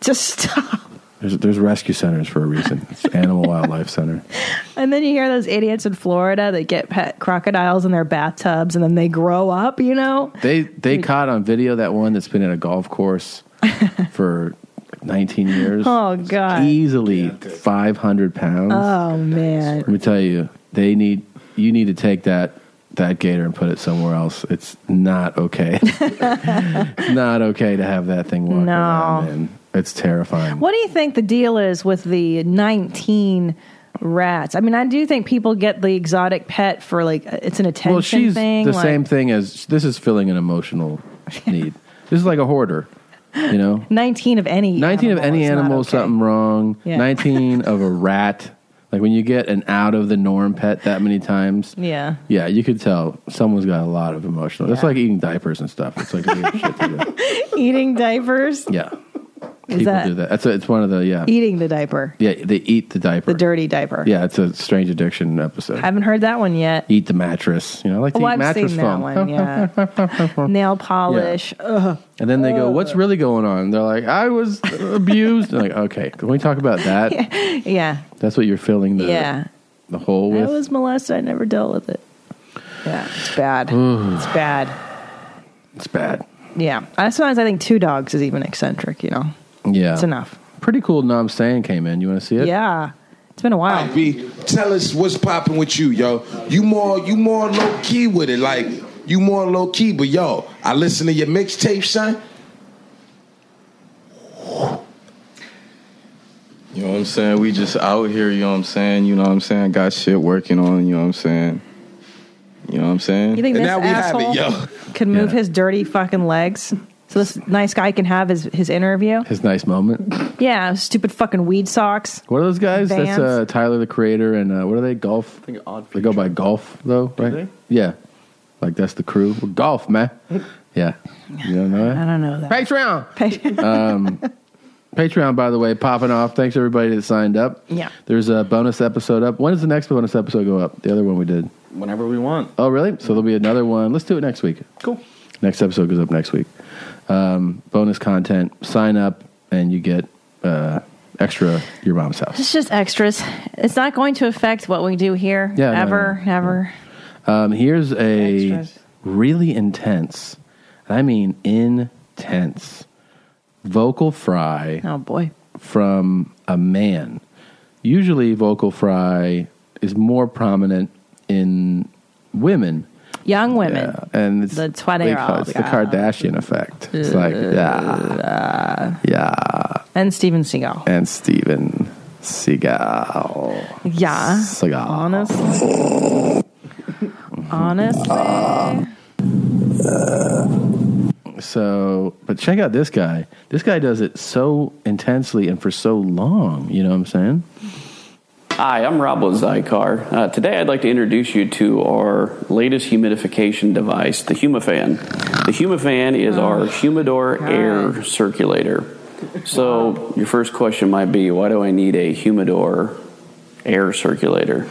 S3: Just stop.
S2: There's, there's rescue centers for a reason. It's Animal Wildlife Center.
S3: And then you hear those idiots in Florida that get pet crocodiles in their bathtubs, and then they grow up. You know,
S2: They they caught on video that one that's been at a golf course for 19 years.
S3: Oh, God.
S2: easily 500 pounds.
S3: Oh man.
S2: Let me tell you, they need you need to take that that gator and put it somewhere else. It's not okay. it's not okay to have that thing walking
S3: No.
S2: around. Man. It's terrifying.
S3: What do you think the deal is with the 19 rats? I mean, I do think people get the exotic pet for like uh, it's an attention
S2: Well, she's
S3: thing.
S2: the
S3: like,
S2: same thing as this is filling an emotional need. This is like a hoarder, you know.
S3: 19 of any.
S2: 19 of any
S3: is not
S2: animal, something wrong.
S3: Yeah.
S2: 19 of a rat. Like when you get an out of the norm pet that many times,
S3: Yeah.
S2: yeah, you could tell someone's got a lot of emotional. It's
S3: Yeah.
S2: like eating diapers and stuff. It's like weird shit to do.
S3: Eating diapers.
S2: Yeah.
S3: Is
S2: People
S3: that
S2: do that. That's a, it's one of the yeah
S3: eating the diaper,
S2: yeah they eat the diaper.
S3: the dirty diaper?
S2: Yeah, it's a strange addiction episode.
S3: I haven't heard that one yet.
S2: eat the mattress. You know, I like to
S3: oh,
S2: eat
S3: I've
S2: mattress
S3: seen
S2: foam.
S3: that one. Yeah, nail polish. Ugh.
S2: And then they go, "What's really going on?" They're like, "I was abused." They're like, okay, can we talk about that?
S3: Yeah,
S2: That's what you're filling the
S3: yeah.
S2: the hole
S3: I
S2: with.
S3: was molested. I never dealt with it. Yeah, it's bad. it's bad.
S2: It's bad.
S3: Yeah, I- sometimes I think two dogs is even eccentric. You know,
S2: Yeah,
S3: it's enough.
S2: Pretty cool. Nom Stan came in. You want to see it?
S3: Yeah, it's been a while.
S27: B, tell us what's popping with you, yo. You more you more low key with it, like you more low key. But yo, I listen to your mixtape, son.
S24: You know what I'm saying? We just out here, you know what I'm saying? You know what I'm saying? Got shit working on, you know what I'm saying? You know what I'm saying?
S3: You think this asshole could move his dirty fucking legs so this nice guy can have his his interview?
S2: His nice moment.
S3: Yeah, stupid fucking weed socks.
S2: What are those guys? That's
S3: Vans.
S2: uh, Tyler the Creator and uh, what are they? Golf. they go by golf though, right?
S3: they?
S2: Yeah, like that's the crew. Well, golf, man. Yeah, you don't know that?
S3: I don't know that.
S2: Patreon.
S3: Patreon.
S2: um, Patreon, by the way, popping off. Thanks everybody that signed up.
S3: Yeah.
S2: There's a bonus episode up. When does the next bonus episode go up? The other one we did.
S5: Whenever we want.
S2: Oh, really? So there'll be another one. Let's do it next week.
S5: Cool.
S2: Next episode goes up next week. Um, bonus content. Sign up and you get uh, extra your mom's house.
S3: It's just extras. It's not going to affect what we do here.
S2: Yeah, no,
S3: ever, ever.
S2: Um, here's a really intense, and I mean intense, vocal fry.
S3: Oh boy!
S2: From a man. Usually, vocal fry is more prominent in women,
S3: Young women.
S2: and it's
S3: That's why they
S2: they
S3: are
S2: call-
S3: all
S2: it's the Kardashian effect. It's like
S3: Uh,
S2: yeah, yeah,
S3: And Steven Seagal.
S2: and Steven Seagal.
S3: Yeah.
S2: Seagal.
S3: Honestly. Honestly.
S2: Uh, So, but check out this guy. This guy does it so intensely and for so long. You know what I'm saying?
S12: Hi, I'm Rob Lozikar. Uh, today I'd like to introduce you to our latest humidification device, the Humifan. The Humifan is our humidor air circulator. So, your first question might be why do I need a humidor air circulator?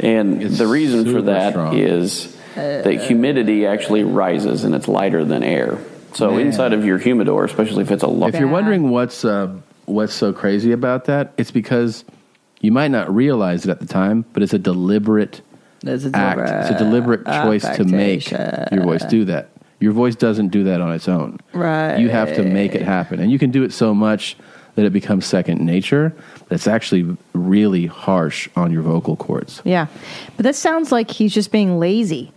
S12: And the reason for that is that humidity actually rises and it's lighter than air. So,
S2: Man.
S12: inside of your humidor, especially if it's a large.
S2: If you're wondering what's uh, what's so crazy about that, it's because you might not realize it at the time, but it's a deliberate
S3: It's a
S2: act. It's a deliberate choice to make your voice do that. Your voice doesn't do that on its own.
S3: Right.
S2: You have to make it happen, and you can do it so much that it becomes second nature. That's actually really harsh on your vocal cords.
S3: Yeah, but this sounds like he's just being lazy.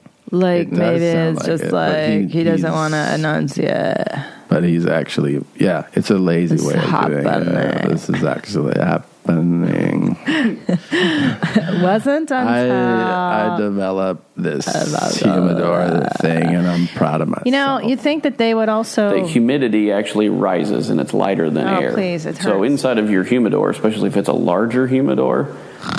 S2: It
S3: Like
S2: does
S3: maybe
S2: sound
S3: it's
S2: like
S3: just
S2: it, but
S3: like
S2: he-
S3: he, doesn't
S2: he's-
S3: want to enunciate.
S2: But he's actually, yeah, it's a lazy
S3: It's
S2: way of doing it.
S3: happening.
S2: This is actually happening.
S3: Wasn't on
S2: I, I developed this humidor thing, and I'm proud of myself.
S3: You know, you'd think that they would
S12: the
S3: also.
S12: humidity actually rises and it's lighter than
S3: Oh,
S12: air.
S3: please, it
S12: so
S3: hurts.
S12: inside of your humidor, especially if it's a larger humidor,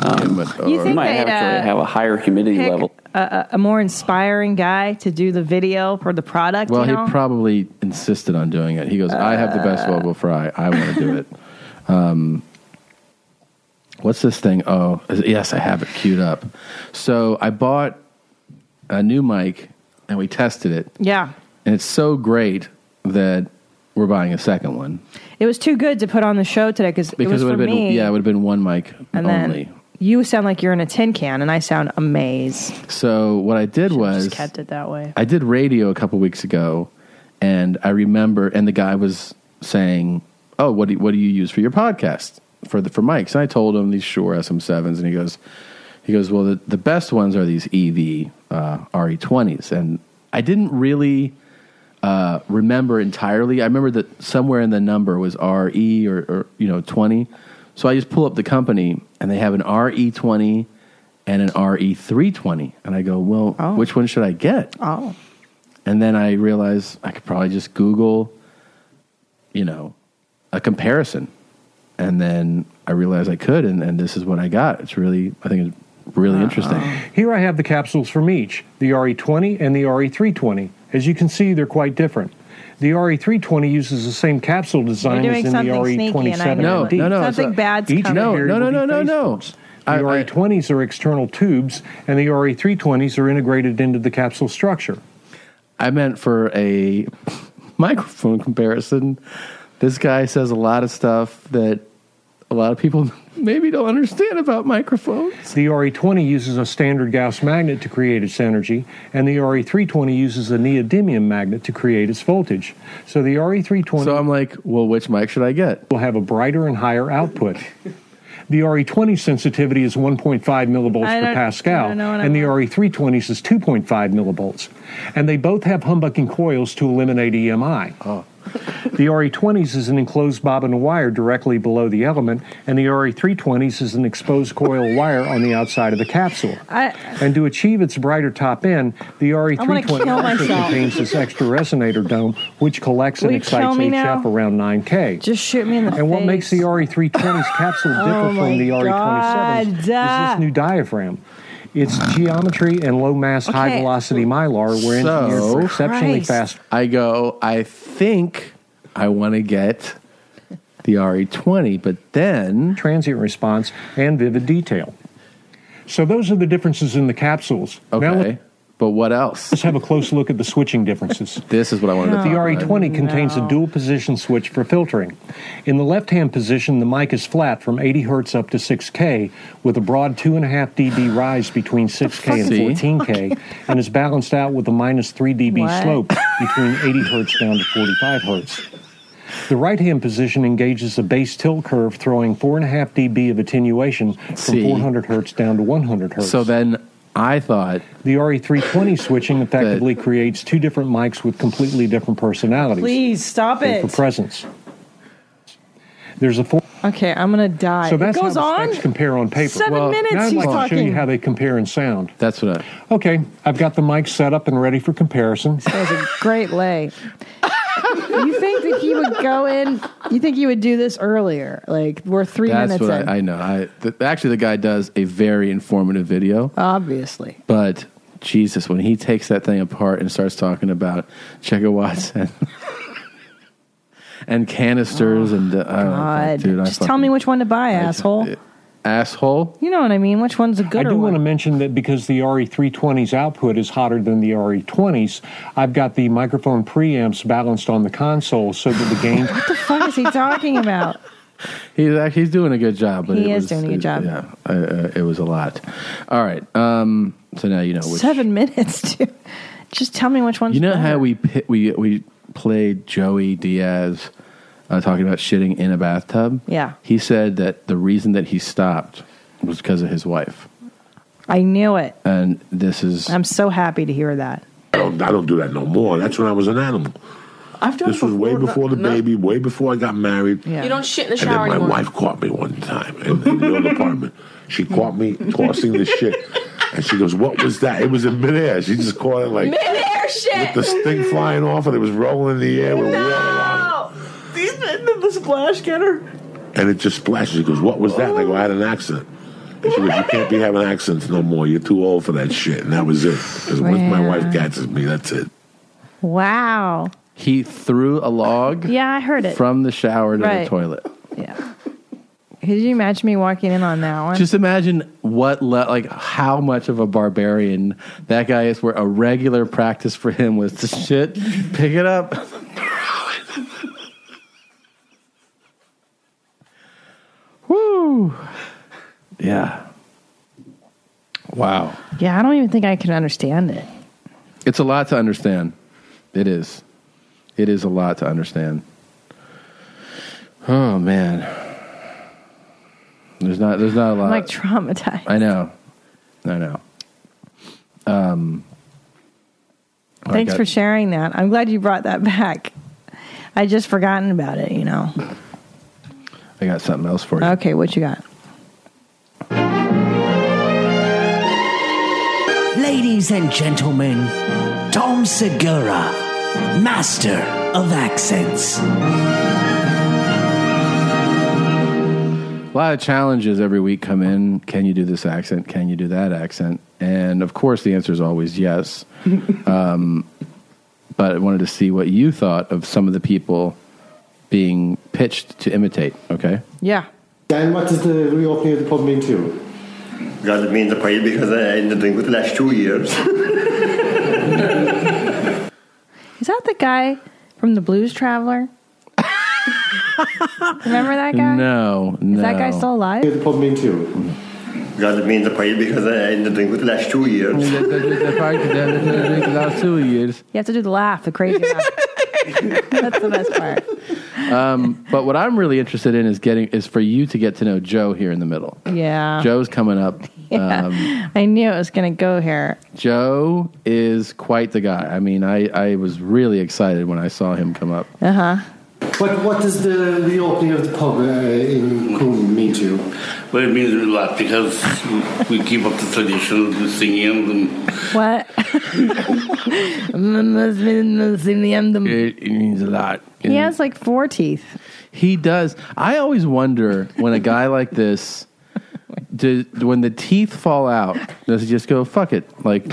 S12: um,
S3: You think
S12: might
S3: they'd,
S12: actually
S3: uh,
S12: have a higher humidity
S3: pick
S12: level.
S3: A, a, a more inspiring guy to do the video for the product.
S2: Well,
S3: you know?
S2: he probably insisted on doing it. He goes, "I have the best
S3: Uh.
S2: vocal fry. I want to do it." Um, what's this thing? Oh, is- yes, I have it queued up. So I bought a new mic, and we tested it,
S3: yeah,
S2: and it's so great that we're buying a second one
S3: it was too good to put on the show today because it
S2: because
S3: was
S2: it, would
S3: for
S2: have been
S3: me.
S2: yeah, it would have been one mic
S3: and then
S2: only.
S3: you sound like you're in a tin can, and I sound a maze.
S2: so what I did was
S3: Just kept it that way.
S2: I did radio a couple weeks ago, and I remember, and the guy was saying, "Oh, what do, what do you use for your podcast for the for mics?" And I told him these Shure SM7s, and he goes, he goes, "Well, the, the best ones are these EV uh, RE20s," and I didn't really uh, remember entirely. I remember that somewhere in the number was RE or, or you know twenty, so I just pull up the company, and they have an RE20 and an RE320, and I go, "Well, which one should I get?"
S3: Oh.
S2: And then I realized I could probably just Google, you know, a comparison. And then I realized I could, and, and this is what I got. It's really, I think it's really interesting.
S13: Here I E have the capsules from each, the RE20 and the RE320. As you can see, they're quite different. The RE320 uses the same capsule design
S3: You're doing
S13: as in the E
S3: something sneaky, and I
S13: RE27.
S3: know No, it. no, no, it's Something a- bad's
S13: Each
S3: coming. No,
S13: carrier
S3: no, no,
S13: will be
S3: no, no,
S13: face
S3: no.
S13: ports. The RE20s are external tubes, and the RE320s are integrated into the capsule structure.
S2: I meant for a microphone comparison. This guy says a lot of stuff that a lot of people maybe don't understand about microphones.
S13: The RE20 uses a standard Gauss magnet to create its energy, and the RE320 uses a neodymium magnet to create its voltage. So the RE320. So
S2: I'm like, well, which mic should I get?
S13: Will have a brighter and higher output. The RE20 sensitivity is 1.5
S3: I
S13: millivolts
S3: don't- I
S13: per Pascal,
S3: don't know what I
S13: and the RE320s is 2.5 millivolts. And they both have humbucking coils to eliminate EMI. Oh. The RE20s is an enclosed bobbin wire directly below the element, and the RE320s is an exposed coil wire on the outside of the capsule.
S3: I,
S13: And to achieve its brighter top end, the E
S3: I wanna
S13: RE320
S3: kill
S13: also
S3: myself.
S13: contains this extra resonator dome, which collects
S3: Will
S13: and
S3: you
S13: excites
S3: kill me
S13: HF
S3: now?
S13: around 9K.
S3: Just shoot me in the
S13: and what makes the RE320's capsule differ
S3: Oh my
S13: from the RE27 is
S3: God.
S13: this new diaphragm. It's geometry and low mass, high
S2: Okay.
S13: velocity mylar were engineered for exceptionally fast
S2: I go, I think I want to get the RE20, but then
S13: transient response and vivid detail. So those are the differences in the capsules.
S2: Okay. but what else?
S13: Let's have a close look at the switching differences.
S2: this is what I wanted to
S13: The
S2: talk
S13: RE20
S2: about.
S13: contains a dual position switch for filtering. In the left hand position, the mic is flat from 80 hertz up to 6K with a broad 2.5 dB rise between 6K and
S2: fuck? See?
S13: 14K and is balanced out with a minus 3 dB
S2: What?
S13: slope between 80 hertz down to 45 hertz. The right hand position engages a base tilt curve throwing 4.5 dB of attenuation from
S2: See?
S13: 400 hertz down to 100 hertz.
S2: So then I thought
S13: The RE320 switching effectively creates two different mics with completely different personalities.
S3: Please stop
S13: And
S3: it.
S13: For presence. There's a four.
S3: Okay, I'm gonna die.
S13: So that's
S3: it goes
S13: how the
S3: on.
S13: specs compare on paper.
S3: Seven Well, minutes
S13: Now I'd like
S3: he's
S13: to show
S3: talking.
S13: you how they compare in sound.
S2: That's what I.
S13: Okay, I've got the mic set up and ready for comparison.
S3: That was a great lay. you think that he would go in? You think he would do this earlier? Like we're three
S2: That's
S3: minutes
S2: what
S3: in,
S2: I, I know. I th- actually the guy does a very informative video,
S3: obviously.
S2: but Jesus, when he takes that thing apart and starts talking about Checker Watts and, and canisters and uh, I don't know,
S3: God,
S2: dude, I
S3: just tell me
S2: fucking-
S3: which one to buy, asshole.
S2: asshole.
S3: You know what I mean? Which one's a
S13: I
S3: good
S13: do
S3: one?
S13: want to mention that because the RE320's output is hotter than the RE20's, I've got the microphone preamps balanced on the console so that the gain
S3: What the fuck is he talking about?
S2: He's act- he's doing a good job. But
S3: He
S2: it
S3: is
S2: was,
S3: doing a good
S2: it-
S3: job.
S2: Yeah, I, uh, it was a lot. All right. Um, so now you know which.
S3: Seven minutes, dude. Just tell me which one's.
S2: You know
S3: better.
S2: how we pi- we we played Joey Diaz uh, talking about shitting in a bathtub.
S3: Yeah,
S2: He said that the reason that he stopped was because of his wife,
S3: I knew it.
S2: and this is
S3: I'm so happy to hear that.
S14: I don't, I don't do that no more. That's when I was an animal.
S3: I've
S14: this was way before the baby, way before I got married.
S28: You don't shit in the
S14: and then
S28: shower
S14: my
S28: anymore.
S14: wife caught me one time in, in the old apartment. She caught me tossing the shit, and she goes, "What was that?" It was in midair. She just caught it like
S28: Midair
S14: with
S28: shit.
S14: the sting flying off, and it was rolling in the air with water on
S28: These men in the splash getter.
S14: it, and it just splashed. She goes, "What was that?" And I go, "I had an accident." And she goes, "You can't be having accidents no more. You're too old for that shit." And that was it. Because once my
S3: Wow.
S14: wife catches me, that's it.
S3: Wow.
S2: he threw a log
S3: Yeah, I heard it.
S2: from the shower to
S3: Right.
S2: the toilet.
S3: Could you imagine me walking in on that one?
S2: Just imagine what le- like how much of a barbarian that guy is. Where a regular practice for him was to shit, pick it up. Woo. Yeah. Wow.
S3: yeah, I don't even think I can understand it.
S2: It's a lot to understand. It is. It is a lot to understand. Oh man. There's not there's not a lot.
S3: I'm like traumatized.
S2: I know. I know. Um I
S3: Thanks
S2: got-
S3: for sharing that. I'm glad you brought that back. I just forgotten about it, you know.
S2: I got something else for you.
S3: Okay, what you got?
S29: Ladies and gentlemen, Tom Segura, master of accents.
S2: A lot of challenges every week come in. Can you do this accent? Can you do that accent? And of course, the answer is always yes. um, but I wanted to see what you thought of some of the people being pitched to imitate. Okay.
S3: Yeah.
S1: Then what does the reopening of the pub mean to you?
S4: Does it mean the pie because I ain't drink with the last two years?
S3: Is that the guy from the Blues Traveler? Remember that guy?
S2: No, no.
S3: Is that guy still alive?
S4: the pub mean too? Does it mean the pie because I ain't drink with the last two years?
S3: You have to do the laugh, the crazy laugh. That's the best part.
S2: Um, but what I'm really interested in is getting is for you to get to know Joe here in the middle.
S3: Yeah.
S2: Joe's coming up.
S3: Yeah.
S2: Um,
S3: I knew it was going to go here.
S2: Joe is quite the guy. I mean, I, I was really excited when I saw him come up.
S3: Uh huh.
S1: What what does the reopening of the pub uh, in Coombe mean to you?
S30: Well, it means a lot because we keep up the tradition of singing and
S3: What?
S2: It, it means a lot.
S3: he has like four teeth.
S2: He does. I always wonder when a guy like this, do, when the teeth fall out, does he just go fuck it? Like,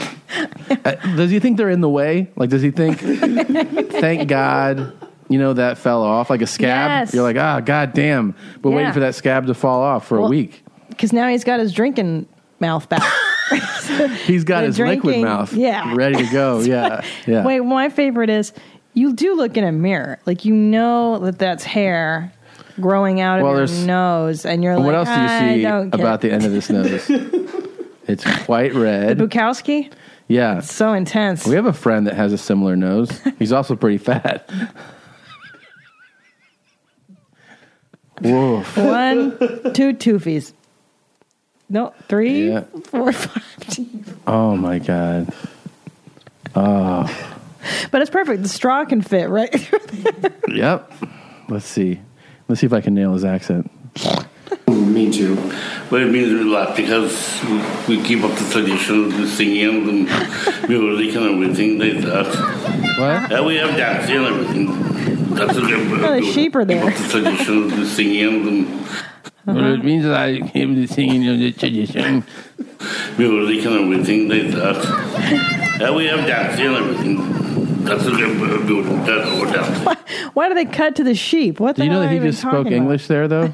S2: uh, does he think they're in the way? Like, does he think, thank God, you know that fell off like a scab?
S3: Yes.
S2: You're like, ah, god damn, but
S3: Yeah.
S2: waiting for that scab to fall off for a
S3: Well,
S2: week.
S3: Because now he's got his drinking mouth back.
S2: He's got
S3: the
S2: his liquid
S3: drinking-
S2: mouth,
S3: yeah.
S2: ready to go. yeah, yeah.
S3: Wait, my favorite is you do look in a mirror. Like, you know that that's hair growing out
S2: Well,
S3: of
S2: there's-
S3: your nose. And you're
S2: And
S3: like,
S2: what else do
S3: "I
S2: you see
S3: don't get
S2: about
S3: it."
S2: the end of this nose? it's quite
S3: The
S2: red.
S3: Bukowski?
S2: yeah.
S3: So intense.
S2: We have a friend that has a similar nose. He's also pretty fat. Woof.
S3: One, two toofies. No, three, four, five.
S2: Oh my god. Oh.
S3: But it's perfect. The straw can fit right.
S2: Yep. Let's see. Let's see if I can nail his accent.
S30: Me too. Well, it means a lot because we keep up the tradition of singing and music and everything like that.
S2: What?
S30: Yeah, we have dancing and everything. That's a good
S3: Oh, the sheep are there.
S30: The tradition of singing and
S3: Well, it
S2: means that I keep the singing of the tradition.
S30: Music and everything like that. Yeah, we have dancing and everything. That's a good beauty. That's our dance.
S3: Why do they cut to the sheep? What the
S2: Do you know
S3: hell
S2: that
S3: are
S2: he
S3: even
S2: just spoke
S3: talking
S2: English there though?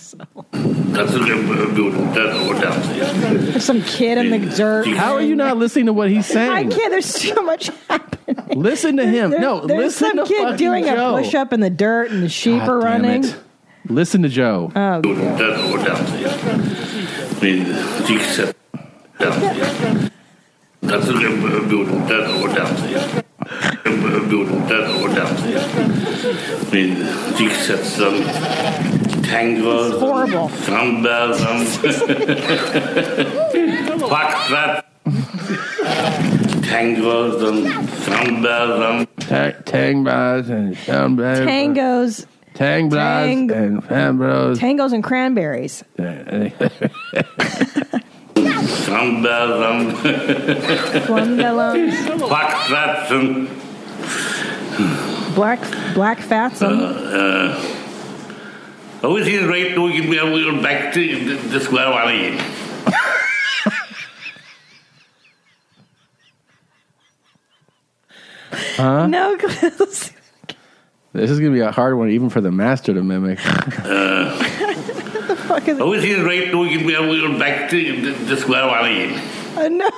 S30: That's a good beauty. That's our dance.
S3: about? There's some kid in the dirt.
S2: How are you not listening to what he's saying?
S3: I can't. There's so much happening.
S2: Listen to him.
S3: There-
S2: no,
S3: there's
S2: listen
S3: some
S2: to
S3: kid
S2: fucking
S3: doing
S2: Joe.
S3: a push up in the dirt, and the sheep
S2: God
S3: are
S2: damn
S3: running.
S2: it. Listen to Joe.
S3: Oh,
S30: That's our dance. Mean, you said dance. That's a good beauty. That's our dance. Beauty. That's our dance. Mean, you said some tango. It's
S3: horrible.
S30: Samba, some. Fuck that. Tango, some samba,
S2: Ta- Tang bras and tang
S3: tangos,
S2: Tang bras
S3: Tang-
S2: and fambros.
S3: tangos, and cranberries.
S30: some samba, some.
S3: Plumbelos,
S30: Fuck that, some.
S3: black black fats.
S30: Uh, uh, everything is right now. Give me a little back to the, the square one again.
S2: Huh?
S3: No, clothes.
S2: This is gonna be a hard one, even for the master to mimic.
S30: Uh, everything is right now. Give me a little back to the, the square one again.
S3: Uh, no.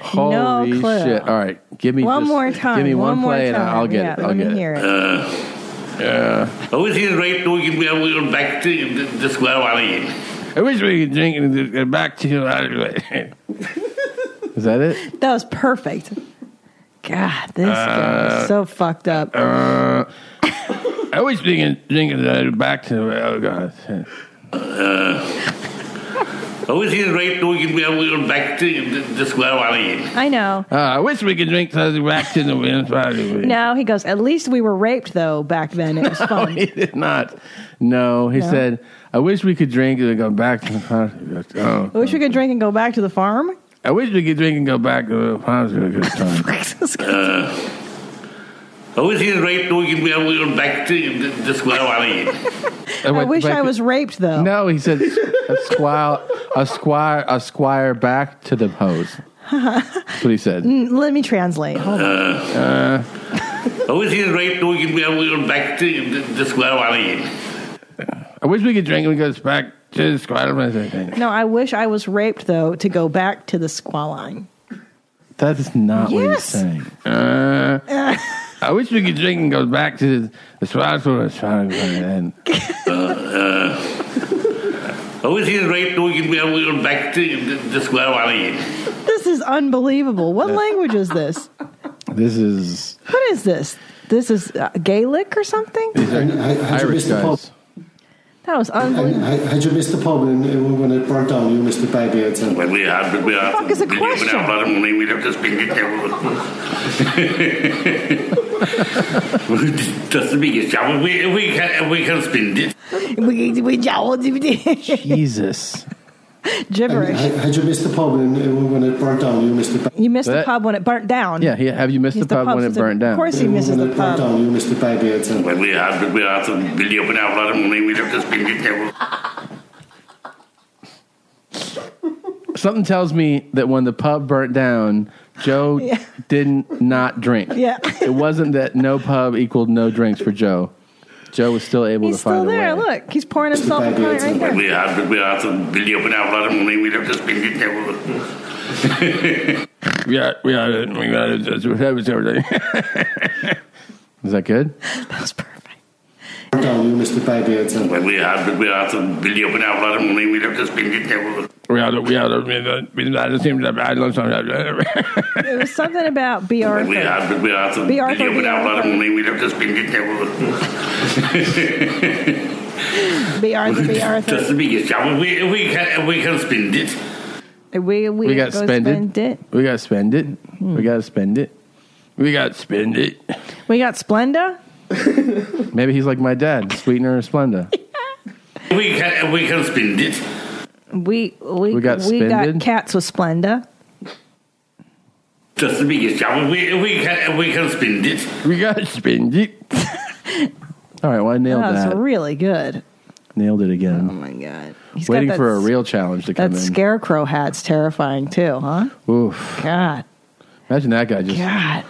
S2: Holy
S3: No clue.
S2: shit! All right, give me
S3: One
S2: just-
S3: more time,
S2: Give me
S3: one
S2: one,
S3: more
S2: play, and
S3: time.
S2: I'll get
S3: Yeah,
S2: it. I'll
S3: let me
S2: get
S3: hear it.
S30: Uh, everything is right now. Give me a little back to the, the square one again.
S2: I wish we could drink and get back to you. Is that it?
S3: That was perfect. God, this guy
S2: Uh,
S3: is so fucked up.
S2: Uh, I wish we could drink and back to. Oh god.
S30: Uh, everything is right now. Give me a little back to the, the square one again.
S3: I know.
S2: Uh, I wish we could drink something back to the wind.
S3: No, he goes. At least we were raped though back then. It was
S2: No,
S3: fun.
S2: he did not. No, he
S3: No?
S2: said, I wish we could drink and go back to the positive. Oh.
S3: I wish we could drink and go back to the farm.
S2: I wish we could drink and go back to the positive good time.
S30: Uh, everything is right now. Give me a little back to the, the square one again.
S3: I,
S2: went
S3: wish
S2: back
S3: I
S2: to-
S3: was raped though.
S2: No, he said, a squire, a squire, a squire back to the hose. That's what he said.
S3: Mm, Let me translate. Hold on.
S2: Uh,
S30: How is he right now? You are back to the- the square one again.
S2: I wish we could drink and go back to the squad. That's
S3: No, I wish I was raped though to go back to the squaw line.
S2: not what he's
S3: Yes.
S2: saying. Uh, I wish we could drink and go back to the, the squad for a squad.
S30: Uh, uh, How is he right now? You are back to the- the square one again.
S3: This is unbelievable. What language is this?
S2: This is
S3: What is this? This is uh, Gaelic or something?
S1: Had you missed the pub?
S3: That was unbelievable.
S1: Had had you missed the pub and, and when it burnt down, you missed the baby. It's a,
S30: Well, we have, but we have.
S3: fuck is a
S30: we have a lot of money. We have to spend it everywhere. That's the biggest job. We, we, can, we can spend it.
S3: We- we-
S2: Jesus.
S3: Gibberish.
S1: Had, had you missed the pub and, and when it burnt down, you missed the baby.
S3: You missed the
S1: That-
S3: pub when it burnt down.
S2: Yeah, he- have you missed
S3: He's
S2: the pub when it
S3: since
S2: burnt down?
S3: Of course he misses the
S1: burnt
S3: pub.
S1: down, you missed the baby. It's a,
S30: Well, we have, but we have to build up and have a lot of money. We have to spend it everywhere.
S2: Something tells me that when the pub burnt down, Joe
S3: Yeah.
S2: didn't not drink.
S3: Yeah.
S2: it wasn't that no pub equaled no drinks for Joe. Joe was still able
S3: He's
S2: to find
S3: still
S2: a way.
S3: Oh, there. Look, he's pouring himself a pint right
S30: Well,
S3: here.
S30: we have, but we have to build up and have a lot of money. We have to spend it everywhere.
S2: Yeah, we got it. We got it. That's what happens every day. Is that good?
S1: burnt down, you missed the baby. It's a,
S30: Well, we have, but we have to build up and have a lot of money. We have to spend it everywhere.
S2: We had we had we had seems that I love something.
S3: It was something about BR.
S30: We have, but we have to
S3: Be
S30: build up
S3: Arthur,
S30: and
S3: be
S30: have a lot of
S3: Arthur.
S30: money. We have to spend it everywhere.
S3: B. Arthur, B.
S30: That's
S3: Arthur.
S30: the biggest job. We, we, can, we can spend it.
S3: We, we,
S2: We got
S3: go
S2: spend
S3: spend Hmm.
S2: it. We got spend it. We got to spend it. We got to spend it.
S3: We got Splenda.
S2: Maybe he's like my dad, sweetener and Splenda.
S30: We can, we can spend it.
S3: We we
S2: We got
S3: we got
S2: spended?
S3: cats with Splenda.
S30: That's the biggest job. We, we, can, we can spend it.
S2: We got to spend it. All right, well I nailed
S3: that
S2: that.
S3: was really good.
S2: Nailed it again. Oh
S3: my god! He's got
S2: Waiting
S3: that
S2: for a
S3: s-
S2: real challenge to
S3: That
S2: come in.
S3: scarecrow hat's terrifying too, huh?
S2: Oof!
S3: God,
S2: Imagine that guy just.
S3: God.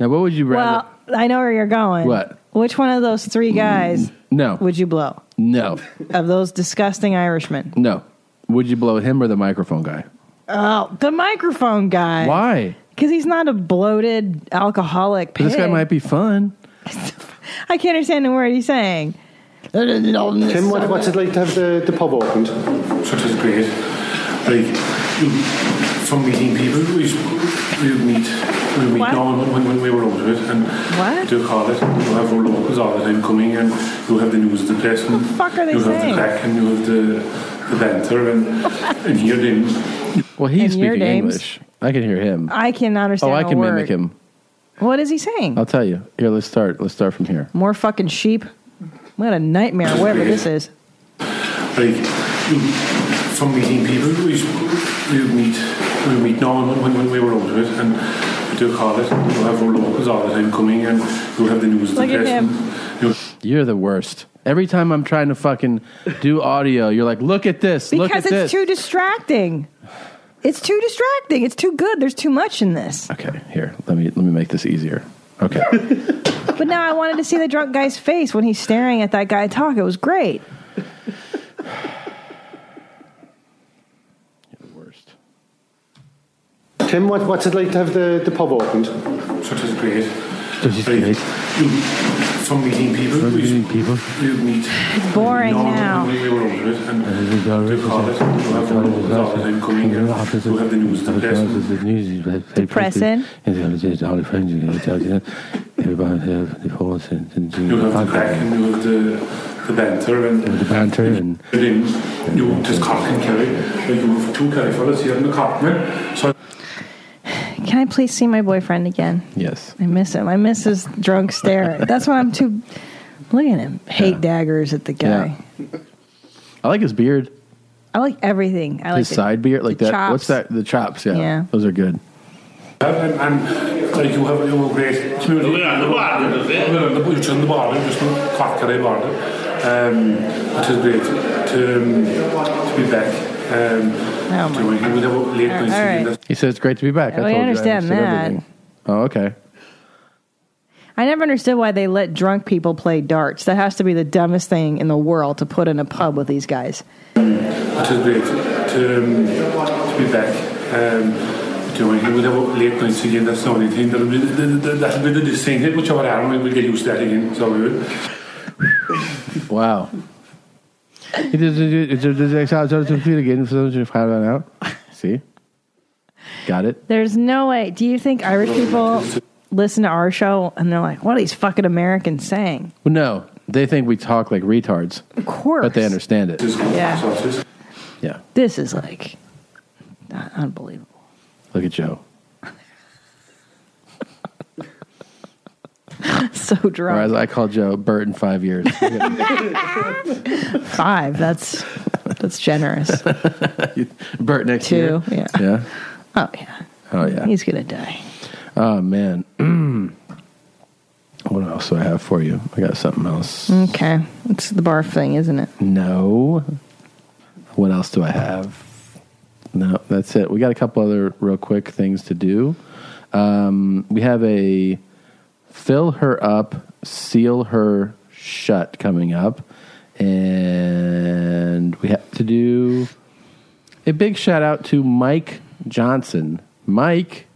S2: Now, what would you rather?
S3: Well, I know where you're going.
S2: What? Mm-hmm.
S3: Which one of those three guys
S2: no,
S3: would you blow?
S2: no,
S3: Of those disgusting Irishmen?
S2: no. Would you blow him or the microphone guy?
S3: Oh, the microphone guy.
S2: Why?
S3: Because he's not a bloated alcoholic. Pig.
S2: This guy might be fun.
S3: I can't understand a word he's saying.
S1: Tim, what, what's it like to have the, the pub opened?
S23: Such is great. Like you, from meeting people, we we meet we meet
S3: What?
S23: now and when, when we were over it and
S3: What?
S23: do call it. You have our locals all the time coming and you have the news of the place. And
S3: fuck are they
S23: you have
S3: saying?
S23: the crack and you have the the banter and and here they
S2: Well, he's
S3: And your
S2: speaking
S3: names?
S2: English. I can hear him.
S3: I cannot understand.
S2: oh, I
S3: a
S2: can
S3: word.
S2: mimic him.
S3: What is he saying?
S2: I'll tell you. Here, let's start. Let's start from here.
S3: More fucking sheep. What a nightmare. Whatever this is.
S23: like you, from meeting people, we we meet we meet now and when, when we were over it and we do call it. You have our locals all the time coming and you have the news of the
S3: Look at
S23: place.
S3: him.
S23: and you
S2: You're the worst. Every time I'm trying to fucking do audio, you're like, "Look at this! look at
S3: Because it's
S2: this!"
S3: too distracting. It's too distracting. It's too good. There's too much in this.
S2: okay, here. Let me let me make this easier. Okay.
S3: But now I wanted to see the drunk guy's face when he's staring at that guy talk. It was great.
S1: Tim, what, what's it like to have the, the pub opened?
S23: Such is great. You, from meeting people, we people, we meet.
S3: It's boring
S23: No,
S3: now.
S23: We were over it, and we call it. We have the news all the time coming in. We have the news, the press.
S3: Depressing.
S23: You have the crack, and you have the the banter, and
S2: The banter and
S23: then you just cock and carry. Like you have two carry fellas here in the cockpit. So
S3: Can I please see my boyfriend again?
S2: yes.
S3: I miss him. I miss his drunk stare. That's why I'm too. Look at him. Hate daggers at the guy.
S2: I like his beard.
S3: I like everything. I like
S2: his
S3: the-
S2: side beard, like
S3: the
S2: that.
S3: chops.
S2: What's that? The chops. Yeah.
S3: Yeah.
S2: Those are good.
S23: and, and like you have you have a great community.
S30: We're on the bar, you know, yeah.
S23: We're on the we're just on the bar, we're just on cock carry bar. Um, it is great to, um, to be back. Um, do you want to hear me about late
S3: All
S23: night sleeping?
S3: right.
S23: That's-
S2: He said it's great to be back. I told you
S3: We
S2: I
S3: Oh, understand
S2: understood
S3: that.
S2: everything. Oh, okay.
S3: I never understood why they let drunk people play darts. That has to be the dumbest thing in the world to put in a pub with these guys.
S23: It is great to, um, to be back. Um, do you want to hear me about late nights again? That's the only thing that'll be the, the, the, that'll be the distinct thing, which I would have, and we'll get used to that again. So we will.
S2: Wow. He does- does- does- does- does- does- does- does- again, so you find that out. See? Got it?
S3: There's no way. Do you think Irish people listen to our show and they're like, what are these fucking Americans saying?
S2: Well, no. They think we talk like retards. Of
S3: course.
S2: But they understand it.
S3: Yeah.
S2: Yeah.
S3: This is like uh, unbelievable.
S2: Look at Joe.
S3: so
S2: Or
S3: drunk.
S2: as I call Joe, Bert in five years.
S3: Five. That's that's generous.
S2: Bert next
S3: Two,
S2: year.
S3: yeah.
S2: Yeah.
S3: Oh yeah.
S2: Oh, yeah.
S3: He's gonna die.
S2: Oh, man. what else do I have for you? I got something else.
S3: Okay. It's the barf thing, isn't it?
S2: No. What else do I have? No, that's it. We got a couple other real quick things to do. Um, we have a fill her up, seal her shut coming up, and we have to do a big shout out to Mike Johnson. Mike,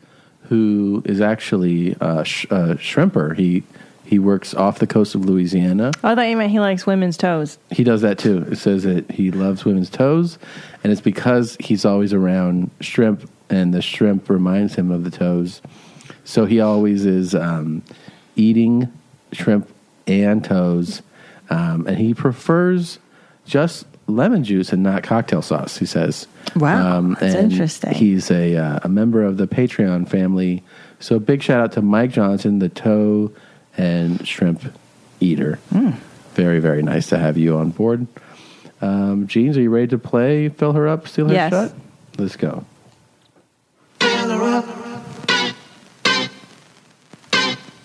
S2: who is actually a, sh- a shrimper. He he works off the coast of Louisiana.
S3: Oh, I thought you meant he likes women's toes.
S2: He does that too. It says that he loves women's toes, and it's because he's always around shrimp, and the shrimp reminds him of the toes. So he always is um, eating shrimp and toes, um, and he prefers just lemon juice and not cocktail sauce. He says, Um,
S3: "Wow, that's
S2: and
S3: interesting.
S2: He's a uh, a member of the Patreon family. So big shout out to Mike Johnson, the toe and shrimp eater. Very, very nice to have you on board. Um, Jeans, are you ready to play? Fill her up, steal her
S28: Yes.
S2: shut. Let's go.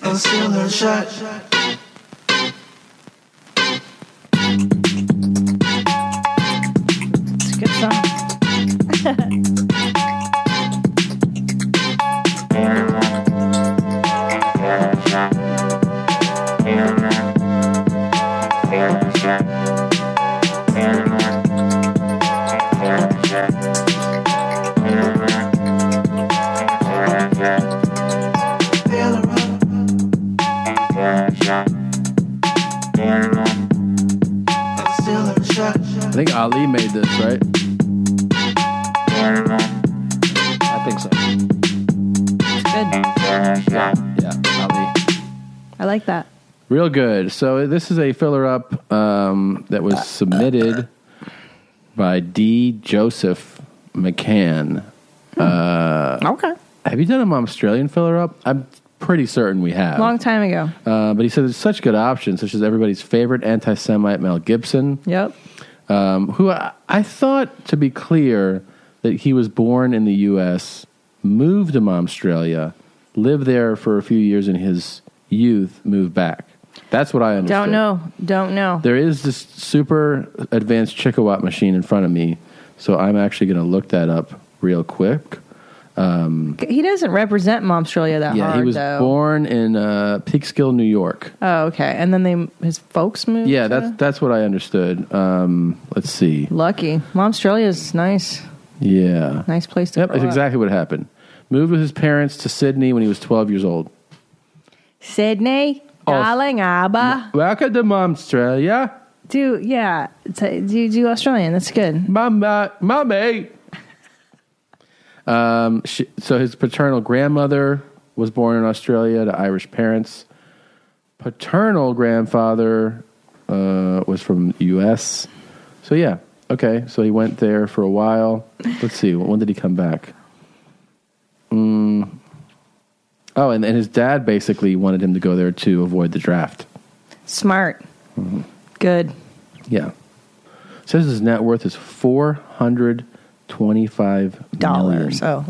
S28: And steal her shot.
S3: It's a good song.
S2: I think Ali made this, right? I think so. Yeah, Ali.
S3: I like that.
S2: Real good. So this is a filler up um, that was submitted by D. Joseph McCann. Uh,
S3: okay.
S2: Have you done an Australian filler up? I'm pretty certain we have.
S3: Long time ago.
S2: Uh, but he said there's such good options, such as everybody's favorite anti Semite Mel Gibson.
S3: Yep.
S2: Um, who I, I thought, to be clear, that he was born in the U.S., moved to Australia, lived there for a few years in his youth, moved back. That's what I understood.
S3: Don't know. Don't know.
S2: There is this super advanced Chickawatt machine in front of me, so I'm actually going to look that up real quick. Um,
S3: He doesn't represent Momstralia that
S2: yeah,
S3: hard
S2: he was
S3: though.
S2: born in uh, Peekskill, New York.
S3: Oh, okay. And then they his folks moved.
S2: Yeah,
S3: to-
S2: that's that's what I understood. Um, let's see.
S3: lucky. Momstralia's nice.
S2: Yeah,
S3: Nice place to
S2: yep,
S3: grow
S2: that's
S3: up.
S2: exactly what happened. Moved with his parents to Sydney when he was 12 years old.
S3: Sydney,
S2: Oh.
S3: darling, Abba.
S2: Welcome to Australia,
S3: Do yeah. T- do do Australian. That's good.
S2: Mama, mommy. Um, she, so his paternal grandmother was born in Australia to Irish parents. Paternal grandfather uh, was from U.S. So yeah, okay. So he went there for a while. Let's see, when did he come back? Mm. Oh, and, and his dad basically wanted him to go there to avoid the draft.
S3: Smart.
S2: Mm-hmm.
S3: Good.
S2: Yeah. Says his net worth is four hundred twenty-five dollars.
S3: Oh,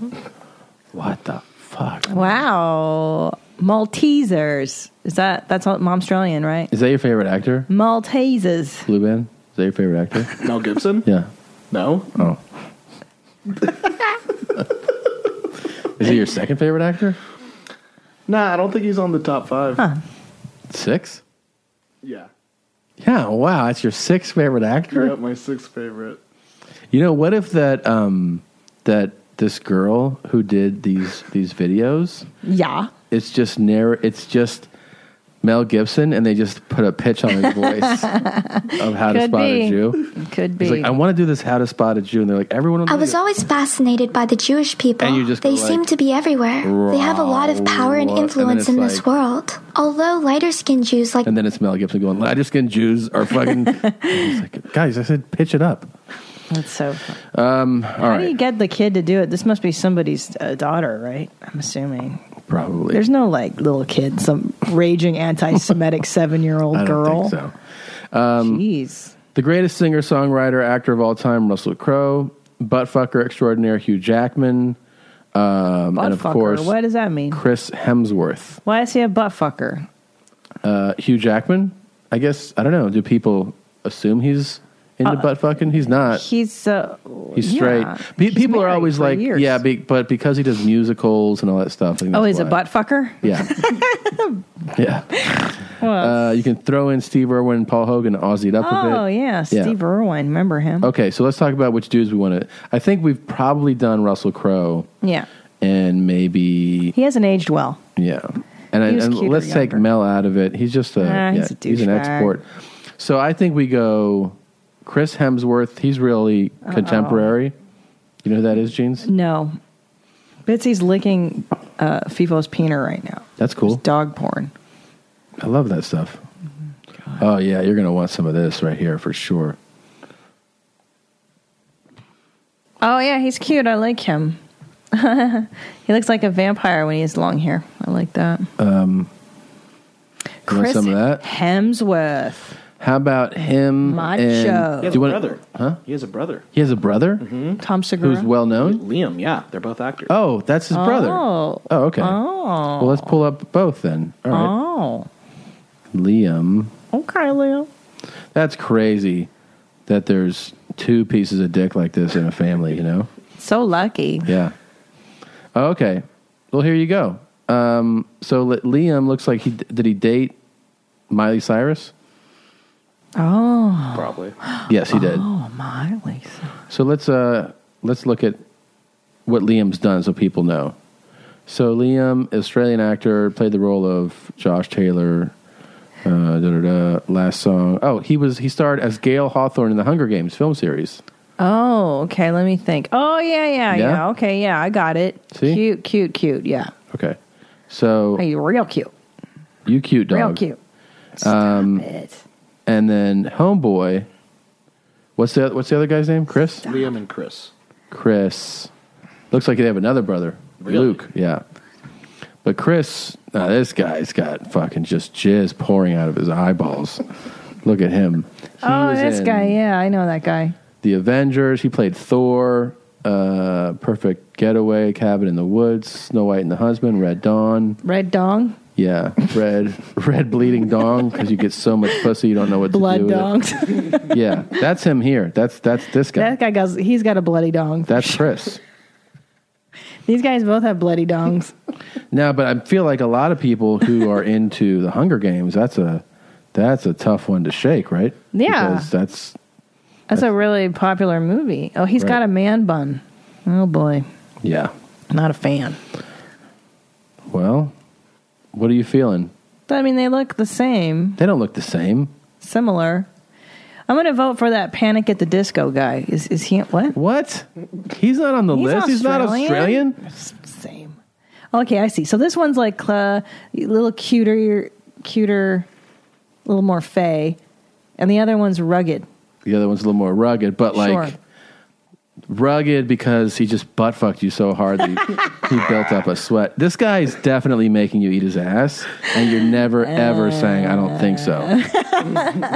S2: what the fuck?
S3: Wow. Maltesers. Is that that's all Momstralian, right?
S2: Is that your favorite actor?
S3: Maltesers.
S2: Blue Band? Is that your favorite actor?
S5: Mel Gibson?
S2: Yeah.
S5: No.
S2: Oh. Is he your second favorite actor?
S5: Nah, I don't think he's on the top five.
S2: Six?
S5: Yeah.
S2: Yeah, wow, that's your sixth favorite actor?
S5: Yep, my sixth favorite.
S2: You know, what if that um that this girl who did these these videos
S3: Yeah.
S2: it's just narr it's just Mel Gibson and they just put a pitch on his voice of how to
S17: Could
S2: spot
S17: be.
S2: a Jew.
S3: Could
S2: He's like, I want to do this how to spot a Jew and they're like everyone on the
S17: I was always fascinated by the Jewish people.
S2: And you just go
S17: they
S2: like,
S17: seem to be everywhere. They have a lot of power and
S2: "Right," and then
S17: influence in
S2: it's
S17: this
S2: like-
S17: world. Although lighter skinned Jews like
S2: and then it's Mel Gibson going, lighter skinned Jews are fucking He's like, guys, I said pitch it up.
S3: That's so
S2: Um all
S3: How
S2: right.
S3: do you get the kid to do it? This must be somebody's uh, daughter, right? I'm assuming.
S2: Probably.
S3: There's no like little kid, some raging anti-Semitic
S2: I
S3: seven-year-old
S2: don't
S3: girl.
S2: think so. Um,
S3: Jeez.
S2: The greatest singer, songwriter, actor of all time, Russell Crowe. Buttfucker extraordinaire, Hugh Jackman. Um, and of
S3: Buttfucker,
S2: course,
S3: what does that mean?
S2: Chris Hemsworth.
S3: Why is he a butt fucker?
S2: Uh, Hugh Jackman, I guess, I don't know. Do people assume he's into
S3: Uh,
S2: butt fucking? He's not.
S3: He's uh,
S2: He's
S3: yeah.
S2: straight. Pe- people are always
S3: for
S2: like,
S3: years.
S2: yeah, be- but because he does musicals and all that stuff. I think
S3: Oh,
S2: that's
S3: he's a
S2: why.
S3: butt fucker.
S2: Yeah. yeah. Uh, you can throw in Steve Irwin, Paul Hogan, Aussie it up a bit.
S3: oh yeah,
S2: Yeah.
S3: Steve Irwin. Remember him?
S2: Okay, so let's talk about which dudes we want to. I think we've probably done Russell Crowe
S3: Yeah,
S2: and maybe
S3: he hasn't aged well.
S2: yeah, and, I,
S3: He was
S2: and
S3: cuter
S2: let's take Mel out of it. He's just a,
S3: Nah,
S2: yeah,
S3: he's
S2: he's, an
S3: a douchebag.
S2: export. So I think we go Chris Hemsworth. He's really
S3: Uh-oh.
S2: contemporary. You know who that is, Jeans?
S3: No, Bitsy's licking uh, FIFO's peener right now.
S2: That's cool.
S3: dog porn.
S2: I love that stuff. Oh yeah, you're gonna want some of this right here for sure.
S3: Oh yeah, he's cute. I like him. he looks like a vampire when he has long hair. I like that.
S2: Um, you want
S3: Chris
S2: some of that?
S3: Hemsworth.
S2: How about him? And,
S3: Macho. He has
S2: do you
S3: a
S2: wanna-
S3: brother.
S2: Huh?
S5: He has a brother. Hmm?
S2: He has a brother.
S3: Mm-hmm. Tom Segura.
S2: Who's well known?
S5: Liam. Yeah, they're both actors.
S2: Oh, that's his brother.
S3: Oh.
S2: Oh, okay.
S3: Oh.
S2: Well, let's pull up both then. All right.
S3: Oh.
S2: Liam.
S3: Okay, Liam.
S2: That's crazy that there's two pieces of dick like this in a family, you know?
S3: So lucky.
S2: Yeah. Oh, Okay. Well, here you go. Um, so Li- Liam looks like he did he date Miley Cyrus?
S3: Oh.
S5: Probably.
S2: Yes, he did.
S3: Oh, Miley.
S2: So let's uh let's look at what Liam's done so people know. So Liam, Australian actor, played the role of Josh Taylor. Uh, da, da, da, last song. Oh, he was he starred as Gail Hawthorne in the Hunger Games film series.
S3: Oh, okay. Let me think. Oh, yeah, yeah, yeah.
S2: Yeah?
S3: Okay, yeah, I got it.
S2: See?
S3: Cute, cute, cute. Yeah.
S2: Okay, so
S3: Oh, you're real cute.
S2: you cute dog,
S3: Real cute.
S2: um,
S3: it.
S2: And then homeboy. What's the what's the other guy's name? Chris.
S5: Liam and Chris.
S2: Chris. Looks like they have another brother,
S5: Really?
S2: Luke. Yeah, but Chris, now this guy's got fucking just jizz pouring out of his eyeballs. Look at him. He
S3: oh,
S2: was
S3: this
S2: in
S3: guy. Yeah, I know that guy.
S2: The Avengers. He played Thor. Uh, Perfect Getaway, Cabin in the Woods, Snow White and the Husband, Red Dawn.
S3: Red Dong.
S2: Yeah, red, red bleeding dong because you get so much pussy you don't know what to do.
S3: Blood
S2: with it.
S3: dong.
S2: Yeah, that's him here. That's that's this guy.
S3: that guy goes, he's got a bloody dong.
S2: That's Chris.
S3: These guys both have bloody dongs.
S2: Now, but I feel like a lot of people who are into the Hunger Games, that's a that's a tough one to shake, right?
S3: Yeah.
S2: because that's
S3: That's a really popular movie. Oh, he's
S2: Right.
S3: got a man bun. Oh, boy.
S2: yeah.
S3: Not a fan.
S2: Well, what are you feeling?
S3: But I mean, they look the same,
S2: They don't look the same.
S3: similar. I'm going to vote for that Panic at the Disco guy. Is is he what?
S2: What? He's not on the list. He's not Australian.
S3: Same. Okay, I see. So this one's like uh, a little cuter, cuter, a little more fey, and the other one's rugged.
S2: The other one's a little more rugged, but like
S3: Sure.
S2: rugged because he just butt fucked you so hard that he, he built up a sweat. This guy is definitely making you eat his ass, and you're never ever saying, "I don't think so."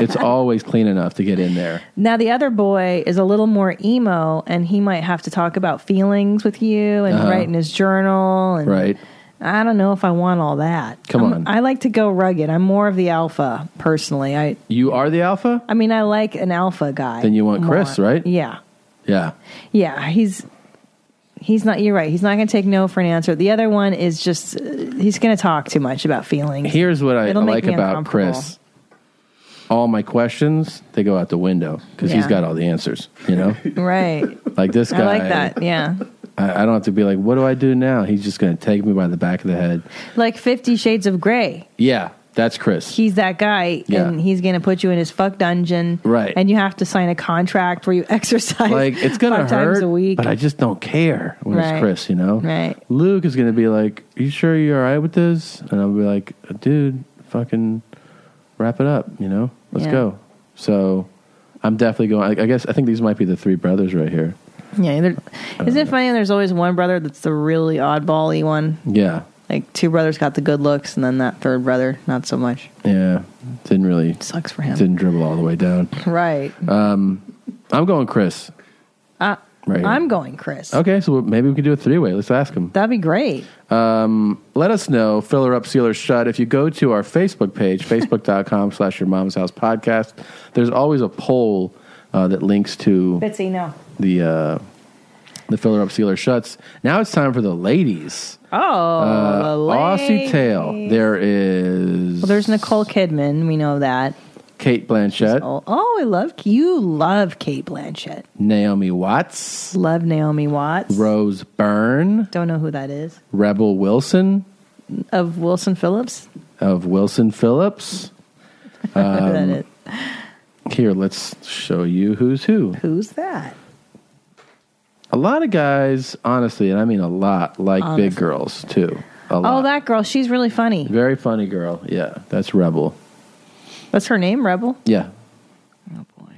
S2: It's always clean enough to get in there.
S3: Now the other boy is a little more emo, and he might have to talk about feelings with you and
S2: Uh-huh.
S3: write in his journal. And
S2: Right.
S3: I don't know if I want all that.
S2: Come
S3: I'm-
S2: on.
S3: I like to go rugged. I'm more of the alpha personally. I
S2: You are the alpha?
S3: I mean, I like an alpha guy.
S2: Then you want
S3: more.
S2: Chris, right?
S3: Yeah.
S2: Yeah.
S3: Yeah, he's he's not. You're right. He's not going to take no for an answer. The other one is just uh, he's going to talk too much about feelings.
S2: Here's what I
S3: It'll make
S2: like
S3: me
S2: about
S3: uncomfortable.
S2: Chris. All my questions, they go out the window because he's
S3: Yeah.
S2: got all the answers, you know?
S3: Right.
S2: like this guy.
S3: I like that. Yeah.
S2: I, I don't have to be like, what do I do now? He's just going to take me by the back of the head.
S3: Like Fifty Shades of Grey.
S2: Yeah, that's Chris.
S3: He's that guy,
S2: Yeah.
S3: and he's going to put you in his fuck dungeon.
S2: Right.
S3: And you have to sign a contract where you exercise
S2: like, it's going to
S3: five
S2: hurt,
S3: times a week.
S2: but I just don't care when
S3: Right.
S2: it's Chris, you know?
S3: Right.
S2: Luke is going to be like, you sure you're all right with this? And I'll be like, dude, fucking wrap it up, you know? Let's
S3: Yeah.
S2: go. So I'm definitely going. I, I guess, I think these might be the three brothers right here.
S3: yeah. there- Isn't it funny? when There's always one brother that's the really oddball-y one.
S2: Yeah.
S3: Like two brothers got the good looks, and then that third brother, not so much.
S2: Yeah. Didn't really.
S3: Sucks for him.
S2: Didn't dribble all the way down.
S3: Right.
S2: Um, I'm going Chris.
S3: Uh,
S2: Right here.
S3: I'm going Chris.
S2: Okay, so we'll- maybe we could do a three way. Let's ask him.
S3: That'd be great.
S2: Um, let us know, fill her up, seal her shut. If you go to our Facebook page, facebook.com slash your mom's house podcast, there's always a poll uh, that links to
S3: Bitsy, no.
S2: the uh, the filler up sealer shuts. Now it's time for the ladies.
S3: Oh,
S2: Uh,
S3: the lady.
S2: Aussie Tail. There is
S3: Well, there's Nicole Kidman. We know that.
S2: Kate Blanchett,
S3: Oh, oh, I love you. Love Kate Blanchett.
S2: Naomi Watts,
S3: Love Naomi Watts.
S2: Rose Byrne,
S3: Don't know who that is.
S2: Rebel Wilson
S3: Of Wilson Phillips.
S2: of Wilson Phillips.
S3: That
S2: Um,
S3: is-
S2: here, let's show you who's who.
S3: Who's that?
S2: A lot of guys, honestly, and I mean a lot, like big
S3: Honestly.
S2: girls too. A lot.
S3: Oh, that girl. She's really funny.
S2: Very funny girl. Yeah, that's Rebel.
S3: That's her name, Rebel.
S2: Yeah. Oh boy.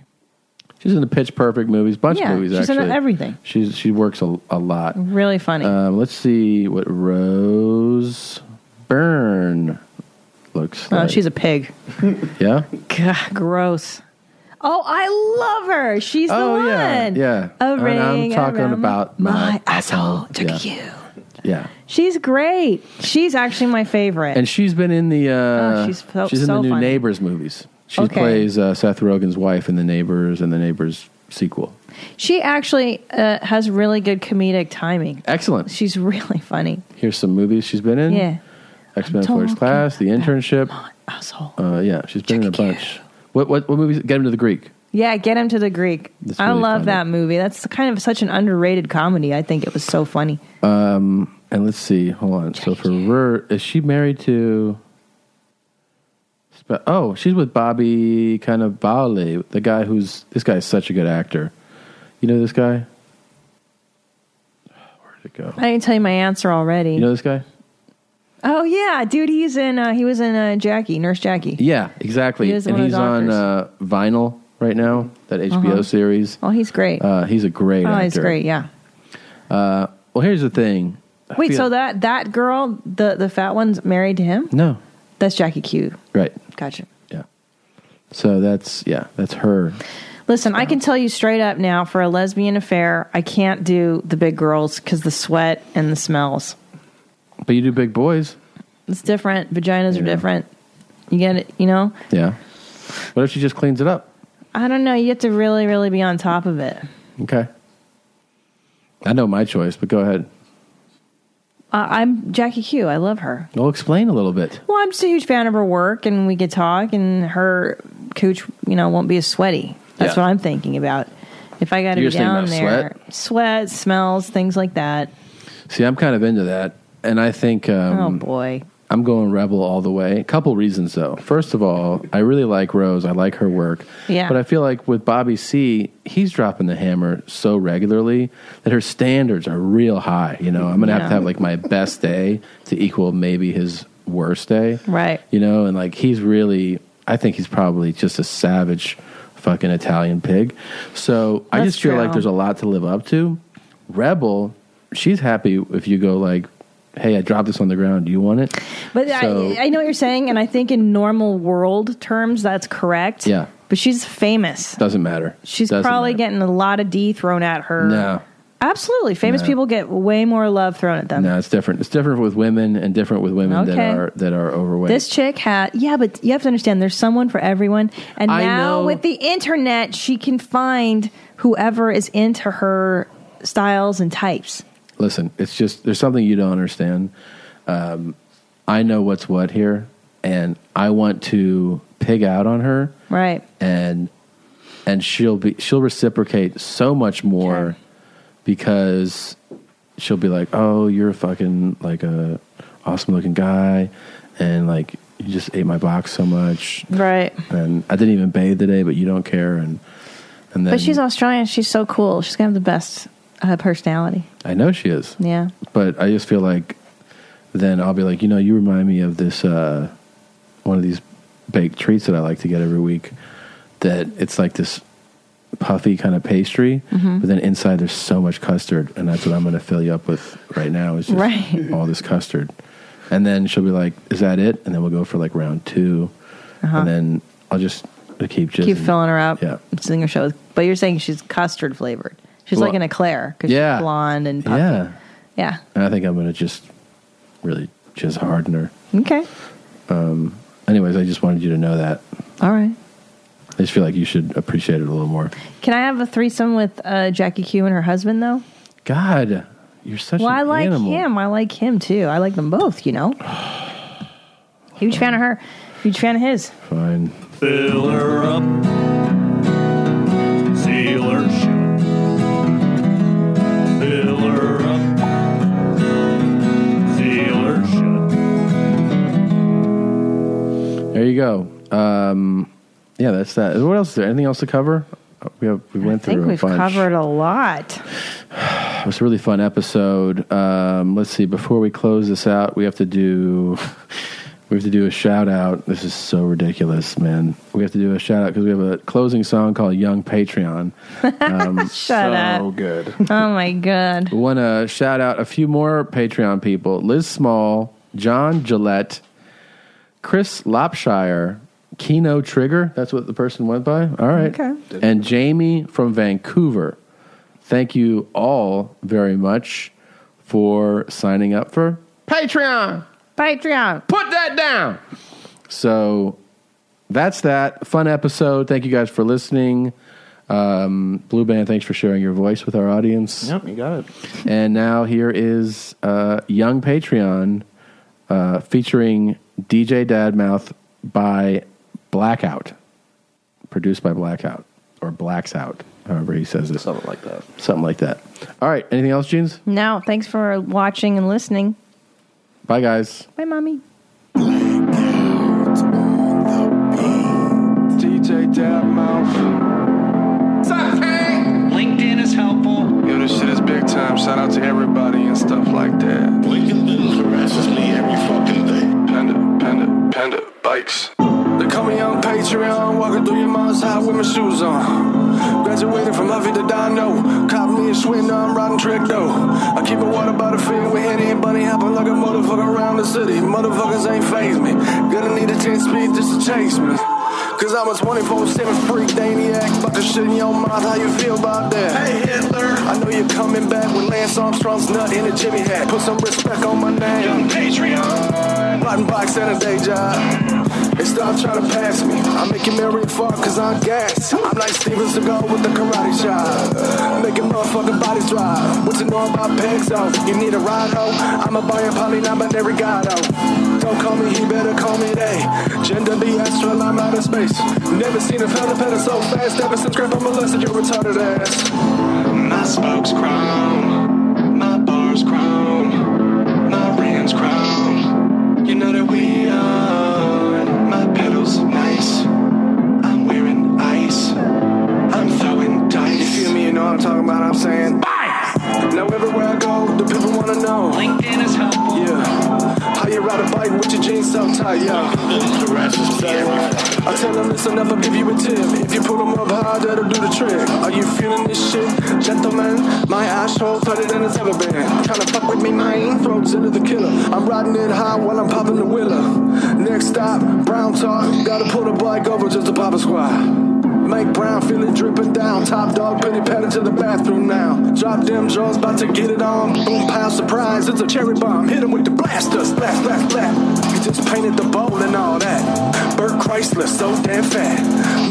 S2: She's in the Pitch Perfect movies, bunch
S3: yeah,
S2: of movies
S3: she's
S2: actually.
S3: in everything.
S2: She's she works a, a lot.
S3: Really funny.
S2: Um, let's see what Rose Byrne looks
S3: oh,
S2: like.
S3: she's a pig.
S2: yeah.
S3: God, gross. Oh, I love her. She's the
S2: oh
S3: one.
S2: yeah, yeah.
S3: A ring
S2: and I'm talking
S3: around
S2: about my, asshole.
S3: took
S2: yeah.
S3: you.
S2: Yeah.
S3: She's great. She's actually my favorite.
S2: And she's been in the uh,
S3: Oh, she's so-
S2: she's in
S3: so
S2: the new
S3: funny.
S2: Neighbors movies. She
S3: Okay.
S2: plays uh, Seth Rogen's wife in the Neighbors and the Neighbors sequel.
S3: she actually uh, has really good comedic timing.
S2: Excellent.
S3: She's really funny.
S2: Here's some movies she's been in.
S3: Yeah.
S2: X Men
S3: Talking
S2: First Class, The Internship. Uh, yeah, she's been in a bunch. What what what movies? Get him to the Greek.
S3: Yeah, get him to the Greek.
S2: That's
S3: I
S2: really
S3: love
S2: funny.
S3: that movie. That's kind of such an underrated comedy. I think it was so funny.
S2: Um, and let's see. Hold on. So for Ver, is she married to? Sp- Oh, she's with Bobby kind of Bowley, the guy who's this guy is such a good actor. You know this guy? Where'd it go?
S3: I didn't tell you my answer already.
S2: You know this guy?
S3: oh yeah, dude, he's in. Uh, he was in uh, Jackie, Nurse Jackie.
S2: Yeah, exactly.
S3: He is
S2: and
S3: one of
S2: he's
S3: the
S2: on uh,
S3: doctors.
S2: Vinyl right now, that HBO
S3: Uh-huh.
S2: series.
S3: Oh, he's great.
S2: Uh, he's a great
S3: oh,
S2: actor.
S3: he's great. Yeah.
S2: Uh, well, here's the thing. I
S3: Wait,
S2: feel-
S3: so that that girl, the the fat one's married to him?
S2: No.
S3: That's Jackie Q.
S2: Right.
S3: Gotcha.
S2: So that's yeah, that's her.
S3: Listen, I can tell you straight up now for a lesbian affair, I can't do the big girls because the sweat and the smells.
S2: But you do big boys.
S3: It's different. Vaginas are different. You get it, you know?
S2: Yeah. What if she just cleans it up?
S3: I don't know. You have to really, really be on top of it.
S2: Okay. I know my choice, but go ahead.
S3: Uh, I'm Jackie Q. I love her.
S2: I'll explain a little bit.
S3: Well, I'm just a huge fan of her work, and we could talk, and her cooch, you know, won't be as sweaty. That's
S2: Yeah.
S3: what I'm thinking about. If I got to
S2: You're
S3: be
S2: just thinking
S3: down
S2: about
S3: there, sweat? smells, things like that.
S2: See, I'm kind of into that, and I think. Um,
S3: Oh, boy.
S2: I'm going rebel all the way. A couple reasons though. First of all, I really like Rose. I like her work.
S3: Yeah.
S2: But I feel like with Bobby C, he's dropping the hammer so regularly that her standards are real high. You know, I'm gonna have
S3: Yeah.
S2: to have like my best day to equal maybe his worst day.
S3: Right.
S2: You know, and like he's really I think he's probably just a savage fucking Italian pig. So I
S18: That's
S2: just feel
S18: true.
S2: like there's a lot to live up to. Rebel, she's happy if you go like, Hey, I dropped this on the ground. Do you want it?
S3: But
S2: So-
S3: I, I know what you're saying, and I think in normal world terms, that's correct.
S2: Yeah.
S3: But she's famous.
S2: Doesn't matter.
S3: She's
S2: Doesn't
S3: probably getting a lot of D thrown at her.
S2: matter.
S3: Absolutely. Famous
S2: No.
S3: people get way more love thrown at them.
S2: No, it's different. It's different with women and different with women that
S3: Okay.
S2: are that are overweight.
S3: This chick had, yeah, but you have to understand there's someone for everyone. And
S2: I
S3: now
S2: know-
S3: with the internet, she can find whoever is into her styles and types.
S2: Listen, it's just there's something you don't understand. Um, I know what's what here, and I want to pig out on her,
S3: Right.
S2: and and she'll be she'll reciprocate so much more because she'll be like, "Oh, you're fucking like a awesome looking guy," and like you just ate my box so much,
S3: Right.
S2: and I didn't even bathe today, but you don't care, and and then
S3: but she's Australian. She's so cool. She's going to have the best uh, personality.
S2: I know she is.
S3: Yeah.
S2: but I just feel like then I'll be like, you know, you remind me of this uh, one of these baked treats that I like to get every week. That it's like this puffy kind of pastry,
S3: Mhm.
S2: but then inside there's so much custard, and that's what I'm going to fill you up with right now is just
S3: Right.
S2: all this custard. And then she'll be like, "Is that it?" And then we'll go for like round 2
S3: Uh-huh.
S2: and then I'll just keep just
S3: Keep filling her up.
S2: Yeah.
S3: and Sing her shows. But you're saying she's custard flavored. She's like
S2: Well,
S3: an eclair because
S2: yeah.
S3: she's blonde and puffy.
S2: yeah.
S3: Yeah.
S2: And I think I'm going to just really just harden her.
S3: Okay.
S2: Um, anyways, I just wanted you to know that.
S3: All right.
S2: I just feel like you should appreciate it a little more.
S3: Can I have a threesome with uh, Jackie Q and her husband though?
S2: God, you're such
S3: well,
S2: an
S3: I like
S2: animal.
S3: him. I like him too. I like them both. You know. Huge fan of her. Huge fan of his.
S2: Fine.
S18: Fill her up. Seal her shut. Fill her up. Seal her
S2: There you go. Um, yeah, that's that. What else is there? Anything else to cover? Uh, We have we went
S3: I think
S2: through a
S3: we've
S2: bunch.
S3: covered a lot.
S2: It was a really fun episode. Um, let's see. Before we close this out, we have to do we have to do a shout out. This is so ridiculous, man. We have to do a shout out because we have a closing song called "Young Patreon." Um,
S3: Shut up.
S2: good.
S3: Oh my god.
S2: We want to shout out a few more Patreon people Liz Small, John Gillette, Chris Lopshire, Kino Trigger. That's what the person went by. All right.
S3: Okay.
S2: And Jamie from Vancouver. Thank you all very much for signing up for Patreon.
S3: Patreon.
S2: Put that down. So that's that. Fun episode. Thank you guys for listening. Um, Blue Band, thanks for sharing your voice with our audience.
S5: Yep, you got it.
S2: And now here is uh, Young Patreon uh, featuring DJ Dadmouth by Blackout, produced by Blackout or Blacks Out, however he says it. Something like that. Something like that. All right. Anything else, Jeans?
S3: Now, thanks for watching and listening.
S2: Bye, guys.
S3: Bye, mommy.
S28: DJ Dab Mouth. Sup, King? LinkedIn is helpful. Yo, this shit is big time. Shout out to everybody and stuff like that. LinkedIn harasses me every fucking day. Panda, panda, panda, bikes. They call me on Patreon, walking through your mom's house with my shoes on. Graduated from Huffy to Dono. Cop me a swing, now I'm riding trick though. I keep a water by the field with Henny and Bunny hopping like a motherfucker around the city. Motherfuckers ain't phase me. Gonna need a 10 speed just to chase me. Cause I'm a 24 7 freak, Daniac. About to shit in your mouth, how you feel about that? Hey, Hitler. I know you're coming back with Lance Armstrong's nut in a Jimmy hat. Put some respect on my name. Young Patreon. Plotting box and a day job. And stop trying to pass me. I make you marry a fuck cause I'm gas. I'm like Steven Seagal with the karate shot. Making motherfucking bodies dry. What you know about pegs, though? You need a ride, ho? I'm a buyer, poly, non binary guy, though. Don't call me he, better call me they. Gender the astral, I'm out of space. Never seen a fella pedal so fast. Ever since Grandpa molested your retarded ass. My spokes chrome, my bars chrome, my rims chrome. You know that we on. My pedals nice. I'm wearing ice. I'm throwing dice. You feel me? You know what I'm talking about? I'm saying bye. Now everywhere I go, the people wanna know. LinkedIn is helpful. Yeah. How you ride a bike with your jeans so tight? Yeah. I tell them listen up, I'll give you a tip. If you put them up high, that'll do the trick. Are you feeling this shit? Gentlemen, my asshole tighter than it's ever been. Tryna fuck with me, mine? Throwzilla the killer. I'm riding it high while I'm popping the wheeler. Next stop, Brown Talk. Gotta pull the bike over just to pop a squat. Mike Brown, feel it dripping down. Top dog, penny padded to the bathroom now. Drop them jaws, about to get it on. Boom, pow, surprise, it's a cherry bomb. Hit him with the blaster, splash, splash, splash. You just painted the bowl and all that. Bert Chrysler, so damn fat.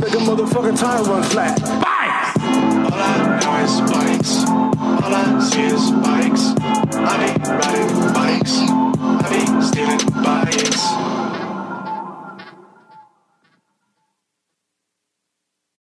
S28: Make a motherfucking tire run flat. Bikes! All I know is bikes. All I see is bikes. I be riding bikes.